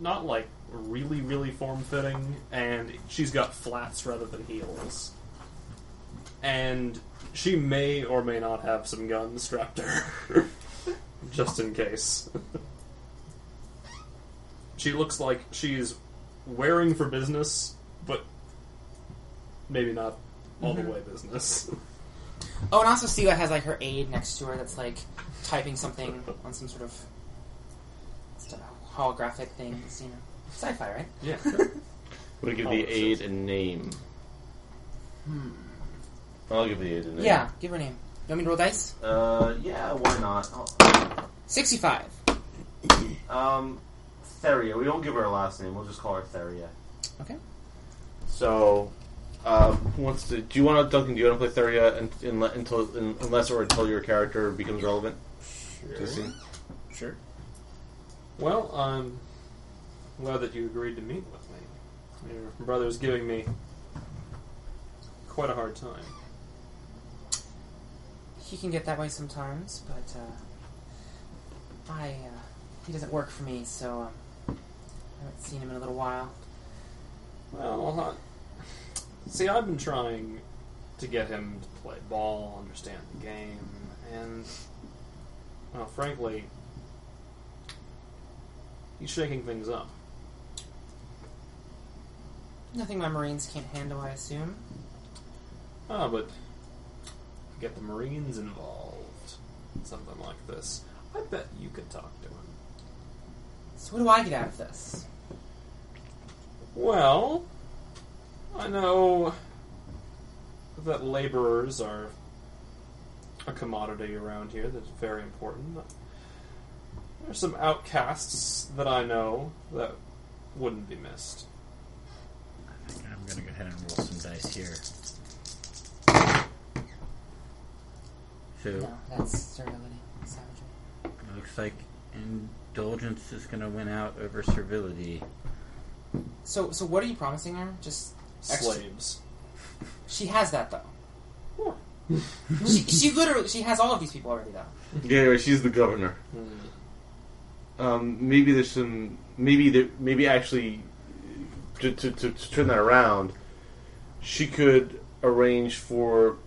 [SPEAKER 2] not like really, really form fitting, and she's got flats rather than heels. And she may or may not have some guns strapped to her, <laughs> just in case. she looks like she's wearing for business, but maybe not all the way business.
[SPEAKER 3] Oh, and also Sela has like her aide next to her that's like typing something on some sort of stuff, holographic thing. It's, you know, sci-fi, right?
[SPEAKER 2] yeah. <laughs>
[SPEAKER 1] We're gonna give
[SPEAKER 2] Oh,
[SPEAKER 1] the
[SPEAKER 2] it
[SPEAKER 1] aide
[SPEAKER 2] says-
[SPEAKER 1] a name. I'll give the aide a name.
[SPEAKER 3] Yeah. Give her a name. You want me to roll dice?
[SPEAKER 1] Uh, yeah. Why not? I'll-
[SPEAKER 3] Sixty-five.
[SPEAKER 1] Um, Theria. We won't give her a last name. We'll just call her Theria.
[SPEAKER 3] Okay.
[SPEAKER 1] So uh, who wants to? Do you want to Duncan? Do you want to play Theria un in, until in, unless or until your character becomes relevant? to the scene?
[SPEAKER 9] Sure.
[SPEAKER 2] Well, I'm glad that you agreed to meet with me. Your brother's giving me quite a hard time.
[SPEAKER 3] He can get that way sometimes, but uh, I uh, he doesn't work for me, so um, I haven't seen him in a little while.
[SPEAKER 2] Well, I, see, I've been trying to get him to play ball, understand the game, and, well, frankly, he's shaking things up.
[SPEAKER 3] Nothing my Marines can't handle, I assume.
[SPEAKER 2] Ah, but get the Marines involved, something like this. I bet you could talk to him.
[SPEAKER 3] So what do I get out of this?
[SPEAKER 2] Well, I know that laborers are a commodity around here that's very important. There's some outcasts that I know that wouldn't be missed.
[SPEAKER 13] I'm gonna go ahead and roll some dice here. So
[SPEAKER 3] No, that's sterility, savagery.
[SPEAKER 13] it looks like indulgence is gonna win out over servility.
[SPEAKER 3] So, so what are you promising her? Just extra-
[SPEAKER 2] Slaves.
[SPEAKER 3] She has that though. she, she literally she has all of these people already though.
[SPEAKER 1] Yeah, anyway, she's the governor.
[SPEAKER 2] Hmm.
[SPEAKER 1] Um, maybe there's some. Maybe there, maybe actually, to, to, to, to turn that around, she could arrange for.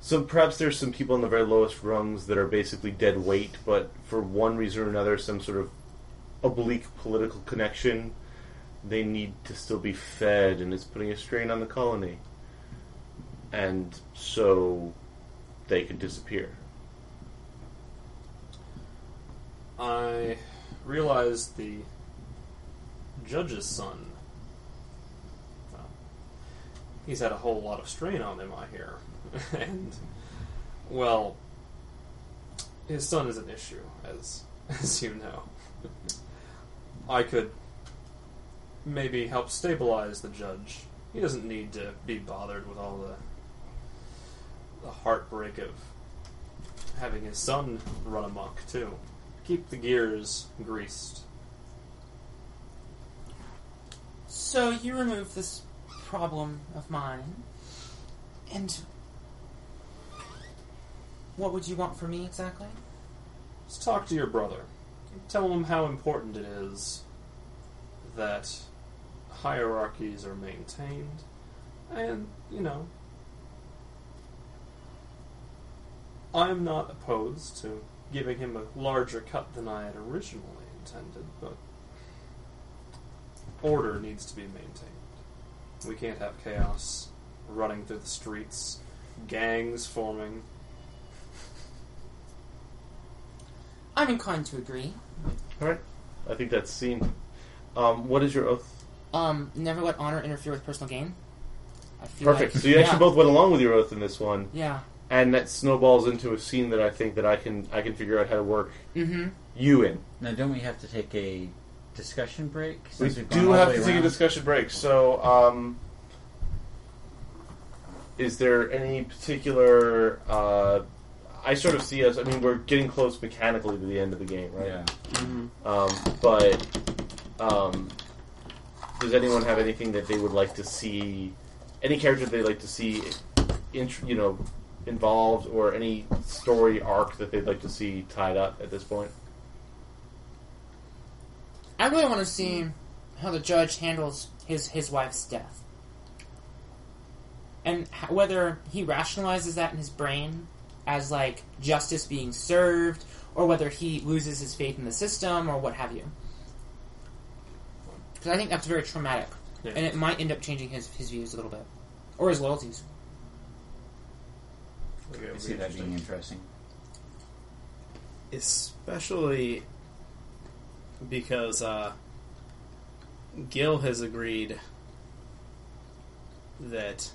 [SPEAKER 1] So perhaps there's some people in the very lowest rungs that are basically dead weight, but for one reason or another, some sort of oblique political connection, they need to still be fed, and it's putting a strain on the colony. And so, they could disappear.
[SPEAKER 2] I realized the judge's son. Well, he's had a whole lot of strain on him, I hear. <laughs> and, well, his son is an issue, as, <laughs> as you know. I could maybe help stabilize the judge. He doesn't need to be bothered with all the, the heartbreak of having his son run amok, too keep the gears greased.
[SPEAKER 3] So you remove this problem of mine, and what would you want from me exactly?
[SPEAKER 2] Just talk to your brother. Tell him how important it is that hierarchies are maintained, and, you know, I'm not opposed to giving him a larger cut than I had originally intended, but order needs to be maintained. We can't have chaos running through the streets, gangs forming.
[SPEAKER 3] I'm inclined to agree.
[SPEAKER 1] All right. I think that's seen. Um, what is your oath?
[SPEAKER 3] Um, never let honor interfere with personal gain. I feel
[SPEAKER 1] Perfect.
[SPEAKER 3] Like,
[SPEAKER 1] so you
[SPEAKER 3] yeah,
[SPEAKER 1] actually both went along with your oath in this one,
[SPEAKER 3] Yeah.
[SPEAKER 1] and that snowballs into a scene that I think that I can I can figure out how to work
[SPEAKER 3] Mm-hmm.
[SPEAKER 1] you in.
[SPEAKER 13] Now, don't we have to take a discussion break?
[SPEAKER 1] We
[SPEAKER 13] since we've gone
[SPEAKER 1] do
[SPEAKER 13] all the
[SPEAKER 1] have
[SPEAKER 13] way
[SPEAKER 1] to take a
[SPEAKER 13] around?
[SPEAKER 1] discussion break. So, um, is there any particular? Uh, I sort of see us. I mean, we're getting close mechanically to the end of the game, right?
[SPEAKER 13] Yeah.
[SPEAKER 1] Um, but um, does anyone have anything that they would like to see? Any character they'd like to see, int- you know, involved, or any story arc that they'd like to see tied up at this point?
[SPEAKER 3] I really want to see how the judge handles his his wife's death, and h- whether he rationalizes that in his brain as like justice being served, or whether he loses his faith in the system, or what have you. Because I think that's very traumatic,
[SPEAKER 2] Yeah.
[SPEAKER 3] and it might end up changing his his views a little bit, or his loyalties.
[SPEAKER 5] I see that being interesting.
[SPEAKER 9] especially because uh, Gil has agreed that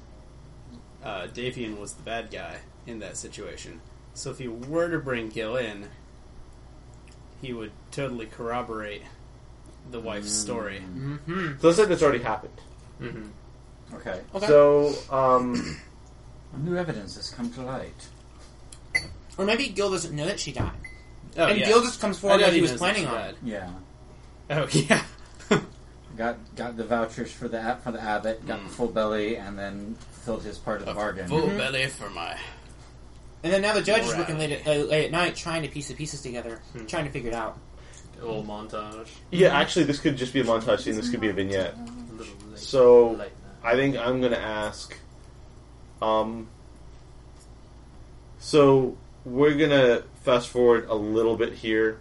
[SPEAKER 9] uh, Davian was the bad guy in that situation. So if you were to bring Gil in, he would totally corroborate the wife's story.
[SPEAKER 3] Mm-hmm.
[SPEAKER 1] So let's say that's already happened.
[SPEAKER 2] Mm-hmm.
[SPEAKER 5] Okay.
[SPEAKER 3] Okay.
[SPEAKER 1] So, um,
[SPEAKER 5] New evidence has come to light.
[SPEAKER 3] or maybe Gil doesn't know that she died.
[SPEAKER 12] Oh,
[SPEAKER 3] and
[SPEAKER 12] yeah.
[SPEAKER 3] Gil just comes
[SPEAKER 12] I
[SPEAKER 3] forward
[SPEAKER 12] know
[SPEAKER 3] like he
[SPEAKER 12] he
[SPEAKER 3] was
[SPEAKER 12] knows
[SPEAKER 3] planning
[SPEAKER 12] that's
[SPEAKER 3] on.
[SPEAKER 12] bad.
[SPEAKER 5] Yeah.
[SPEAKER 12] Oh
[SPEAKER 9] <laughs>
[SPEAKER 12] yeah.
[SPEAKER 5] Got got the vouchers for the app for the abbot. Got the full belly, and then filled his part of the bargain.
[SPEAKER 9] Full belly for my.
[SPEAKER 3] And then now the judge is
[SPEAKER 9] Right.
[SPEAKER 3] working late at, uh, late at night trying to piece the pieces together,
[SPEAKER 12] Hmm.
[SPEAKER 3] trying to figure it out.
[SPEAKER 2] A little montage.
[SPEAKER 1] yeah, actually, this could just be a montage scene. This could be a vignette.
[SPEAKER 2] A little late,
[SPEAKER 1] So,
[SPEAKER 2] late
[SPEAKER 1] I think I'm going to ask. Um, so we're going to fast forward a little bit here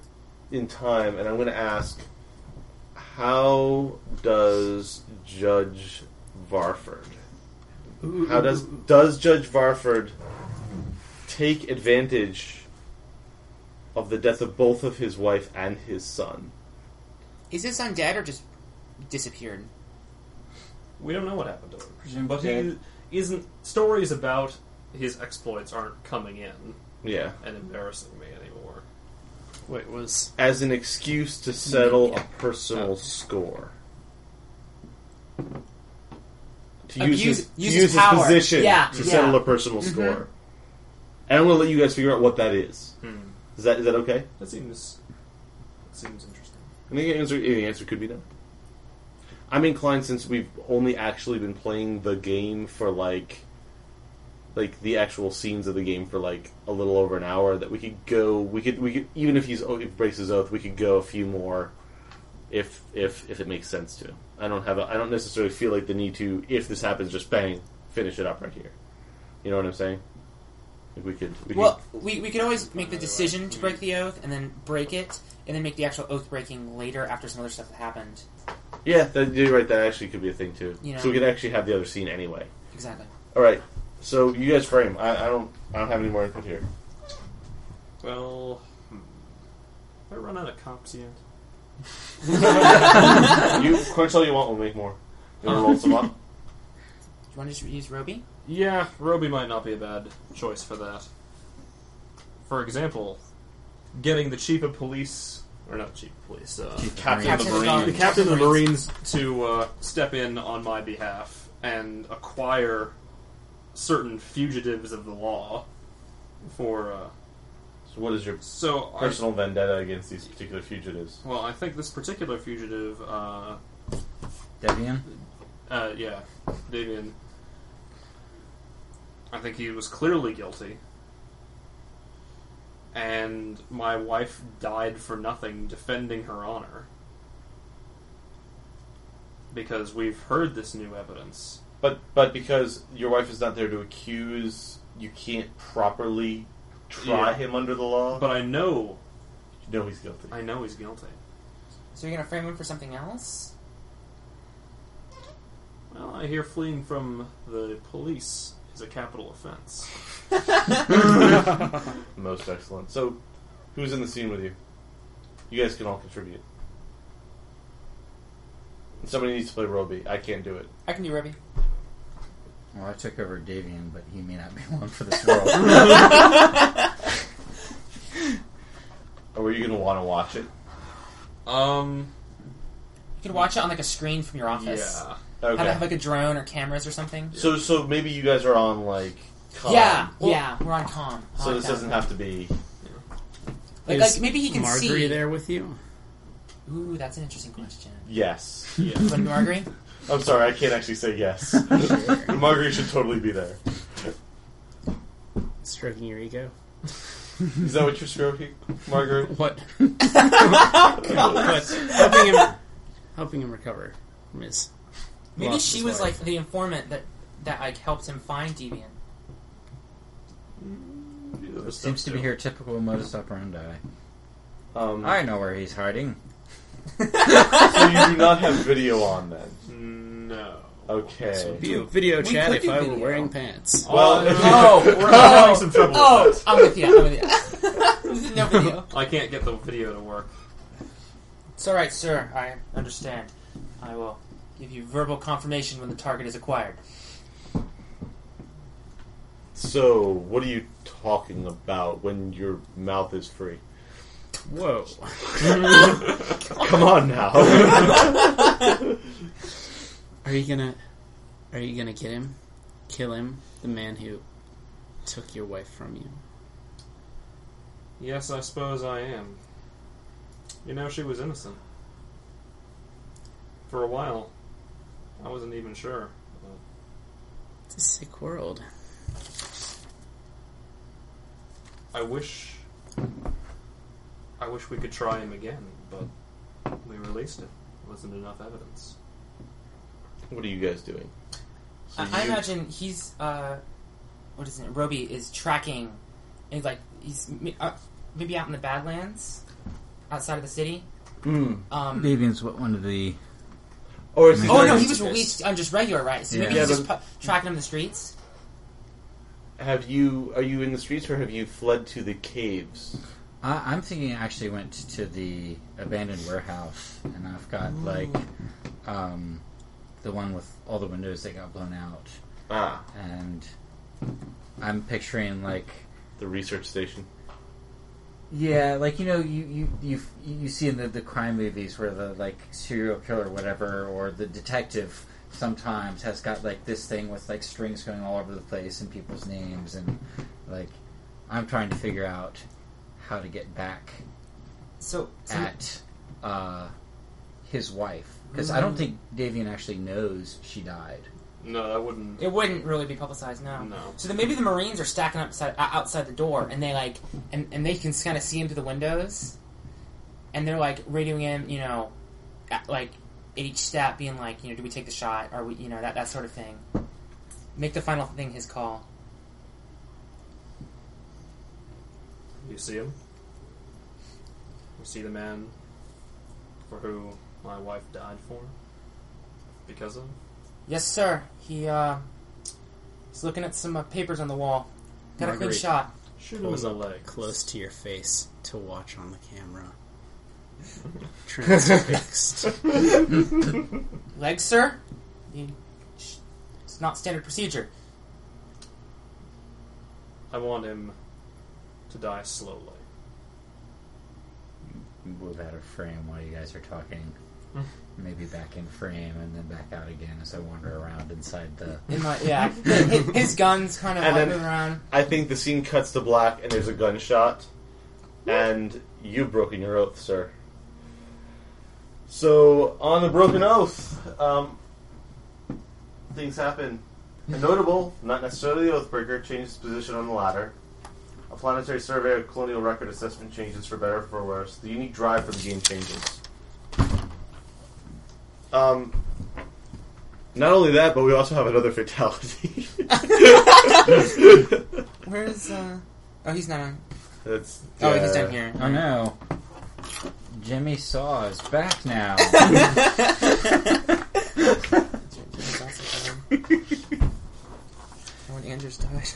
[SPEAKER 1] in time, and I'm going to ask, how does Judge Varford? How does does Judge Varford take advantage of the death of both of his wife and his son?
[SPEAKER 3] Is his son dead or just disappeared?
[SPEAKER 2] We don't know what happened to him.
[SPEAKER 5] Presumed
[SPEAKER 2] But
[SPEAKER 5] dead.
[SPEAKER 2] he isn't. Stories about his exploits aren't coming in
[SPEAKER 1] Yeah,
[SPEAKER 2] and embarrassing me anymore.
[SPEAKER 9] Wait, was
[SPEAKER 1] as an excuse to
[SPEAKER 3] Mm-hmm.
[SPEAKER 1] settle a
[SPEAKER 3] Oh.
[SPEAKER 1] personal score. To use,
[SPEAKER 3] Abuse-
[SPEAKER 1] his, to use
[SPEAKER 3] use his
[SPEAKER 1] his
[SPEAKER 3] power.
[SPEAKER 1] position
[SPEAKER 3] Yeah,
[SPEAKER 1] to
[SPEAKER 3] yeah. Mm-hmm.
[SPEAKER 1] settle a personal score. And I'm going to let you guys figure out what that is.
[SPEAKER 2] Hmm.
[SPEAKER 1] Is that is that okay?
[SPEAKER 2] That seems. That seems interesting.
[SPEAKER 1] And the answer, the answer could be no. I'm inclined since we've only actually been playing the game for like, like the actual scenes of the game for like a little over an hour that we could go. We could we could even if he's oh, if breaks his oath, we could go a few more, if if if it makes sense to. him. I don't have a, I don't necessarily feel like the need to. If this happens, just bang, finish it up right here. You know what I'm saying? Like we could. We
[SPEAKER 3] Well,
[SPEAKER 1] could
[SPEAKER 3] we, we could always make the decision to break the oath and then break it, and then make the actual oath breaking later after some other stuff that happened.
[SPEAKER 1] yeah, that, you're right. That actually could be a thing too.
[SPEAKER 3] You know.
[SPEAKER 1] So we could actually have the other scene anyway.
[SPEAKER 3] Exactly.
[SPEAKER 1] All right. So you guys frame. I, I don't. I don't have any more input here.
[SPEAKER 2] Well, hmm. have I run out of cops yet?
[SPEAKER 1] You crunch all you want. We'll make more. You want to roll some up?
[SPEAKER 3] Do you want to just use Roby?
[SPEAKER 2] Yeah, Roby might not be a bad choice for that. For example, getting the chief of police, or not chief of police, uh,
[SPEAKER 1] Captain
[SPEAKER 3] Captain of the Marines.
[SPEAKER 2] the captain of the Marines to uh, step in on my behalf and acquire certain fugitives of the law. For uh,
[SPEAKER 1] So what is your
[SPEAKER 2] so, I,
[SPEAKER 1] personal vendetta against these particular fugitives?
[SPEAKER 2] well, I think this particular fugitive, uh,
[SPEAKER 5] Devian.
[SPEAKER 2] uh, yeah, Davian. I think he was clearly guilty. And my wife died for nothing defending her honor. Because we've heard this new evidence.
[SPEAKER 1] But but because your wife is not there to accuse, you can't properly try
[SPEAKER 2] Yeah.
[SPEAKER 1] him under the law.
[SPEAKER 2] But I know,
[SPEAKER 1] no, he's guilty.
[SPEAKER 2] I know he's guilty.
[SPEAKER 3] So you're going to frame him for something <laughs> else?
[SPEAKER 2] Well, I hear fleeing from the police is a capital offense.
[SPEAKER 1] <laughs>
[SPEAKER 13] <laughs>
[SPEAKER 1] Most excellent. So who's in the scene with you? You guys can all contribute. Somebody needs to play Roby. I can't do it.
[SPEAKER 3] I can do <laughs> Roby.
[SPEAKER 5] Well, I took over Davian, but he may not be <laughs> long for this
[SPEAKER 3] <laughs>
[SPEAKER 5] world.
[SPEAKER 1] Or are you going to want to watch it?
[SPEAKER 2] Um,
[SPEAKER 3] You could watch it on like a screen from your office.
[SPEAKER 2] yeah.
[SPEAKER 1] Okay.
[SPEAKER 3] Have, have like a drone or cameras or something.
[SPEAKER 1] So, so maybe you guys are on like. Calm.
[SPEAKER 3] Yeah, yeah, we're on com.
[SPEAKER 1] So this
[SPEAKER 3] Podcast.
[SPEAKER 1] doesn't have to be.
[SPEAKER 3] Like,
[SPEAKER 9] Is
[SPEAKER 3] like, maybe he can
[SPEAKER 9] Marjorie
[SPEAKER 3] see.
[SPEAKER 9] there with you?
[SPEAKER 3] Ooh, that's an interesting question.
[SPEAKER 1] Yes.
[SPEAKER 3] You want to
[SPEAKER 1] <laughs>
[SPEAKER 3] be Marjorie?
[SPEAKER 1] I'm sorry, I can't actually say yes.
[SPEAKER 3] <laughs>
[SPEAKER 1] Marguerite should totally be there.
[SPEAKER 9] Stroking your ego.
[SPEAKER 1] Is that what you're stroking, Marguerite?
[SPEAKER 3] <laughs>
[SPEAKER 9] What? But helping him, helping him recover from his.
[SPEAKER 3] Maybe
[SPEAKER 9] loss
[SPEAKER 3] she
[SPEAKER 9] of
[SPEAKER 3] was
[SPEAKER 9] life.
[SPEAKER 3] like the informant that that like helped him find Devian.
[SPEAKER 1] <laughs>
[SPEAKER 5] <laughs> Seems to be her typical modus operandi.
[SPEAKER 1] Um,
[SPEAKER 5] I know where he's hiding.
[SPEAKER 1] so you do not have video on then.
[SPEAKER 2] No.
[SPEAKER 1] Okay.
[SPEAKER 9] This would be a video chat
[SPEAKER 3] could
[SPEAKER 9] if
[SPEAKER 3] do
[SPEAKER 9] I were
[SPEAKER 3] video.
[SPEAKER 9] wearing pants.
[SPEAKER 1] well, <laughs>
[SPEAKER 3] Oh,
[SPEAKER 2] We're having some trouble with
[SPEAKER 3] oh,
[SPEAKER 2] that.
[SPEAKER 3] I'm with you. I'm with
[SPEAKER 1] <laughs>
[SPEAKER 3] you. no video.
[SPEAKER 2] I can't get the video to <laughs> work.
[SPEAKER 3] It's all right, sir. I understand. I will give you verbal confirmation when the target is acquired.
[SPEAKER 1] so what are you talking about when your mouth is free?
[SPEAKER 9] Whoa.
[SPEAKER 3] <laughs>
[SPEAKER 1] Come on now.
[SPEAKER 9] Are you gonna Are you gonna get him? Kill him? The man who took your wife from you.
[SPEAKER 2] Yes, I suppose I am. You know, she was innocent. For a while, I wasn't even sure.
[SPEAKER 9] It's a sick world.
[SPEAKER 2] I wish. I wish we could try him again, but we released it. There wasn't enough evidence.
[SPEAKER 1] What are you guys doing? So
[SPEAKER 3] I, I
[SPEAKER 1] you-
[SPEAKER 3] imagine he's uh, what is it? Roby is tracking, and like he's m- uh, maybe out in the Badlands, outside of the city.
[SPEAKER 1] Mm.
[SPEAKER 3] Um,
[SPEAKER 5] Davian's what one of the
[SPEAKER 1] Or is he
[SPEAKER 3] Oh
[SPEAKER 1] like-
[SPEAKER 3] no, he was released on just regular, right? So maybe
[SPEAKER 5] Yeah.
[SPEAKER 3] he's
[SPEAKER 1] Yeah,
[SPEAKER 3] just pu- tracking him in the streets.
[SPEAKER 1] Have you? Are you in the streets or have you fled to the caves?
[SPEAKER 5] I, I'm thinking I actually went to the abandoned warehouse, and I've got like um, the one with all the windows that got blown out,
[SPEAKER 1] Ah,
[SPEAKER 5] and I'm picturing like
[SPEAKER 1] the research station.
[SPEAKER 5] yeah, like you know you you you you see in the, the crime movies where the like serial killer or whatever or the detective sometimes has got like this thing with like strings going all over the place and people's names and like I'm trying to figure out how to get back
[SPEAKER 3] So, so
[SPEAKER 5] at uh, his wife because I don't think Davian actually knows she died.
[SPEAKER 2] No, that wouldn't.
[SPEAKER 3] it wouldn't really be publicized now.
[SPEAKER 2] No.
[SPEAKER 3] So then maybe the Marines are stacking up outside, o- outside the door, and they like, and, and they can kind of see him through the windows, and they're like radioing him, you know, at, like at each step, being like, you know, do we take the shot? Are we, you know, that that sort of thing. Make the final thing his call.
[SPEAKER 2] You see him? You see the man for who my wife died for? Because of?
[SPEAKER 3] Yes, sir. He uh, he's looking at some uh, papers on the wall. Got a clean
[SPEAKER 9] Marguerite.
[SPEAKER 3] shot.
[SPEAKER 2] Shoot him in the leg.
[SPEAKER 9] Close to your face to watch on the camera. Transfixed.
[SPEAKER 3] Legs, sir. The- sh- It's not standard procedure.
[SPEAKER 2] I want him to die slowly.
[SPEAKER 5] Move out of frame while you guys are talking. Maybe back in frame and then back out again as I wander around inside the.
[SPEAKER 3] In my,
[SPEAKER 1] <laughs>
[SPEAKER 3] yeah, his, his guns kind of
[SPEAKER 1] And
[SPEAKER 3] like
[SPEAKER 1] then-
[SPEAKER 3] moving around.
[SPEAKER 1] I think the scene cuts to black and there's a gunshot, and you've broken your oath, sir. So on the broken oath, um, things happen. A notable, not necessarily the Oathbreaker, changes his position on the ladder. A planetary survey of colonial record assessment changes for better or for worse. The unique drive for the game changes. Um, not only that, but we also have another fatality. <laughs>
[SPEAKER 3] Where is? uh... Oh, he's not on.
[SPEAKER 1] That's
[SPEAKER 3] Oh,
[SPEAKER 1] yeah.
[SPEAKER 3] he's down here.
[SPEAKER 5] Oh <laughs> no! Jimmy Saw is back now!
[SPEAKER 3] He's also on. Oh, and Anders died.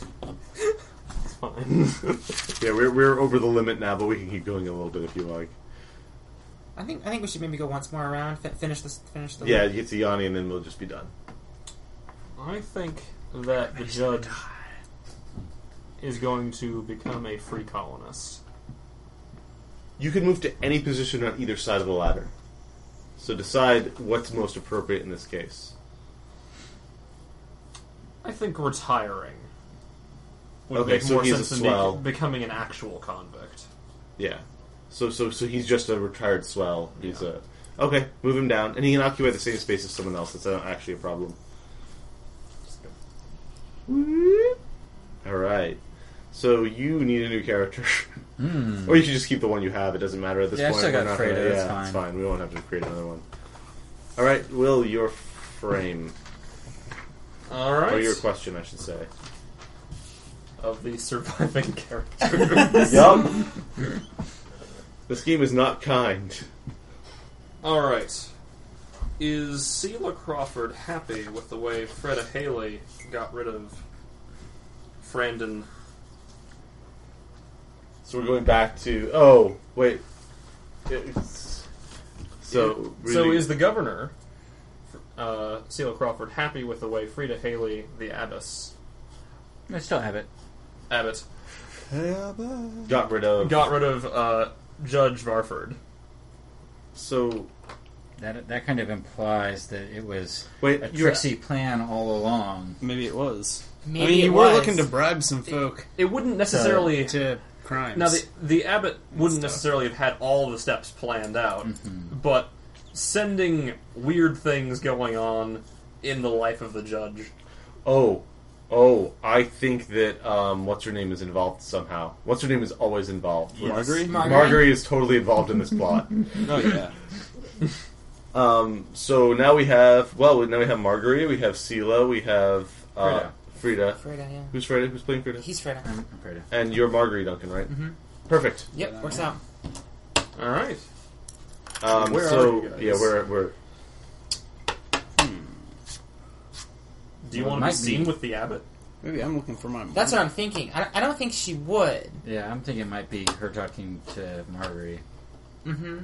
[SPEAKER 2] It's fine.
[SPEAKER 1] <laughs> Yeah, we're, we're over the limit now, but we can keep going a little bit if you like.
[SPEAKER 3] I think I think we should maybe go once more around. Fi- finish this. Finish the.
[SPEAKER 1] Yeah, get to Yanni and then we'll just be done.
[SPEAKER 2] I think that the judge is going to become a free colonist.
[SPEAKER 1] You can move to any position on either side of the ladder. So decide what's most appropriate in this case.
[SPEAKER 2] I think retiring would
[SPEAKER 1] Okay,
[SPEAKER 2] make
[SPEAKER 1] so
[SPEAKER 2] more
[SPEAKER 1] he is a
[SPEAKER 2] sense than
[SPEAKER 1] swell.
[SPEAKER 2] be- becoming an actual convict.
[SPEAKER 1] Yeah. So so so he's just a retired swell. He's a okay. Move him down, and he can occupy the same space as someone else. That's not actually a problem. All right. So you need a new character, <laughs>
[SPEAKER 5] Hmm.
[SPEAKER 1] or you can just keep the one you have. It doesn't matter at this
[SPEAKER 5] Yeah, I
[SPEAKER 1] point.
[SPEAKER 5] still
[SPEAKER 1] We're
[SPEAKER 5] got
[SPEAKER 1] not
[SPEAKER 5] Fredo,
[SPEAKER 1] gonna-
[SPEAKER 5] it's
[SPEAKER 1] yeah,
[SPEAKER 5] fine.
[SPEAKER 1] We won't have to create another one. All right, Will, your frame
[SPEAKER 2] All
[SPEAKER 1] or
[SPEAKER 2] right.
[SPEAKER 1] your question, I should say.
[SPEAKER 2] Of
[SPEAKER 1] <laughs>
[SPEAKER 2] the surviving character.
[SPEAKER 1] yup. <laughs> This game is not kind.
[SPEAKER 2] All right. Is Seela Crawford happy with the way Freda Haley got rid of Frandon?
[SPEAKER 1] So we're going back to. Oh wait. It's, so
[SPEAKER 2] so
[SPEAKER 1] really-
[SPEAKER 2] is the governor, uh, Seela Crawford, happy with the way Frida Haley, the abbess,
[SPEAKER 5] I still have it.
[SPEAKER 2] abbot,
[SPEAKER 1] got rid of.
[SPEAKER 2] got rid of uh, Judge Varford?
[SPEAKER 1] so
[SPEAKER 5] that that kind of implies that it was
[SPEAKER 1] Wait,
[SPEAKER 5] a
[SPEAKER 1] you're-
[SPEAKER 5] tricksy plan all along.
[SPEAKER 9] <laughs> Maybe it was.
[SPEAKER 3] Maybe
[SPEAKER 9] I mean,
[SPEAKER 3] it
[SPEAKER 9] you
[SPEAKER 3] was.
[SPEAKER 9] were looking to bribe some folk
[SPEAKER 2] It wouldn't necessarily.
[SPEAKER 9] to crimes.
[SPEAKER 2] Now, the, the abbot wouldn't
[SPEAKER 9] stuff.
[SPEAKER 2] necessarily have had all the steps planned out, but sending weird things going on in the life of the judge.
[SPEAKER 1] Oh, oh, I think that um, what's her name is involved somehow. What's her name is always involved.
[SPEAKER 9] Margery?
[SPEAKER 3] Margaret?
[SPEAKER 1] Marguerite is totally involved in this
[SPEAKER 2] <laughs>
[SPEAKER 1] plot.
[SPEAKER 9] oh yeah.
[SPEAKER 1] Um, so now we have well, now we have Marguerite, we have Sela, we have uh, Frida.
[SPEAKER 3] Freda, yeah.
[SPEAKER 1] Who's Frida? Who's playing Frida?
[SPEAKER 3] He's Freda.
[SPEAKER 5] I'm afraid of.
[SPEAKER 1] And you're Marguerite Duncan, right?
[SPEAKER 2] Mm-hmm.
[SPEAKER 3] Mhm.
[SPEAKER 1] Perfect.
[SPEAKER 3] Yep, works out.
[SPEAKER 2] All right.
[SPEAKER 1] Um,
[SPEAKER 2] Where
[SPEAKER 1] so
[SPEAKER 2] are you guys?
[SPEAKER 1] yeah, we're we're
[SPEAKER 2] Do you
[SPEAKER 5] Well,
[SPEAKER 2] want
[SPEAKER 5] it
[SPEAKER 2] to be
[SPEAKER 5] might
[SPEAKER 2] seen
[SPEAKER 5] be.
[SPEAKER 2] with the abbot?
[SPEAKER 9] Maybe I'm looking for my. Mom.
[SPEAKER 3] That's what I'm thinking. I, I don't think she would.
[SPEAKER 5] Yeah, I'm thinking it might be her talking to Marguerite.
[SPEAKER 3] Mm-hmm.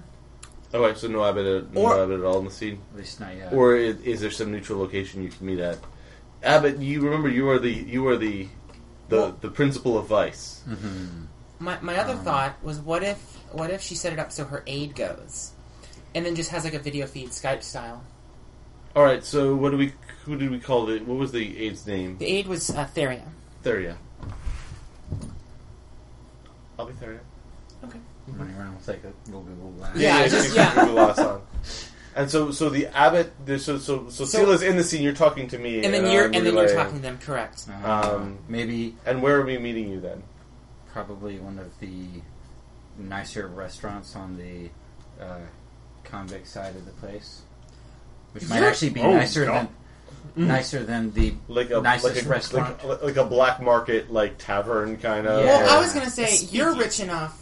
[SPEAKER 1] okay. So no Abbott, no
[SPEAKER 3] Or-
[SPEAKER 1] Abbott at all in the scene.
[SPEAKER 5] At least uh, not yet.
[SPEAKER 1] Or is, is there some neutral location you can meet at? Abbott, you remember you are the you are the the
[SPEAKER 3] Well-
[SPEAKER 1] the principal of Vice.
[SPEAKER 2] Hmm.
[SPEAKER 5] Mhm.
[SPEAKER 3] My, my other
[SPEAKER 5] Um,
[SPEAKER 3] thought was, what if what if she set it up so her aide goes, and then just has like a video feed Skype style.
[SPEAKER 1] All right. So what do we who did we call the what was the aide's name?
[SPEAKER 3] The aide was uh, Theria.
[SPEAKER 1] Theria. I'll be Theria.
[SPEAKER 5] running around with like a little Google Glass.
[SPEAKER 3] Yeah,
[SPEAKER 1] she's
[SPEAKER 3] just- yeah.
[SPEAKER 1] got the last on. And so, so the abbot, the- so so so,
[SPEAKER 3] So-
[SPEAKER 1] Sela's in the scene. You're talking to me,
[SPEAKER 3] And then you're
[SPEAKER 1] I'm
[SPEAKER 3] and then you're
[SPEAKER 1] relaying.
[SPEAKER 3] talking to them, correct?
[SPEAKER 5] Uh,
[SPEAKER 1] Um,
[SPEAKER 5] maybe
[SPEAKER 1] And where are we meeting you then?
[SPEAKER 5] probably one of the nicer restaurants on the uh, convict side of the place, which might
[SPEAKER 3] You're-
[SPEAKER 5] actually be
[SPEAKER 2] Oh, Mm.
[SPEAKER 5] nicer
[SPEAKER 2] God.
[SPEAKER 5] than nicer than the
[SPEAKER 1] Like a
[SPEAKER 5] nicest
[SPEAKER 1] like a,
[SPEAKER 5] restaurant.
[SPEAKER 1] like, like a black market like tavern kind of.
[SPEAKER 5] Yeah.
[SPEAKER 3] Well, I was gonna say
[SPEAKER 9] Speaky.
[SPEAKER 3] you're rich enough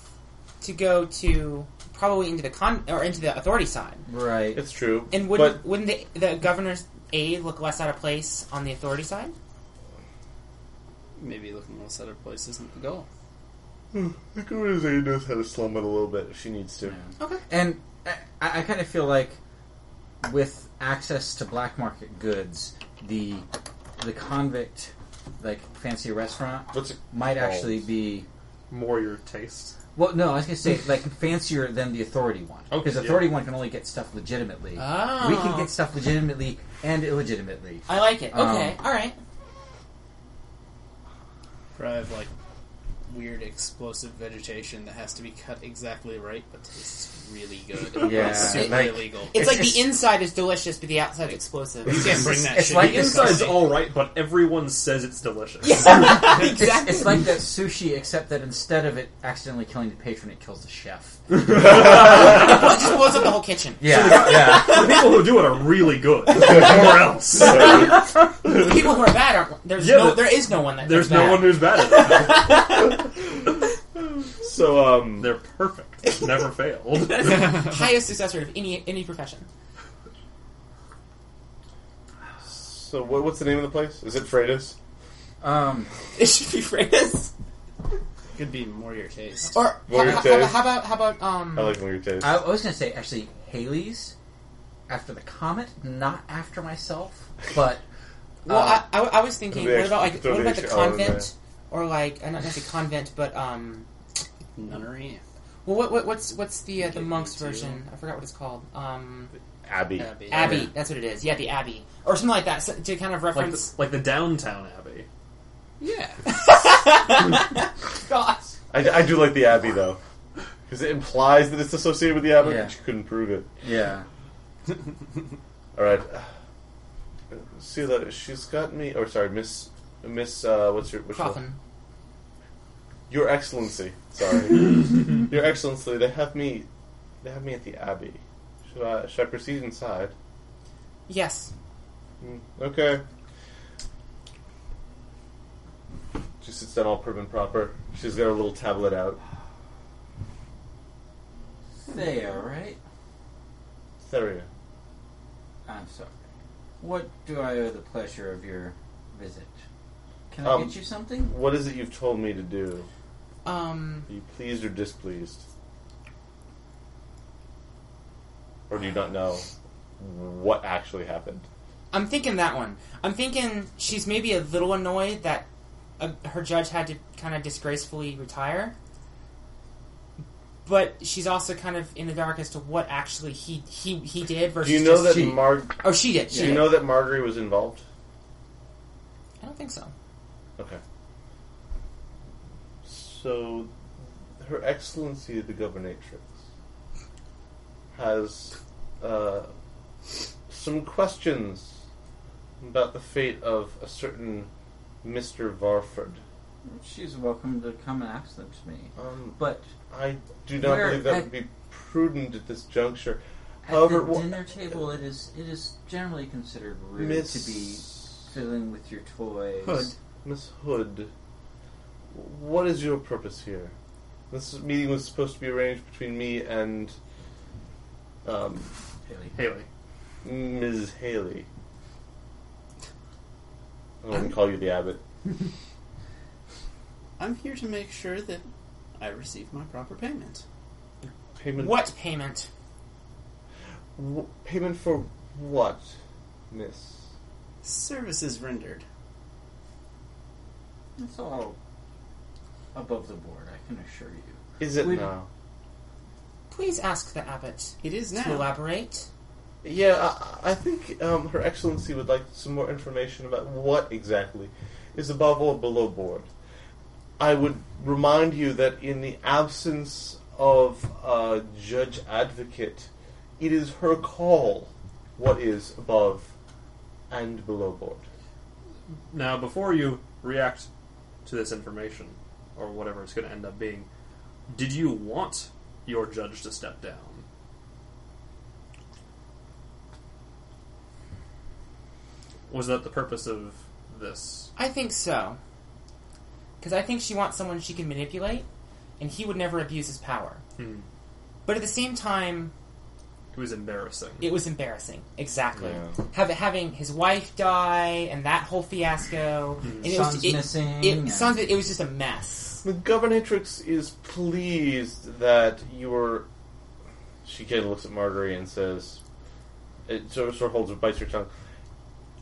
[SPEAKER 3] to go to probably into the con or into the authority side,
[SPEAKER 5] right.
[SPEAKER 1] it's true.
[SPEAKER 3] and wouldn't wouldn't the, the governor's aide look less out of place on the authority side?
[SPEAKER 9] Maybe looking else other place isn't the goal.
[SPEAKER 1] but the Kurizay knows how to slum it a little bit if she needs to.
[SPEAKER 5] Yeah.
[SPEAKER 3] Okay.
[SPEAKER 5] And I, I kind of feel like with access to black market goods, the the convict like fancy restaurant
[SPEAKER 1] What's it?
[SPEAKER 5] might
[SPEAKER 1] called?
[SPEAKER 5] actually
[SPEAKER 1] <laughs>
[SPEAKER 5] be
[SPEAKER 2] More your taste.
[SPEAKER 5] well no I was gonna say
[SPEAKER 2] <laughs>
[SPEAKER 5] like fancier than the authority one
[SPEAKER 2] Okay,
[SPEAKER 5] because
[SPEAKER 2] yeah.
[SPEAKER 5] authority one can only get stuff legitimately
[SPEAKER 3] Oh,
[SPEAKER 5] we can get stuff legitimately and illegitimately
[SPEAKER 3] I like it. Okay,
[SPEAKER 5] Um,
[SPEAKER 3] all right.
[SPEAKER 9] Probably have, like weird explosive vegetation that has to be cut exactly right, but tastes really <laughs> good.
[SPEAKER 5] Yeah,
[SPEAKER 9] it's super
[SPEAKER 5] like-
[SPEAKER 9] illegal.
[SPEAKER 3] It's,
[SPEAKER 5] it's-
[SPEAKER 3] like
[SPEAKER 5] it's-
[SPEAKER 3] the inside is delicious, but the outside's explosive. <laughs>
[SPEAKER 9] You can't bring that
[SPEAKER 5] it's
[SPEAKER 9] shit
[SPEAKER 5] like
[SPEAKER 9] into
[SPEAKER 5] this-
[SPEAKER 9] <laughs>
[SPEAKER 2] Inside's
[SPEAKER 9] society.
[SPEAKER 2] all right, but everyone says it's delicious. <laughs>
[SPEAKER 3] Yeah,
[SPEAKER 5] It's-
[SPEAKER 3] <laughs> exactly.
[SPEAKER 5] it's, like that sushi except that instead of it accidentally killing the patron it kills the chef
[SPEAKER 3] it just blows up the whole kitchen.
[SPEAKER 5] <laughs> yeah yeah
[SPEAKER 2] the people who do it are really good. Or <laughs> else.
[SPEAKER 3] The people who are bad aren't. There's
[SPEAKER 2] Yeah,
[SPEAKER 3] no.
[SPEAKER 2] but-
[SPEAKER 3] there is no one that.
[SPEAKER 2] There's
[SPEAKER 5] Bad.
[SPEAKER 2] no one who's bad at it.
[SPEAKER 1] So um,
[SPEAKER 2] They're perfect. It's never <laughs> failed.
[SPEAKER 3] That is the highest success rate of any any profession. <laughs>
[SPEAKER 1] so what, what's the name of the place? Is it Freitas?
[SPEAKER 5] um
[SPEAKER 3] It should be Freitas.
[SPEAKER 9] Could be more your taste.
[SPEAKER 3] Or how,
[SPEAKER 1] Warrior
[SPEAKER 3] how-
[SPEAKER 1] Taste.
[SPEAKER 3] how about how about um?
[SPEAKER 1] I like when you taste.
[SPEAKER 5] I, I was gonna say actually Haley's after the comet, not after myself, but
[SPEAKER 3] well,
[SPEAKER 5] uh,
[SPEAKER 3] I, I, I was thinking.
[SPEAKER 1] Um, the
[SPEAKER 3] What
[SPEAKER 1] extra-
[SPEAKER 3] about like what
[SPEAKER 1] throw the
[SPEAKER 3] about the
[SPEAKER 1] extra element
[SPEAKER 3] convent or like uh, not necessarily convent, but um.
[SPEAKER 9] Nunnery.
[SPEAKER 3] Well, what, what what's what's the uh, the
[SPEAKER 9] Get
[SPEAKER 3] monks
[SPEAKER 9] me too.
[SPEAKER 3] version? I forgot what it's called. Um,
[SPEAKER 1] Abbey.
[SPEAKER 9] Abbey.
[SPEAKER 3] Abbey. That's what it is. Yeah, the Abbey or something like that so, to kind of
[SPEAKER 2] Like the,
[SPEAKER 3] reference.
[SPEAKER 2] like the downtown abbey.
[SPEAKER 9] Yeah.
[SPEAKER 3] Gosh.
[SPEAKER 1] I, I do like the Abbey though, because it implies that it's associated with the Abbey,
[SPEAKER 5] Yeah.
[SPEAKER 1] but you couldn't prove it.
[SPEAKER 5] yeah,
[SPEAKER 1] All right, Sela, she's got me. Or sorry, Miss Miss. Uh, what's your what's your-
[SPEAKER 3] Coffin.
[SPEAKER 1] Your Excellency. Sorry, Your Excellency. They have me. They have me at the Abbey. Should I should I proceed inside?
[SPEAKER 3] Yes.
[SPEAKER 1] Mm, Okay. She sits down all prim and proper. She's got her little tablet out.
[SPEAKER 5] they are right.
[SPEAKER 1] Theria.
[SPEAKER 5] I'm sorry. What do I owe the pleasure of your visit? Can
[SPEAKER 1] Um,
[SPEAKER 5] I get you something?
[SPEAKER 1] What is it you've told me to do?
[SPEAKER 3] Um.
[SPEAKER 1] Are you pleased or displeased? Or do you not know what actually happened?
[SPEAKER 3] I'm thinking that one. I'm thinking she's maybe a little annoyed that uh, her judge had to kind of disgracefully retire, but she's also kind of in the dark as to what actually he he, he did versus
[SPEAKER 1] Do you know
[SPEAKER 3] just
[SPEAKER 1] that
[SPEAKER 3] she.
[SPEAKER 1] Mar-
[SPEAKER 3] oh, she did. She
[SPEAKER 1] Do you
[SPEAKER 3] did.
[SPEAKER 1] know that Margery was involved?
[SPEAKER 3] I don't think so.
[SPEAKER 1] Okay. So, Her Excellency the Governatrix has uh, some questions about the fate of a certain Mister Varford.
[SPEAKER 5] She's welcome to come and ask them to me.
[SPEAKER 1] Um,
[SPEAKER 5] But
[SPEAKER 1] I do not
[SPEAKER 5] Where
[SPEAKER 1] believe that
[SPEAKER 5] at-
[SPEAKER 1] would be prudent at this juncture.
[SPEAKER 5] at
[SPEAKER 1] However,
[SPEAKER 5] the
[SPEAKER 1] wha-
[SPEAKER 5] dinner table, it is it is generally considered rude to be
[SPEAKER 1] Miss
[SPEAKER 5] fiddling with your toys.
[SPEAKER 9] Hood.
[SPEAKER 1] Miss Hood, what is your purpose here? This meeting was supposed to be arranged between me and um,
[SPEAKER 5] Haley.
[SPEAKER 2] Haley.
[SPEAKER 1] Ms. Haley. I wouldn't call you the abbot.
[SPEAKER 9] I'm here to make sure that I receive my proper payment.
[SPEAKER 1] Payment.
[SPEAKER 3] What payment?
[SPEAKER 1] W- payment for what, Miss?
[SPEAKER 9] Services rendered.
[SPEAKER 5] It's all above the board, I can assure you.
[SPEAKER 1] Is it
[SPEAKER 5] Would-
[SPEAKER 1] now?
[SPEAKER 3] Please ask the abbot
[SPEAKER 9] It is
[SPEAKER 3] to
[SPEAKER 9] now.
[SPEAKER 3] elaborate.
[SPEAKER 1] Yeah, I, I think um, Her Excellency would like some more information about what exactly is above or below board. I would remind you that in the absence of a judge advocate, it is her call what is above and below board.
[SPEAKER 2] Now, before you react to this information, or whatever it's going to end up being, did you want your judge to step down? Was that the purpose of this?
[SPEAKER 3] I think so. Because I think she wants someone she can manipulate, and he would never abuse his power.
[SPEAKER 2] Hmm.
[SPEAKER 3] But at the same time,
[SPEAKER 2] It was embarrassing.
[SPEAKER 3] it was embarrassing. Exactly. Have, having his wife die and that whole fiasco. And it was,
[SPEAKER 5] Son's
[SPEAKER 3] it,
[SPEAKER 5] missing,
[SPEAKER 3] It,
[SPEAKER 5] and-
[SPEAKER 3] sons, it was just a mess.
[SPEAKER 1] The governatrix is pleased that you're. She kind of looks at Marguerite and says, "It sort of, sort of holds her, bites her tongue.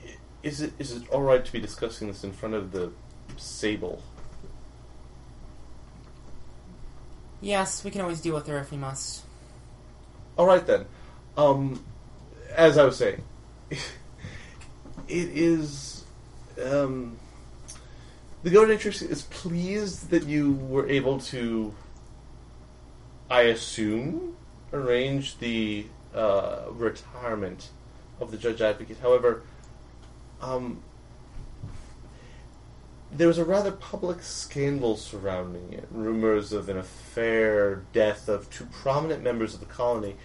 [SPEAKER 1] "I- Is it is it all right to be discussing this in front of the sable?
[SPEAKER 3] Yes, we can always deal with her if we must.
[SPEAKER 1] All right then. Um, as I was saying, <laughs> it is um, the governatrix is pleased that you were able to, I assume, arrange the uh, retirement of the judge advocate. However, um, there was a rather public scandal surrounding it. Rumors of an affair, death of two prominent members of the colony,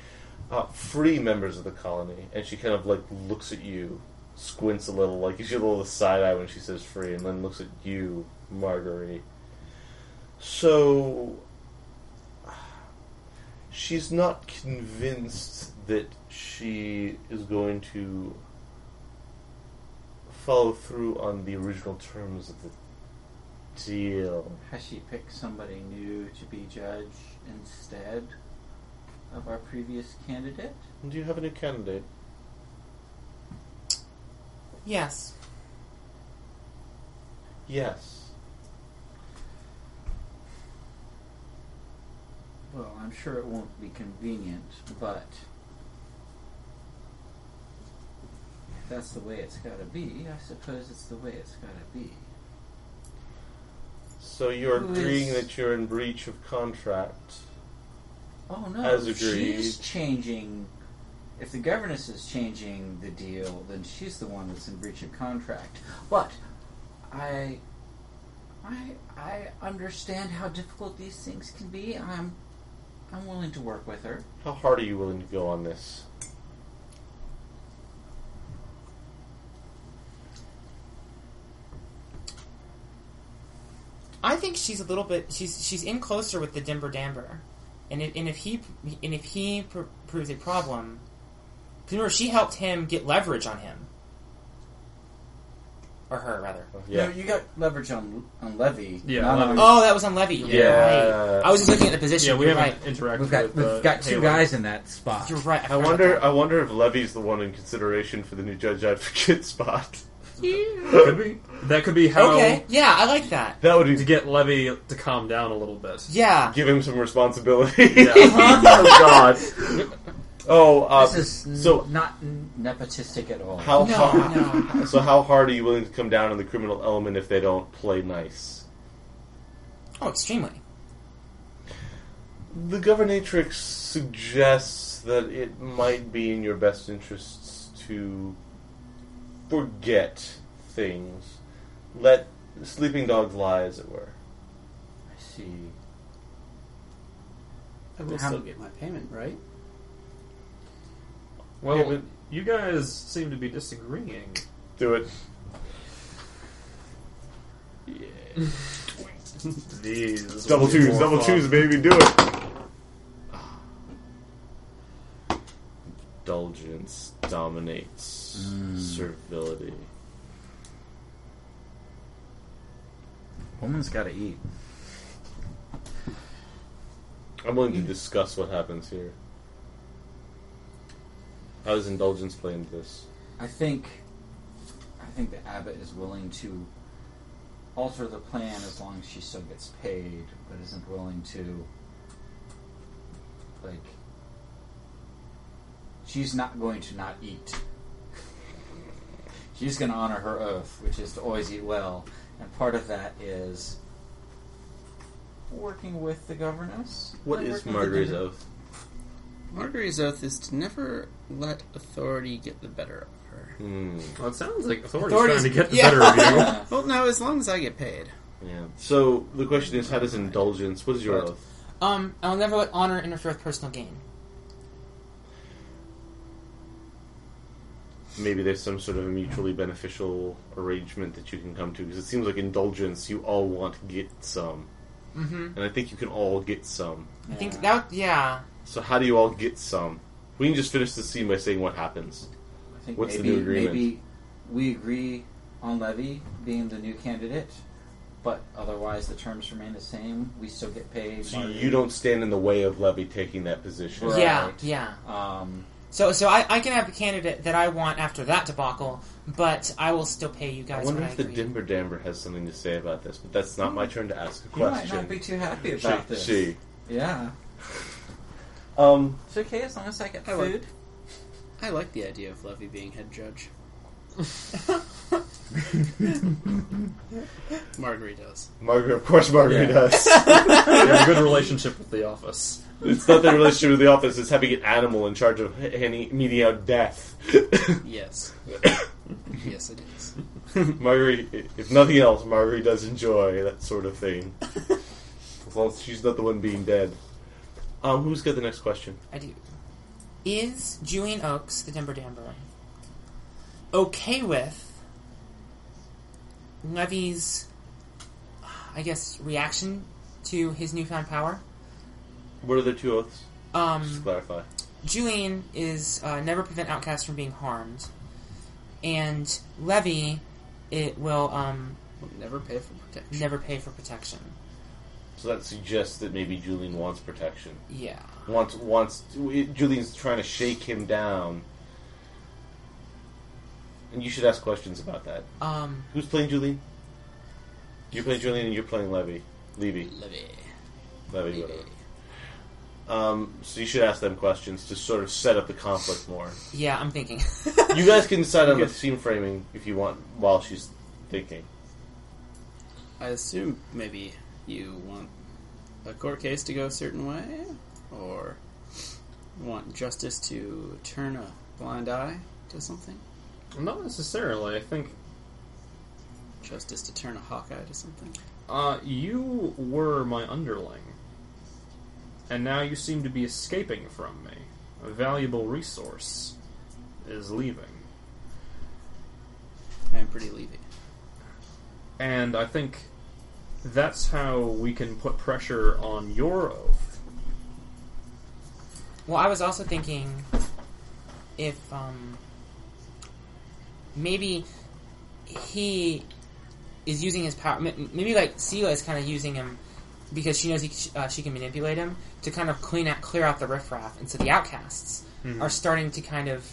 [SPEAKER 1] uh, free members of the colony, and she kind of like looks at you, squints a little, like gives you a little side eye when she says free, and then looks at you, Marguerite. So she's not convinced that she is going to follow through on the original terms of the deal.
[SPEAKER 5] Has she picked somebody new to be judge instead of our previous candidate?
[SPEAKER 1] Do you have a new candidate?
[SPEAKER 3] Yes.
[SPEAKER 1] Yes.
[SPEAKER 5] Well, I'm sure it won't be convenient, but if that's the way it's gotta be, I suppose it's the way it's gotta be.
[SPEAKER 1] So you're
[SPEAKER 5] Who
[SPEAKER 1] agreeing
[SPEAKER 5] is-
[SPEAKER 1] that you're in breach of contract.
[SPEAKER 5] Oh no,
[SPEAKER 1] As
[SPEAKER 5] if
[SPEAKER 1] agreed.
[SPEAKER 5] she's changing. If the governess is changing the deal, then she's the one that's in breach of contract. But I, I, I understand how difficult these things can be. I'm, I'm willing to work with her.
[SPEAKER 1] How hard are you willing to go on this?
[SPEAKER 3] I think she's a little bit. She's she's in closer with the Dimber Damber, and if, and if he and if he pr- proves a problem, 'cause remember she helped him get leverage on him, or her rather.
[SPEAKER 1] Yeah.
[SPEAKER 5] No, you got leverage on on Levy.
[SPEAKER 2] Yeah,
[SPEAKER 5] not
[SPEAKER 2] Levy.
[SPEAKER 5] on-
[SPEAKER 3] Oh, that was on Levy. You're
[SPEAKER 1] Yeah.
[SPEAKER 3] right. I was just looking at the position.
[SPEAKER 2] Yeah, we
[SPEAKER 3] You're
[SPEAKER 2] haven't
[SPEAKER 3] right.
[SPEAKER 1] Oh,
[SPEAKER 2] interacted
[SPEAKER 13] We've got
[SPEAKER 2] with uh,
[SPEAKER 13] we've got two
[SPEAKER 2] Haley.
[SPEAKER 13] guys in that spot.
[SPEAKER 3] You're right.
[SPEAKER 1] I
[SPEAKER 3] forgot
[SPEAKER 1] wonder.
[SPEAKER 3] about
[SPEAKER 1] I wonder if Levy's the one in consideration for the new judge advocate <laughs> spot.
[SPEAKER 2] Could be. That could be how
[SPEAKER 3] Okay, yeah, I like that.
[SPEAKER 1] That would
[SPEAKER 2] to
[SPEAKER 1] be
[SPEAKER 2] get Levy to calm down a little bit.
[SPEAKER 3] Yeah,
[SPEAKER 1] give him some responsibility. <laughs>
[SPEAKER 2] Yeah.
[SPEAKER 1] oh God. Oh, uh,
[SPEAKER 13] This is
[SPEAKER 1] so-
[SPEAKER 13] so not nepotistic at all.
[SPEAKER 1] how,
[SPEAKER 3] No,
[SPEAKER 1] hard,
[SPEAKER 3] no.
[SPEAKER 1] so how hard are you willing to come down on the criminal element if they don't play nice?
[SPEAKER 3] oh, extremely.
[SPEAKER 1] The governatrix suggests that it might be in your best interests to forget things, let sleeping dogs lie, as it were.
[SPEAKER 13] I see.
[SPEAKER 9] I will
[SPEAKER 13] How-
[SPEAKER 9] still get my payment, right?
[SPEAKER 2] Well,
[SPEAKER 1] Yeah, but-
[SPEAKER 2] you guys seem to be disagreeing. <laughs>
[SPEAKER 1] Do it.
[SPEAKER 2] These
[SPEAKER 1] Double
[SPEAKER 2] will be
[SPEAKER 1] twos,
[SPEAKER 2] more
[SPEAKER 1] double
[SPEAKER 2] fun.
[SPEAKER 1] twos, baby, do it. Indulgence dominates servility.
[SPEAKER 13] Woman's got to eat.
[SPEAKER 1] I'm willing to discuss what happens here. How does indulgence play into this?
[SPEAKER 13] I think I think the abbot is willing to alter the plan as long as she still gets paid, but isn't willing to like she's not going to not eat. <laughs> she's going to honor her oath, which is to always eat well, and part of that is working with the governess.
[SPEAKER 1] What
[SPEAKER 13] Like
[SPEAKER 1] is
[SPEAKER 13] working with the
[SPEAKER 1] Margary's
[SPEAKER 13] dinner-
[SPEAKER 1] oath?
[SPEAKER 9] Margary's oath is to never let authority get the better of her.
[SPEAKER 1] Hmm.
[SPEAKER 2] Well, it sounds like authority's,
[SPEAKER 3] Authority's-
[SPEAKER 2] trying to get the
[SPEAKER 3] yeah.
[SPEAKER 2] better of
[SPEAKER 3] <laughs>
[SPEAKER 13] Yeah.
[SPEAKER 9] Well, no, as long as I get paid.
[SPEAKER 1] Yeah. So the question is, how does indulgence? What is your
[SPEAKER 9] Right.
[SPEAKER 1] oath?
[SPEAKER 3] Um, I'll never let honor interfere with personal gain.
[SPEAKER 1] Maybe there's some sort of a mutually beneficial arrangement that you can come to because it seems like indulgence. You all want to get some,
[SPEAKER 3] Mm-hmm.
[SPEAKER 1] and I think you can all get some.
[SPEAKER 3] I
[SPEAKER 13] Yeah.
[SPEAKER 3] think that. would- Yeah.
[SPEAKER 1] So how do you all get some? We can just finish the scene by saying what happens.
[SPEAKER 13] I think
[SPEAKER 1] What's the
[SPEAKER 13] maybe,
[SPEAKER 1] new agreement?
[SPEAKER 13] Maybe we agree on Levy being the new candidate, but otherwise the terms remain the same. We still get paid.
[SPEAKER 1] So you don't stand in the way of Levy taking that position.
[SPEAKER 13] Right.
[SPEAKER 3] Yeah. Yeah.
[SPEAKER 13] Um,
[SPEAKER 3] So, so I, I can have the candidate that I want after that debacle, but I will still pay you
[SPEAKER 1] I
[SPEAKER 3] guys.
[SPEAKER 1] wonder
[SPEAKER 3] what
[SPEAKER 1] if the
[SPEAKER 3] agree.
[SPEAKER 1] Dimber Damber has something to say about this, but that's not my turn to ask a
[SPEAKER 13] you might not
[SPEAKER 1] question.
[SPEAKER 13] be too happy about
[SPEAKER 1] she,
[SPEAKER 13] this.
[SPEAKER 1] she.
[SPEAKER 13] Yeah,
[SPEAKER 1] Um, <laughs>
[SPEAKER 13] it's okay as long as I get
[SPEAKER 9] I like-
[SPEAKER 13] food.
[SPEAKER 9] I like the idea of Levy being head judge. Margery does.
[SPEAKER 1] Margaret, of course, Margaret
[SPEAKER 13] Yeah.
[SPEAKER 1] does.
[SPEAKER 2] you. You have a good relationship with the office.
[SPEAKER 1] It's not the relationship with the office. It's having an animal in charge of h- handing, meeting out death. <laughs>
[SPEAKER 9] Yes. <coughs> yes, it is.
[SPEAKER 1] Marguerite, if nothing else, Marguerite does enjoy that sort of thing. As long as she's not the one being dead. Um, who's got the next question?
[SPEAKER 3] I do. Is Julian Oakes, the Denver Damber, okay with Levy's, I guess, reaction to his newfound power?
[SPEAKER 1] What are the two oaths? Just to
[SPEAKER 3] Um,
[SPEAKER 1] clarify.
[SPEAKER 3] Julian is uh, never prevent outcasts from being harmed, and Levy, it will um,
[SPEAKER 9] Will never pay for protection.
[SPEAKER 3] never pay for protection.
[SPEAKER 1] So that suggests that maybe Julian wants protection.
[SPEAKER 3] Yeah.
[SPEAKER 1] Wants, wants. Julian's trying to shake him down. And you should ask questions about that.
[SPEAKER 3] Um,
[SPEAKER 1] Who's playing Julian? You're playing Julian and you're playing Levy. Levy.
[SPEAKER 9] Levy.
[SPEAKER 1] Levy,
[SPEAKER 9] Levy.
[SPEAKER 1] whatever. Um, so you should ask them questions to sort of set up the conflict more.
[SPEAKER 3] yeah, I'm thinking. <laughs>
[SPEAKER 1] You guys can decide on the scene framing if you want while she's thinking.
[SPEAKER 9] I assume maybe you want a court case to go a certain way, or want justice to turn a blind eye to something,
[SPEAKER 2] Not necessarily. I think
[SPEAKER 9] justice to turn a hawk eye to something.
[SPEAKER 2] uh, you were my underling, and now you seem to be escaping from me. A valuable resource is leaving.
[SPEAKER 9] I'm pretty levy.
[SPEAKER 2] And I think that's how we can put pressure on your oath.
[SPEAKER 3] Well, I was also thinking if um, maybe he is using his power. m- m- Maybe like Sela is kind of using him because she knows he, c- uh, she can manipulate him to kind of clean out, clear out the riffraff, and so the outcasts
[SPEAKER 1] Mm-hmm. <laughs>
[SPEAKER 3] are starting to kind of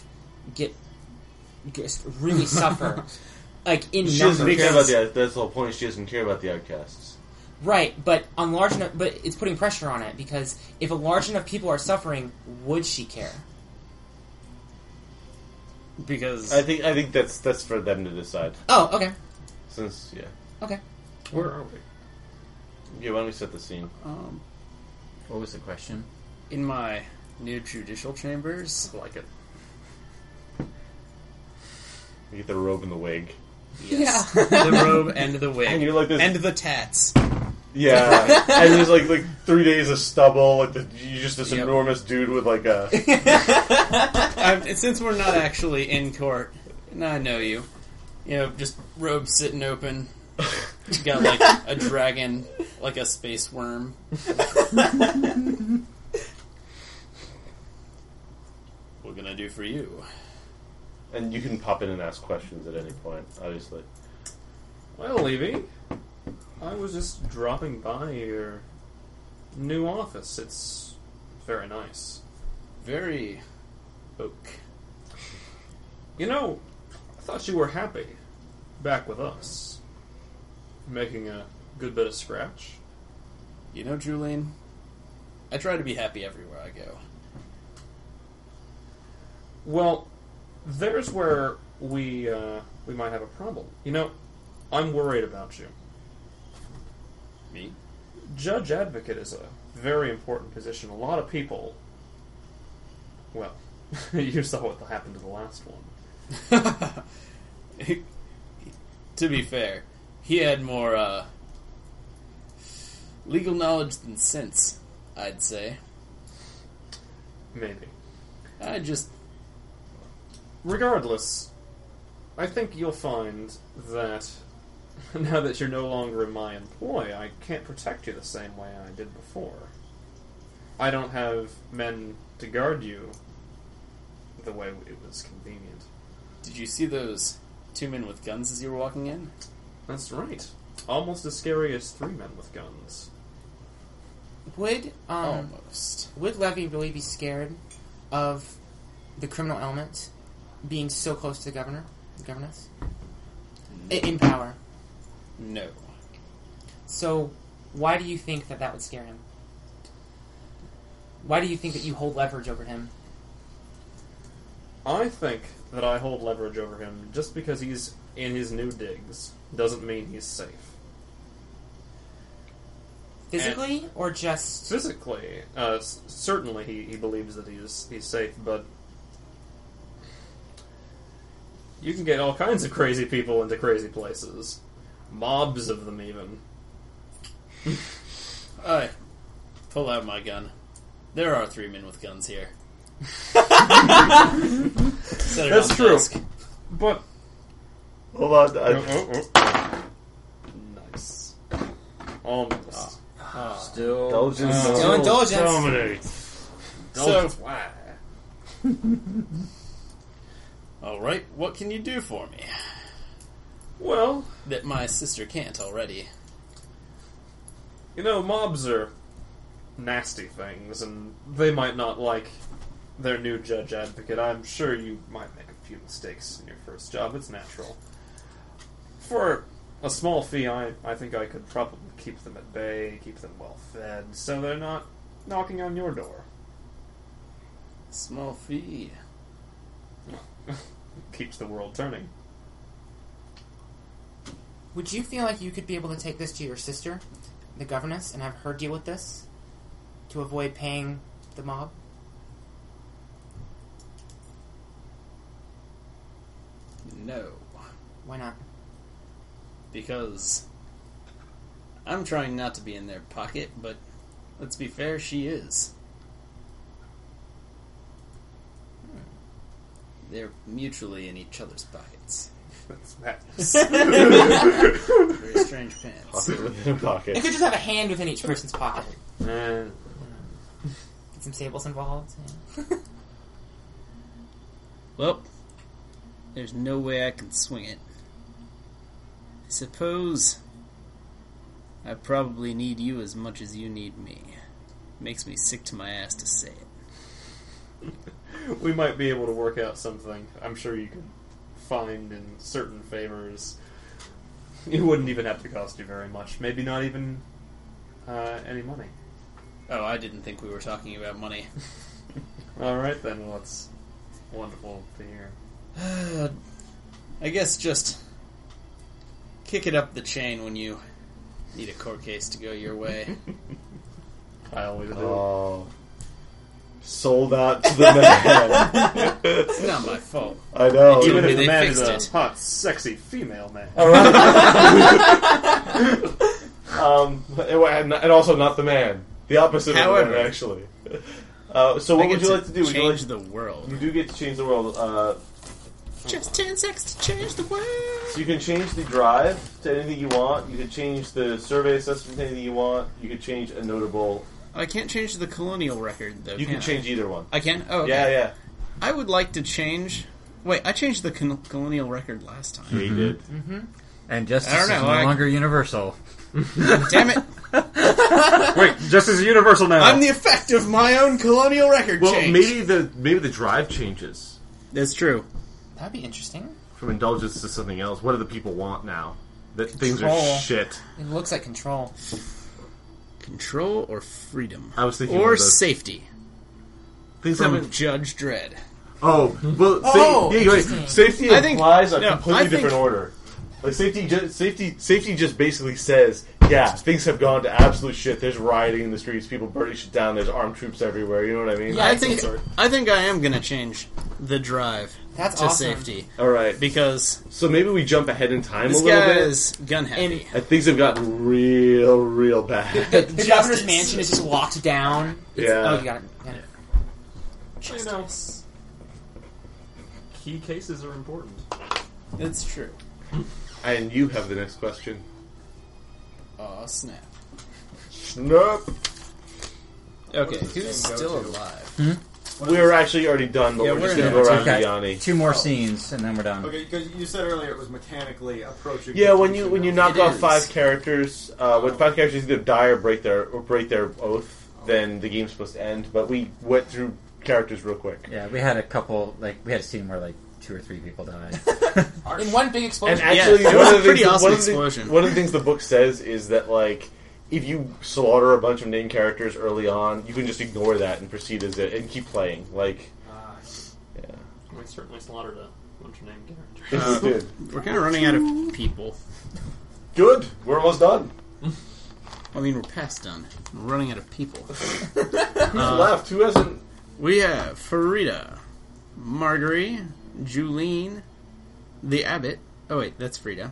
[SPEAKER 3] get, get really suffer like in
[SPEAKER 1] She doesn't
[SPEAKER 3] numbers.
[SPEAKER 1] care about the. That's the whole point. She doesn't care about the outcasts.
[SPEAKER 3] Right, but on large enough, but it's putting pressure on it because if a large enough people are suffering, would she care?
[SPEAKER 9] because
[SPEAKER 1] I think. I think that's that's for them to decide.
[SPEAKER 3] Oh, okay,
[SPEAKER 1] Since yeah,
[SPEAKER 3] okay.
[SPEAKER 2] Where are we?
[SPEAKER 1] yeah. Why don't we set the scene?
[SPEAKER 9] um,
[SPEAKER 13] What was the question?
[SPEAKER 9] in my new
[SPEAKER 1] <laughs>
[SPEAKER 9] judicial chambers,
[SPEAKER 2] I like it.
[SPEAKER 1] You get the robe and the wig.
[SPEAKER 9] yes, <laughs> the robe and the wig
[SPEAKER 1] And you're like this.
[SPEAKER 12] And the tats.
[SPEAKER 1] yeah. <laughs> and there's like like three days of stubble. Like the, you just this
[SPEAKER 9] Yep.
[SPEAKER 1] enormous dude with like <laughs> a.
[SPEAKER 9] i since we're not actually in court, and I know you, you know, just robe sitting open. You got like a dragon, like a space worm. what can I do for you?
[SPEAKER 1] And you can pop in and ask questions at any point. Obviously.
[SPEAKER 2] Well, Levy, I was just dropping by your new office. It's very nice.
[SPEAKER 9] Very
[SPEAKER 2] Oak. You know, I thought you were happy back with us. Making a good bit of scratch.
[SPEAKER 9] You know, Julian, I try to be happy everywhere I go.
[SPEAKER 2] Well, there's where we uh, we might have a problem. You know, I'm worried about you.
[SPEAKER 9] Me? <laughs>
[SPEAKER 2] Judge advocate is a very important position. A lot of people. Well, <laughs> you saw what happened to the last one.
[SPEAKER 9] to be fair, he had more uh, legal knowledge than sense, I'd say.
[SPEAKER 2] Maybe.
[SPEAKER 9] I just
[SPEAKER 2] Regardless, I think you'll find that <laughs> now that you're no longer in my employ, I can't protect you the same way I did before. I don't have men to guard you the way it was convenient.
[SPEAKER 9] did you see those two men with guns as you were walking in?
[SPEAKER 2] That's right. Almost as scary as three men with guns.
[SPEAKER 3] Would um,
[SPEAKER 9] Almost.
[SPEAKER 3] would Levy really be scared of the criminal element being so close to the governor, the governess, I- in power?
[SPEAKER 9] No.
[SPEAKER 3] So, why do you think that that would scare him? Why do you think that you hold leverage over him?
[SPEAKER 2] I think that I hold leverage over him just because he's in his new digs doesn't mean he's safe.
[SPEAKER 3] Physically or just
[SPEAKER 2] Physically, uh, s- certainly he, he believes that he is, he's safe, but you can get all kinds of crazy people into crazy places. Mobs of them, even.
[SPEAKER 9] I pull out my gun. There are three men with guns
[SPEAKER 2] <laughs>
[SPEAKER 9] here. Set it
[SPEAKER 2] That's
[SPEAKER 9] on the
[SPEAKER 2] true.
[SPEAKER 9] desk.
[SPEAKER 2] But. oh,
[SPEAKER 1] Hold on. I,
[SPEAKER 2] Nice. oh, Almost.
[SPEAKER 13] Still.
[SPEAKER 1] Indulgence.
[SPEAKER 3] no indulgence?
[SPEAKER 9] So,
[SPEAKER 2] oh, Why?
[SPEAKER 9] all right, what can you do for me
[SPEAKER 2] Well,
[SPEAKER 9] that my sister can't already?
[SPEAKER 2] You know, mobs are nasty things, and they might not like their new judge advocate. I'm sure you might make a few mistakes in your first job. It's natural. For a small fee, I, I think I could probably keep them at bay, keep them well fed, so they're not knocking on your door.
[SPEAKER 9] Small fee.
[SPEAKER 2] Keeps the world turning. <laughs>
[SPEAKER 3] Would you feel like you could be able to take this to your sister, the governess, and have her deal with this to avoid paying the mob?
[SPEAKER 9] No,
[SPEAKER 3] Why not?
[SPEAKER 9] because I'm trying not to be in their pocket, but let's be fair, she is. Hmm. They're mutually in each other's pockets.
[SPEAKER 2] That's madness.
[SPEAKER 14] <laughs>
[SPEAKER 9] Very strange pants.
[SPEAKER 1] Pocket within a
[SPEAKER 3] It
[SPEAKER 1] pocket.
[SPEAKER 3] could just have a hand within each person's pocket.
[SPEAKER 2] Eh,
[SPEAKER 3] Get some sables involved. yeah.
[SPEAKER 9] Well, there's no way I can swing it. I suppose I probably need you as much as you need me. Makes me sick to my ass to say it.
[SPEAKER 2] <laughs> we might be able to work out something. I'm sure you can find in certain favors. It wouldn't even have to cost you very much. Maybe not even uh, any money.
[SPEAKER 14] Oh, I didn't think we were talking about money.
[SPEAKER 2] All right then. Well, that's wonderful to hear.
[SPEAKER 14] I guess just kick it up the chain when you need a court case to go your way.
[SPEAKER 2] I always do.
[SPEAKER 1] Oh. Sold out to the man.
[SPEAKER 14] it's not my fault.
[SPEAKER 1] I know.
[SPEAKER 14] Even
[SPEAKER 2] Even if
[SPEAKER 14] they
[SPEAKER 2] the man is
[SPEAKER 14] fixed
[SPEAKER 2] a
[SPEAKER 14] it.
[SPEAKER 2] hot, sexy female man.
[SPEAKER 1] Um, and, and also not the man. The opposite of the
[SPEAKER 14] However.
[SPEAKER 1] man, actually. Uh, so what
[SPEAKER 14] I
[SPEAKER 1] would
[SPEAKER 14] get
[SPEAKER 1] you
[SPEAKER 14] to
[SPEAKER 1] like to do? Would you,
[SPEAKER 14] Change
[SPEAKER 1] like,
[SPEAKER 14] the world.
[SPEAKER 1] you do get to change the world. Uh,
[SPEAKER 14] Just ten seconds to change the
[SPEAKER 1] so
[SPEAKER 14] world.
[SPEAKER 1] you can change the drive to anything you want. You can change the survey assessment to anything you want. You could change a notable.
[SPEAKER 9] I can't change the colonial record, though.
[SPEAKER 1] You can
[SPEAKER 9] I?
[SPEAKER 1] change either one.
[SPEAKER 9] I can. Oh, okay.
[SPEAKER 1] Yeah, yeah.
[SPEAKER 9] I would like to change. Wait, I changed the con- colonial record last time.
[SPEAKER 1] He did.
[SPEAKER 5] And justice
[SPEAKER 9] I don't
[SPEAKER 5] is
[SPEAKER 9] know,
[SPEAKER 5] no
[SPEAKER 9] I-
[SPEAKER 5] longer universal.
[SPEAKER 1] <laughs>
[SPEAKER 9] Damn it!
[SPEAKER 2] Wait, just as universal now.
[SPEAKER 9] I'm the effect of my own colonial record
[SPEAKER 1] Well,
[SPEAKER 9] change.
[SPEAKER 1] maybe the maybe the drive changes
[SPEAKER 9] That's true.
[SPEAKER 3] That'd be interesting.
[SPEAKER 1] from indulgence to something else. What do the people want now? That things are
[SPEAKER 3] Control.
[SPEAKER 1] shit.
[SPEAKER 3] It looks
[SPEAKER 1] <laughs>
[SPEAKER 3] like control.
[SPEAKER 9] Control or freedom
[SPEAKER 1] I was thinking
[SPEAKER 9] or
[SPEAKER 1] of those.
[SPEAKER 9] safety
[SPEAKER 1] things
[SPEAKER 9] from
[SPEAKER 1] haven't.
[SPEAKER 9] Judge Dredd.
[SPEAKER 1] Oh, well, sa-
[SPEAKER 3] Oh,
[SPEAKER 1] yeah, you're right.
[SPEAKER 3] interesting.
[SPEAKER 1] safety
[SPEAKER 9] I think-
[SPEAKER 1] implies a
[SPEAKER 9] no,
[SPEAKER 1] completely
[SPEAKER 9] I think-
[SPEAKER 1] different order. Like safety, ju- safety, safety just basically says, yeah, things have gone to absolute shit. There's rioting in the streets, people burning shit down. There's armed troops everywhere. You know what I mean?
[SPEAKER 3] Yeah.
[SPEAKER 9] I think I think I am gonna change the drive
[SPEAKER 3] That's
[SPEAKER 9] to
[SPEAKER 3] awesome.
[SPEAKER 9] safety
[SPEAKER 1] All right.
[SPEAKER 9] because
[SPEAKER 1] So maybe we jump ahead in time
[SPEAKER 9] this
[SPEAKER 1] a little
[SPEAKER 9] guy
[SPEAKER 1] bit.
[SPEAKER 9] is gun heavy.
[SPEAKER 1] And things have gotten real, real bad. <laughs>
[SPEAKER 3] The governor's mansion is just locked down. It's-
[SPEAKER 1] Yeah.
[SPEAKER 3] Oh, you got it. Got it.
[SPEAKER 2] You know, key cases are important.
[SPEAKER 9] That's true.
[SPEAKER 1] and you have the next question.
[SPEAKER 9] Oh snap!
[SPEAKER 1] Nope.
[SPEAKER 9] Okay, who's still alive?
[SPEAKER 1] We're actually already done, but
[SPEAKER 9] Yeah,
[SPEAKER 1] we're, just
[SPEAKER 9] we're
[SPEAKER 1] going to
[SPEAKER 9] done.
[SPEAKER 1] go around
[SPEAKER 5] Okay.
[SPEAKER 1] to Yanni.
[SPEAKER 5] Two more scenes and then we're done.
[SPEAKER 15] Okay, because you said earlier it was mechanically approaching.
[SPEAKER 1] Yeah, when you when you knock
[SPEAKER 9] It
[SPEAKER 1] off
[SPEAKER 9] is. Oh.
[SPEAKER 1] five characters, uh, when five characters either die or break their or break their oath, then the game's supposed to end. But we went through characters real quick,
[SPEAKER 5] Yeah, we had a couple. Like we had a scene where like two or three people
[SPEAKER 9] <laughs>
[SPEAKER 5] died.
[SPEAKER 3] In one big
[SPEAKER 1] and
[SPEAKER 3] explosion.
[SPEAKER 1] actually,
[SPEAKER 9] that was
[SPEAKER 1] one
[SPEAKER 9] a
[SPEAKER 1] of the
[SPEAKER 9] pretty
[SPEAKER 1] things,
[SPEAKER 9] awesome
[SPEAKER 1] one, of the,
[SPEAKER 9] explosion.
[SPEAKER 1] one of the things the book says is that like if you slaughter a bunch of named characters early on, you can just ignore that and proceed as it and keep playing. Like
[SPEAKER 2] Ah, We certainly slaughtered a bunch of named characters.
[SPEAKER 1] this is good.
[SPEAKER 9] We're kind of running out of people.
[SPEAKER 1] Good. We're almost done.
[SPEAKER 9] I mean, we're past done. We're running out of <laughs> people.
[SPEAKER 1] Who's
[SPEAKER 9] Uh,
[SPEAKER 1] left? Who hasn't?
[SPEAKER 9] We have Farida, Marguerite, Julene, the Abbot. Oh wait, that's Frida.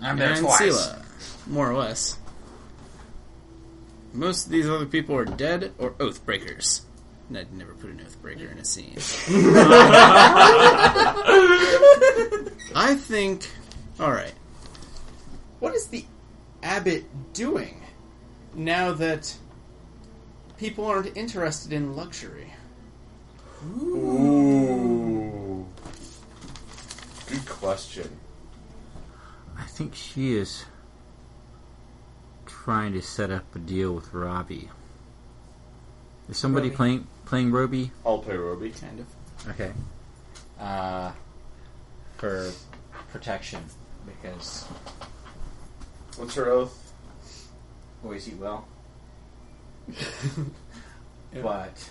[SPEAKER 5] I'm
[SPEAKER 9] and Sela, more or less. Most of these other people are dead or oath breakers. And I'd never put an oath breaker in a <laughs> scene. I think. All right. What is the abbot doing now that people aren't interested in luxury?
[SPEAKER 1] Ooh. Good question.
[SPEAKER 5] I think she is trying to set up a deal with Robbie. Is somebody
[SPEAKER 3] Robbie.
[SPEAKER 5] playing playing Roby?
[SPEAKER 1] I'll play Roby.
[SPEAKER 9] Kind of.
[SPEAKER 5] Okay. Uh, for protection, because
[SPEAKER 1] What's her oath?
[SPEAKER 5] always eat <laughs> well. But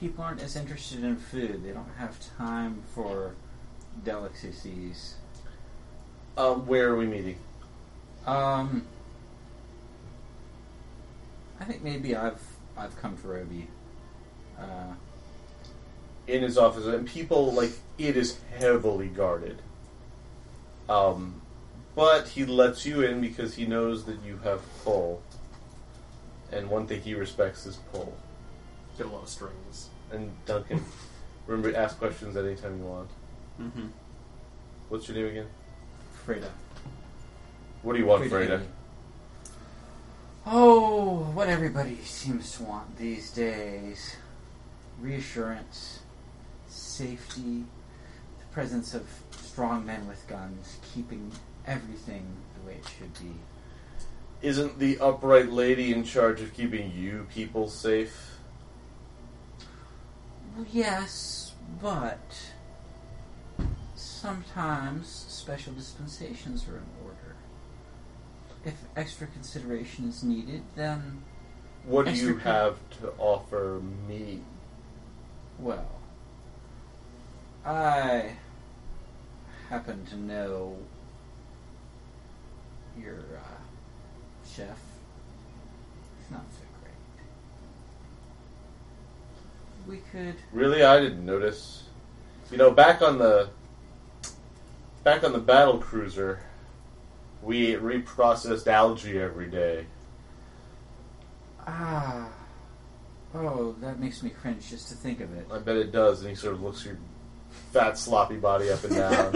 [SPEAKER 5] people aren't as interested in food. They don't have time for delicacies.
[SPEAKER 1] Uh, where are we meeting?
[SPEAKER 5] Um, I think maybe I've I've come to Roby. Uh,
[SPEAKER 1] In his office, and people like it is heavily guarded. Um, but he lets you in because he knows that you have pull, and one thing he respects is pull.
[SPEAKER 2] Get a lot of strings.
[SPEAKER 1] And Duncan, <laughs> remember to ask questions at any time you want.
[SPEAKER 14] Mm-hmm.
[SPEAKER 9] Mhm.
[SPEAKER 1] What's your name again?
[SPEAKER 5] Freda.
[SPEAKER 1] What do you want, Freda?
[SPEAKER 5] Oh, what everybody seems to want these days reassurance, safety, the presence of strong men with guns, keeping everything the way it should be.
[SPEAKER 1] Isn't the upright lady in charge of keeping you people safe?
[SPEAKER 5] Yes, but sometimes special dispensations are in order. If extra consideration is needed, then
[SPEAKER 1] What do
[SPEAKER 5] Extra
[SPEAKER 1] you
[SPEAKER 5] cre-
[SPEAKER 1] have to offer me?
[SPEAKER 5] Well, I happen to know your uh, chef. It's not so great. We could.
[SPEAKER 1] Really, I didn't notice. You know, back on the back on the battle cruiser, we ate reprocessed algae every day.
[SPEAKER 5] Ah. Oh, that makes me cringe just to think of it.
[SPEAKER 1] I bet it does. And he sort of looks your fat sloppy body up and down.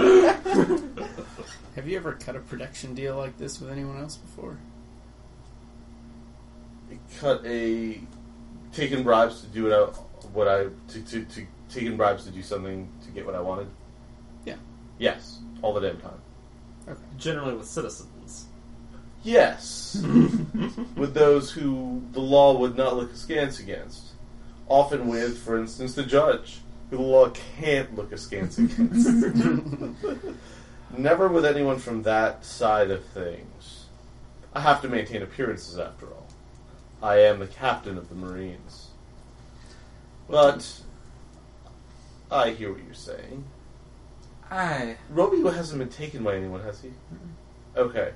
[SPEAKER 9] Have you ever cut a production deal like this with anyone else before?
[SPEAKER 1] Cut a taking bribes to do what I what I to to, to taking bribes to do something to get what I wanted.
[SPEAKER 9] Yeah.
[SPEAKER 1] Yes, all the damn time.
[SPEAKER 2] Generally with <laughs> citizens.
[SPEAKER 1] Yes, with those who the law would not look askance against. Often with, for instance, the judge, who the law can't look askance against. Never with anyone from that side of things. I have to maintain appearances, after all. I am the captain of the Marines. But I hear what you're saying.
[SPEAKER 5] I.
[SPEAKER 1] Romeo hasn't been taken by anyone, has he? Okay.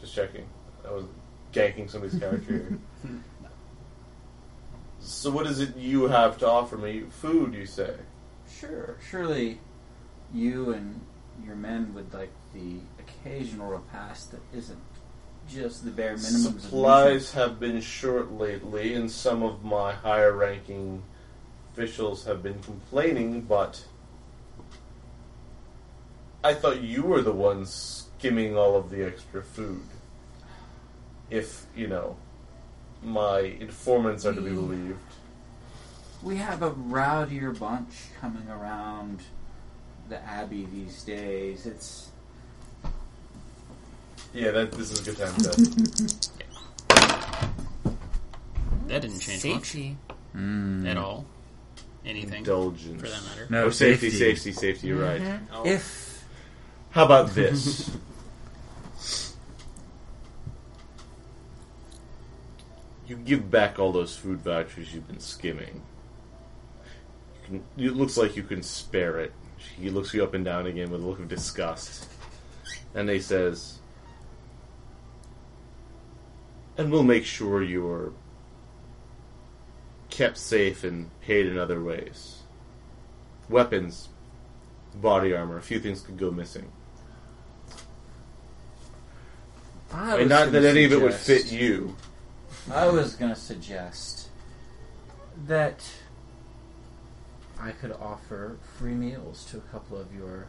[SPEAKER 1] Just checking. I was ganking somebody's character here. So what is it you have to offer me? Food, you say?
[SPEAKER 5] Sure. Surely you and your men would like the occasional repast that isn't just the bare minimum.
[SPEAKER 1] Supplies have been short lately, and some of my higher ranking officials have been complaining, but I thought you were the one skimming all of the extra food. If, you know, my informants are to be
[SPEAKER 16] Mm.
[SPEAKER 5] Yeah.
[SPEAKER 1] believed.
[SPEAKER 5] We have a rowdier bunch coming around the Abbey these days. It's
[SPEAKER 1] Yeah, that this is a good time
[SPEAKER 16] <laughs>
[SPEAKER 1] to.
[SPEAKER 16] That didn't change
[SPEAKER 3] Safety.
[SPEAKER 16] much at all. Anything for
[SPEAKER 1] Indulgence.
[SPEAKER 16] that matter. Mm-hmm.
[SPEAKER 1] Oh, safety, safety, safety, you're right.
[SPEAKER 5] If
[SPEAKER 1] How about this? you give back all those food vouchers you've been skimming. You can, it looks like you can spare it. He looks you up and down again with a look of disgust. And he says, And we'll make sure you're kept safe and paid in other ways. Weapons, body armor, a few things could go missing.
[SPEAKER 5] I was
[SPEAKER 1] and not
[SPEAKER 5] gonna
[SPEAKER 1] that any of it would
[SPEAKER 5] suggest-
[SPEAKER 1] fit you.
[SPEAKER 5] I was going to suggest that I could offer free meals to a couple of your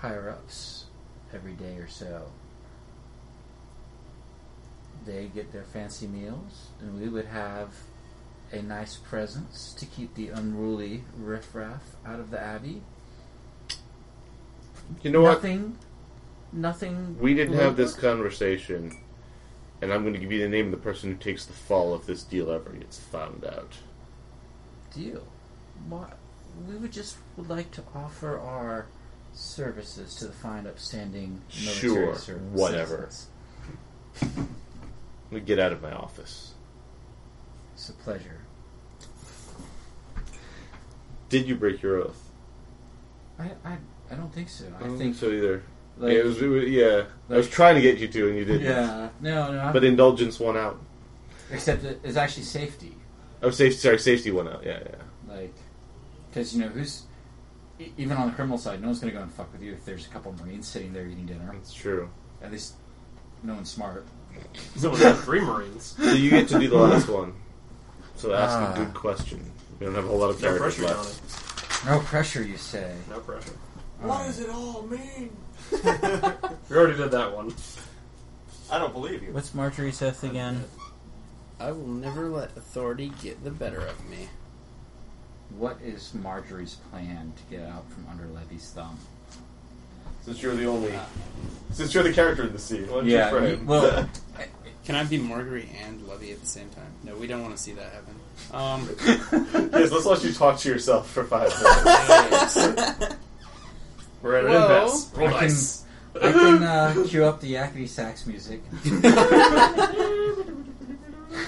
[SPEAKER 5] higher ups every day or so. They get their fancy meals, and we would have a nice presence to keep the unruly riffraff out of the abbey.
[SPEAKER 1] You know what?
[SPEAKER 5] nothing, nothing.
[SPEAKER 1] We didn't have this
[SPEAKER 5] local.
[SPEAKER 1] conversation, and I'm going to give you the name of the person who takes the fall if this deal ever gets found out.
[SPEAKER 5] deal. Why, we would just would like to offer our services to the fine, upstanding military
[SPEAKER 1] Sure,
[SPEAKER 5] ser-
[SPEAKER 1] whatever.
[SPEAKER 5] citizens.
[SPEAKER 1] Let me get out of my office.
[SPEAKER 5] It's a pleasure.
[SPEAKER 1] Did you break your oath?
[SPEAKER 5] I, I, I don't think so. I,
[SPEAKER 1] I don't
[SPEAKER 5] think
[SPEAKER 1] Oh, so either.
[SPEAKER 5] Like,
[SPEAKER 1] yeah, it was, it was- yeah. I was
[SPEAKER 5] like-
[SPEAKER 1] trying to get you to, and you didn't.
[SPEAKER 5] yeah, no, no.
[SPEAKER 1] But indulgence won out.
[SPEAKER 5] except it- it's actually safety,
[SPEAKER 1] Oh, safety. Sorry, safety won out. Yeah, yeah.
[SPEAKER 5] like because you know who's e- even on the criminal side, no one's going to go and fuck with you if there's a couple Marines sitting there eating dinner.
[SPEAKER 1] That's true.
[SPEAKER 5] At least no one's smart.
[SPEAKER 2] Someone had three Marines.
[SPEAKER 1] So you get to
[SPEAKER 5] <laughs>
[SPEAKER 1] do the last one. So ask
[SPEAKER 5] Ah.
[SPEAKER 1] a good question. We don't have a whole lot of
[SPEAKER 2] No
[SPEAKER 1] characters
[SPEAKER 2] pressure on
[SPEAKER 1] left.
[SPEAKER 2] it.
[SPEAKER 5] No pressure, you say.
[SPEAKER 2] No pressure.
[SPEAKER 17] What does it all mean?
[SPEAKER 2] We already did that one.
[SPEAKER 17] I don't believe you.
[SPEAKER 5] What's Marjorie's oath again?
[SPEAKER 9] I will never let authority get the better of me.
[SPEAKER 5] What is Marjorie's plan to get out from under Levy's thumb?
[SPEAKER 1] Since you're the only, since you're the character in the scene, why don't
[SPEAKER 5] Yeah,
[SPEAKER 1] you
[SPEAKER 5] you-
[SPEAKER 1] frame? <laughs>
[SPEAKER 5] well-
[SPEAKER 9] Can I be Marguerite and Levy at the same time? No, we don't want to see that happen. Um, <laughs>
[SPEAKER 1] yes, let's let you talk to yourself for five minutes.
[SPEAKER 9] yes.
[SPEAKER 2] We're at an
[SPEAKER 9] Whoa.
[SPEAKER 2] impasse. Roll
[SPEAKER 5] I can-
[SPEAKER 2] dice.
[SPEAKER 5] I can uh, cue up the Yakety Sax music.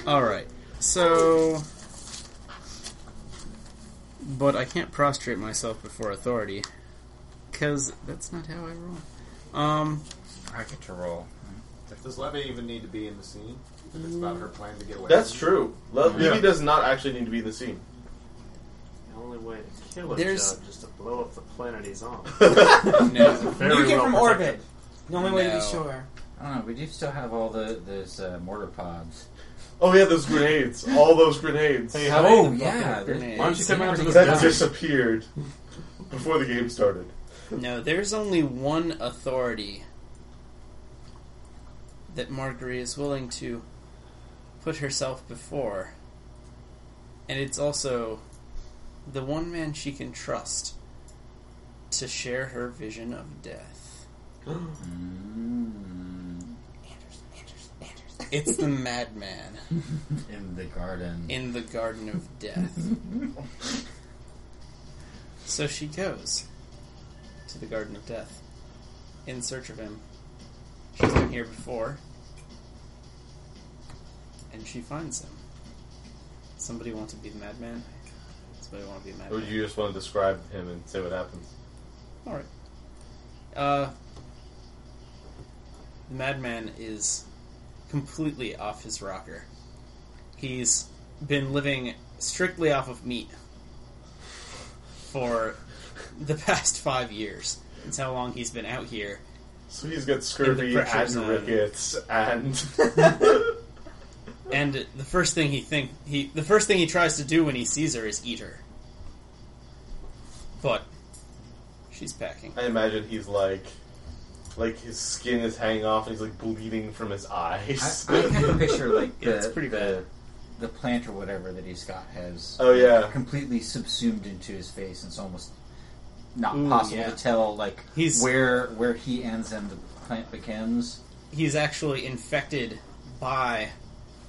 [SPEAKER 9] All right. So, but I can't prostrate myself before authority because that's not how I roll. Um,
[SPEAKER 5] I get to roll.
[SPEAKER 18] Does Levy even need to be in the scene? If it's about her plan to get away.
[SPEAKER 1] That's true. Love
[SPEAKER 19] Yeah.
[SPEAKER 1] Levy does not actually need to be in the <laughs> scene.
[SPEAKER 2] The only way to kill a
[SPEAKER 9] There's-
[SPEAKER 2] judge is to blow up the planet he's on.
[SPEAKER 9] no.
[SPEAKER 2] Very
[SPEAKER 3] you get
[SPEAKER 2] well protected.
[SPEAKER 3] from orbit. The only way to be
[SPEAKER 9] No.
[SPEAKER 3] sure.
[SPEAKER 5] I don't know. We do still have all the those uh, mortar pods.
[SPEAKER 1] Oh yeah, those grenades. All those grenades.
[SPEAKER 2] Hey, how
[SPEAKER 5] Oh
[SPEAKER 2] did-
[SPEAKER 5] yeah,
[SPEAKER 9] Grenades.
[SPEAKER 2] Why don't you come out to this
[SPEAKER 1] that
[SPEAKER 2] guy?
[SPEAKER 1] disappeared before the game started.
[SPEAKER 9] No, there's only one authority that Marguerite is willing to put herself before. And it's also the one man she can trust to share her vision of death.
[SPEAKER 5] Mm,
[SPEAKER 3] Anderson, Anderson, Anderson.
[SPEAKER 9] It's the madman
[SPEAKER 5] in the garden.
[SPEAKER 9] in the garden of death. so she goes to the garden of death in search of him. She's been here before. And she finds him. Somebody want to be the madman? Somebody want to be a
[SPEAKER 1] Or
[SPEAKER 9] madman?
[SPEAKER 1] do you just want to describe him and say what happens?
[SPEAKER 9] Alright. Uh, the madman is completely off his rocker. He's been living strictly off of meat for the <laughs> past five years. That's how long he's been out here.
[SPEAKER 1] So he's got scurvy
[SPEAKER 9] pressure
[SPEAKER 1] and
[SPEAKER 9] zone.
[SPEAKER 1] rickets and
[SPEAKER 9] And the first thing he think he the first thing he tries to do when he sees her is eat her. But she's packing.
[SPEAKER 1] <laughs> I imagine he's like like his skin is hanging off and he's like bleeding from his eyes.
[SPEAKER 5] I, I
[SPEAKER 1] <laughs>
[SPEAKER 5] kind of picture like the
[SPEAKER 9] It's pretty
[SPEAKER 5] the, the plant or whatever that he's got has
[SPEAKER 1] oh yeah.
[SPEAKER 5] completely subsumed into his face, and it's almost not
[SPEAKER 9] Ooh,
[SPEAKER 5] possible
[SPEAKER 9] yeah.
[SPEAKER 5] to tell like
[SPEAKER 9] He's-
[SPEAKER 5] where where he ends and the plant begins.
[SPEAKER 9] he's actually infected by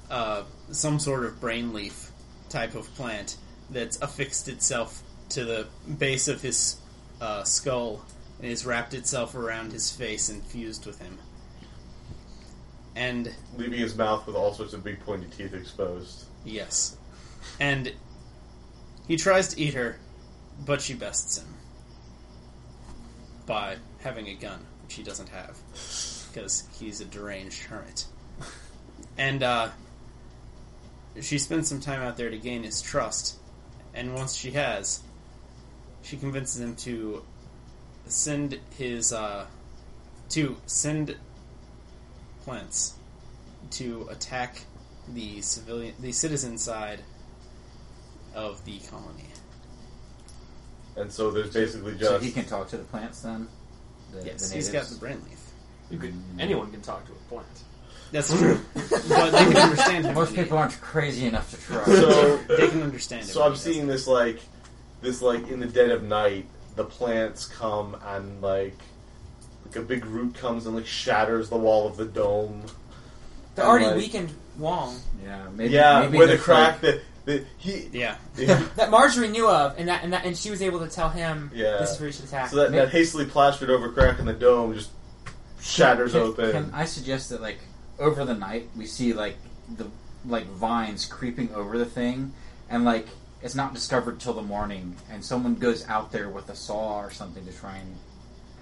[SPEAKER 9] uh, some sort of brain leaf type of plant that's affixed itself to the base of his uh, skull and has wrapped itself around his face and fused with him. And
[SPEAKER 1] Leaving his mouth with all sorts of big pointy teeth exposed.
[SPEAKER 9] yes, and he tries to eat her, but she bests him by having a gun, which he doesn't have because he's a deranged hermit. And uh, she spends some time out there to gain his trust, and once she has, she convinces him to send his uh, to send plants to attack the civilian, the citizen side of the colony.
[SPEAKER 1] And so there's basically just
[SPEAKER 5] So he can talk to the plants then. The,
[SPEAKER 9] Yes,
[SPEAKER 5] the
[SPEAKER 9] he's got
[SPEAKER 5] natives?
[SPEAKER 9] the brain leaf.
[SPEAKER 2] You could, anyone can talk to a plant.
[SPEAKER 9] That's true, but they can understand him.
[SPEAKER 5] Most
[SPEAKER 9] when <laughs> he-
[SPEAKER 5] people aren't crazy enough to
[SPEAKER 1] <laughs>
[SPEAKER 5] try. <laughs>
[SPEAKER 1] so
[SPEAKER 9] they can understand him.
[SPEAKER 1] So
[SPEAKER 9] when
[SPEAKER 1] I'm
[SPEAKER 9] he does
[SPEAKER 1] seeing this like this like in the dead of night, the plants come and like like a big root comes and like shatters the wall of the dome.
[SPEAKER 3] The already
[SPEAKER 1] like-
[SPEAKER 3] weakened Wong <laughs>
[SPEAKER 5] yeah, maybe,
[SPEAKER 1] yeah,
[SPEAKER 5] maybe
[SPEAKER 1] with a
[SPEAKER 5] there's,
[SPEAKER 1] crack
[SPEAKER 5] like-
[SPEAKER 1] that that he <laughs>
[SPEAKER 9] Yeah,
[SPEAKER 3] that Marjorie knew of, and that, and that and she was able to tell him
[SPEAKER 1] Yeah.
[SPEAKER 3] this is where you should attack.
[SPEAKER 1] so that, that hastily plastered over crack in the dome just shatters
[SPEAKER 5] Can-
[SPEAKER 1] open.
[SPEAKER 5] Can I suggest that, like, over the night, we see like the like vines creeping over the thing, and like it's not discovered till the morning, and someone goes out there with a saw or something to try and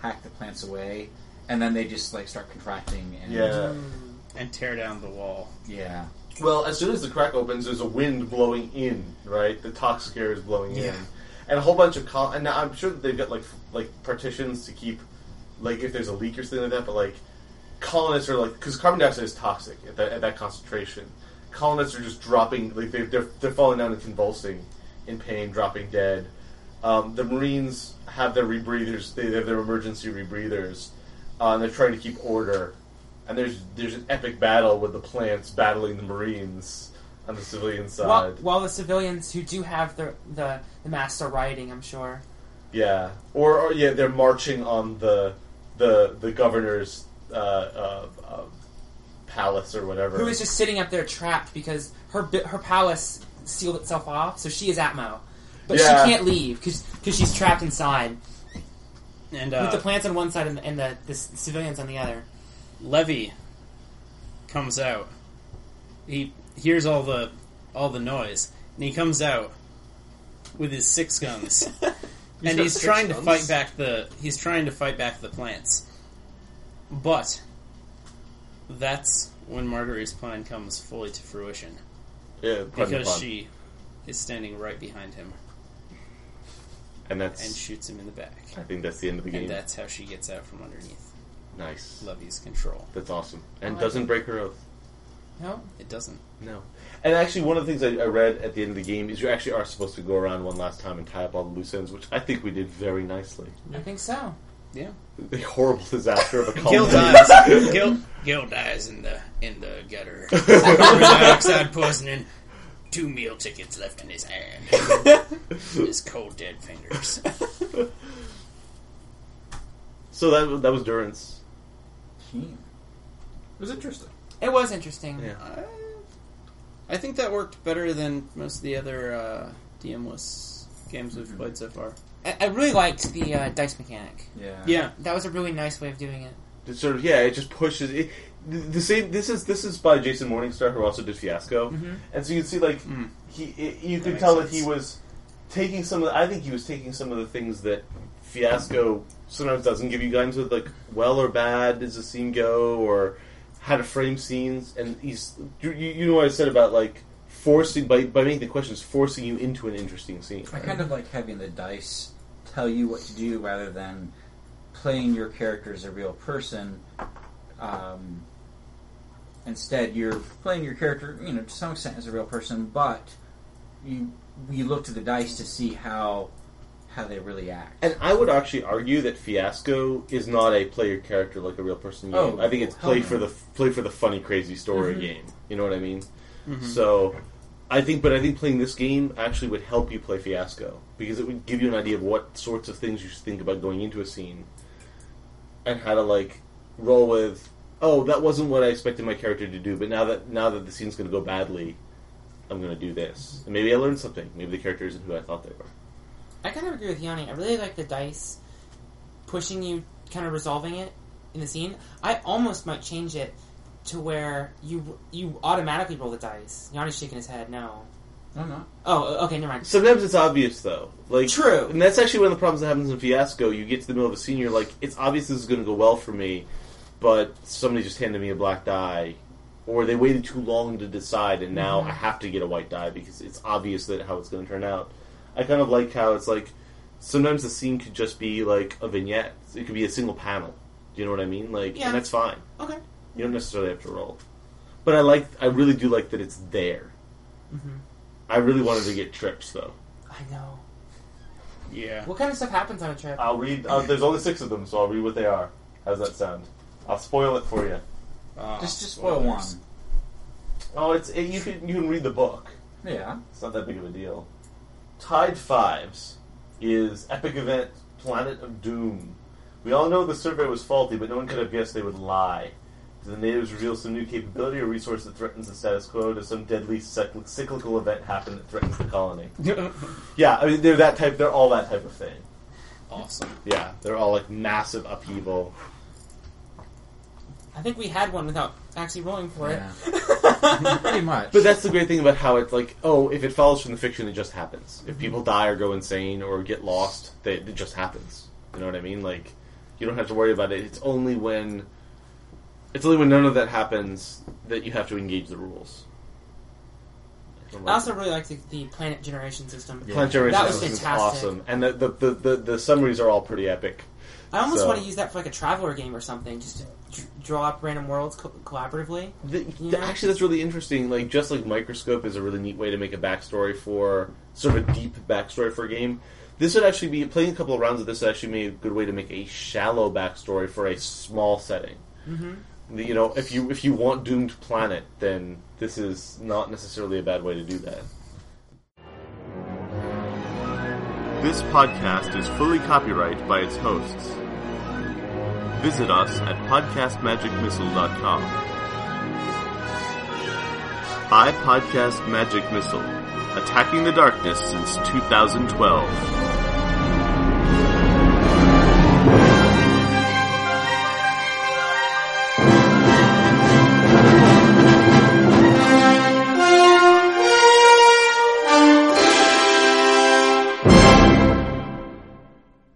[SPEAKER 5] hack the plants away, and then they just like start contracting. And,
[SPEAKER 1] yeah.
[SPEAKER 9] and tear down the wall.
[SPEAKER 5] yeah.
[SPEAKER 1] Well, as soon as the crack opens, there's a wind blowing in, right? The toxic air is blowing in,
[SPEAKER 9] Yeah.
[SPEAKER 1] and a whole bunch of col- and now I'm sure that they've got like f- like partitions to keep, like if there's a leak or something like that. But like colonists are like because carbon dioxide is toxic at that, at that concentration. Colonists are just dropping like they're they're, they're falling down and convulsing in pain, dropping dead. Um, the Marines have their rebreathers. They have their emergency rebreathers. Uh, and they're trying to keep order. And there's there's an epic battle with the plants battling the Marines on the civilian side.
[SPEAKER 3] While, while the civilians who do have the the, the masks are rioting, I'm sure.
[SPEAKER 1] Yeah, or, or yeah, they're marching on the the the governor's uh, uh, uh, palace or whatever.
[SPEAKER 3] Who is just sitting up there trapped because her bi- her palace sealed itself off, so she is Atmo, but
[SPEAKER 1] Yeah.
[SPEAKER 3] she can't leave because she's trapped inside.
[SPEAKER 12] And
[SPEAKER 3] with the
[SPEAKER 12] uh,
[SPEAKER 3] plants on one side and the, and the, the c- civilians on the other.
[SPEAKER 12] Levy comes out. He hears all the all the noise, and he comes out with his six
[SPEAKER 2] <laughs>
[SPEAKER 12] guns, and
[SPEAKER 2] got
[SPEAKER 12] he's
[SPEAKER 2] six
[SPEAKER 12] trying to
[SPEAKER 2] guns?
[SPEAKER 12] fight back the he's trying to fight back the plants. But that's when Marguerite's plan comes fully to fruition
[SPEAKER 1] Yeah, pardon the
[SPEAKER 12] because
[SPEAKER 1] pun.
[SPEAKER 12] she is standing right behind him
[SPEAKER 1] and that's.
[SPEAKER 12] and shoots him in the back,
[SPEAKER 1] I think that's the end of the game.
[SPEAKER 12] and that's how she gets out from underneath
[SPEAKER 1] nice.
[SPEAKER 12] Levy's control.
[SPEAKER 1] That's awesome, and
[SPEAKER 3] like
[SPEAKER 1] doesn't break her oath.
[SPEAKER 3] No,
[SPEAKER 12] It doesn't.
[SPEAKER 1] No. And actually, one of the things I, I read at the end of the game is you actually are supposed to go around one last time and tie up all the loose ends, which I think we did very nicely. <laughs>
[SPEAKER 3] I think so.
[SPEAKER 12] Yeah.
[SPEAKER 1] The horrible disaster of a
[SPEAKER 12] Gil
[SPEAKER 1] colony. <laughs>
[SPEAKER 12] dies. Gil, Gil dies in the in the
[SPEAKER 9] <laughs>
[SPEAKER 12] gutter. Carbon dioxide poisoning. Two meal tickets left in his hand. his cold, dead fingers.
[SPEAKER 1] so that wa- that was Durance.
[SPEAKER 2] It was interesting.
[SPEAKER 3] It was interesting.
[SPEAKER 1] Yeah.
[SPEAKER 9] I, I think that worked better than most of the other uh, DMless games we've
[SPEAKER 12] Mm-hmm.
[SPEAKER 9] played so far.
[SPEAKER 3] I, I really liked the uh, dice mechanic.
[SPEAKER 5] Yeah.
[SPEAKER 9] Yeah,
[SPEAKER 3] That was a really nice way of doing it.
[SPEAKER 1] It sort of yeah, it just pushes. It, the, the same. This is this is by Jason Morningstar, who also did Fiasco, and so you can see like he it, you
[SPEAKER 12] Mm-hmm. Mm.
[SPEAKER 1] could
[SPEAKER 12] makes
[SPEAKER 1] tell that
[SPEAKER 12] sense.
[SPEAKER 1] he was taking some of. The, I think he was taking some of the things that Fiasco sometimes doesn't give you guidance with, like well or bad does a scene go, or how to frame scenes, and he's you, you you know what I said about like forcing by by making the questions forcing you into an interesting scene.
[SPEAKER 5] I kind of like having the dice tell you what to do rather than playing your character as a real person. Um, instead, you're playing your character, you know, to some extent as a real person, but you you look to the dice to see how how they really act.
[SPEAKER 1] And I would actually argue that Fiasco is not a player character like a real person game.
[SPEAKER 5] Oh,
[SPEAKER 1] I think it's
[SPEAKER 5] hell
[SPEAKER 1] play
[SPEAKER 5] no. Mm-hmm.
[SPEAKER 1] for the play for the funny crazy story game. You know what I mean? So I think but I think playing this game actually would help you play Fiasco because it would give you an idea of what sorts of things you should think about going into a scene and how to like roll with oh, that wasn't what I expected my character to do, but now that now that the scene's going to go badly, I'm going to do this. And maybe I learned something. Maybe the character isn't who I thought they were.
[SPEAKER 3] I kind of agree with Yanni. I really like the dice pushing you, kind of resolving it in the scene. I almost might change it to where you you automatically roll the dice. Yanni's shaking his head. No.
[SPEAKER 5] No, no.
[SPEAKER 3] Oh, okay, never mind.
[SPEAKER 1] Sometimes it's obvious though. Like
[SPEAKER 3] True.
[SPEAKER 1] And that's actually one of the problems that happens in Fiasco. You get to the middle of a scene, you're like, it's obvious this is going to go well for me, but somebody just handed me a black die, or they waited too long to decide, and now
[SPEAKER 3] Mm-hmm.
[SPEAKER 1] I have to get a white die because it's obvious that how it's going to turn out. I kind of like how it's like sometimes the scene could just be like a vignette. It could be a single panel. Do you know what I mean? Like,
[SPEAKER 3] Yeah.
[SPEAKER 1] and that's fine.
[SPEAKER 3] Okay.
[SPEAKER 1] You don't necessarily have to roll. But I like, I really do like that it's there.
[SPEAKER 3] Mhm.
[SPEAKER 1] I really wanted to get trips though.
[SPEAKER 3] I know.
[SPEAKER 12] Yeah.
[SPEAKER 3] What kind of stuff happens on a trip?
[SPEAKER 1] I'll read. Uh, there's only six of them, so I'll read what they are. How's that sound? I'll spoil it for you.
[SPEAKER 5] Just just spoil one.
[SPEAKER 1] Oh, it's it, you can you can read the book.
[SPEAKER 5] Yeah.
[SPEAKER 1] It's not that big of a deal. Tide Fives is epic event Planet of Doom. We all know the survey was faulty, but no one could have guessed they would lie. Do the natives reveal some new capability or resource that threatens the status quo? Does some deadly cycl- cyclical event happen that threatens the colony? yeah, I mean they're that type. They're all that type of thing.
[SPEAKER 12] <laughs> Awesome.
[SPEAKER 1] Yeah, they're all like massive upheaval.
[SPEAKER 3] I think we had one without actually rolling for
[SPEAKER 5] Yeah.
[SPEAKER 3] it.
[SPEAKER 5] <laughs> Pretty much.
[SPEAKER 1] But that's the great thing about how it's like, oh, if it follows from the fiction, it just happens. If people die or go insane or get lost, they, it just happens. You know what I mean? Like, you don't have to worry about it. It's only when, it's only when none of that happens that you have to engage the rules.
[SPEAKER 3] <laughs> I also really liked the, the planet generation system.
[SPEAKER 1] Plant generation
[SPEAKER 3] That was
[SPEAKER 1] system is
[SPEAKER 3] fantastic.
[SPEAKER 1] awesome, and the the, the, the the summaries are all pretty epic.
[SPEAKER 3] I almost
[SPEAKER 1] So-
[SPEAKER 3] want to use that for like a traveler game or something, just to d- draw up random worlds co- collaboratively.
[SPEAKER 1] The, the-
[SPEAKER 3] Yeah.
[SPEAKER 1] Actually, that's really interesting. Like, just like Microscope is a really neat way to make a backstory for sort of a deep backstory for a game. This would actually be playing a couple of rounds of this. Would actually, be a good way to make a shallow backstory for a small setting. Mm-hmm. You know, if you if you want Doomed Planet, then this is not necessarily a bad way to do that. This podcast is fully copyright by its hosts. Visit us at podcastmagicmissile.com. I podcast Magic Missile, attacking the darkness since 2012.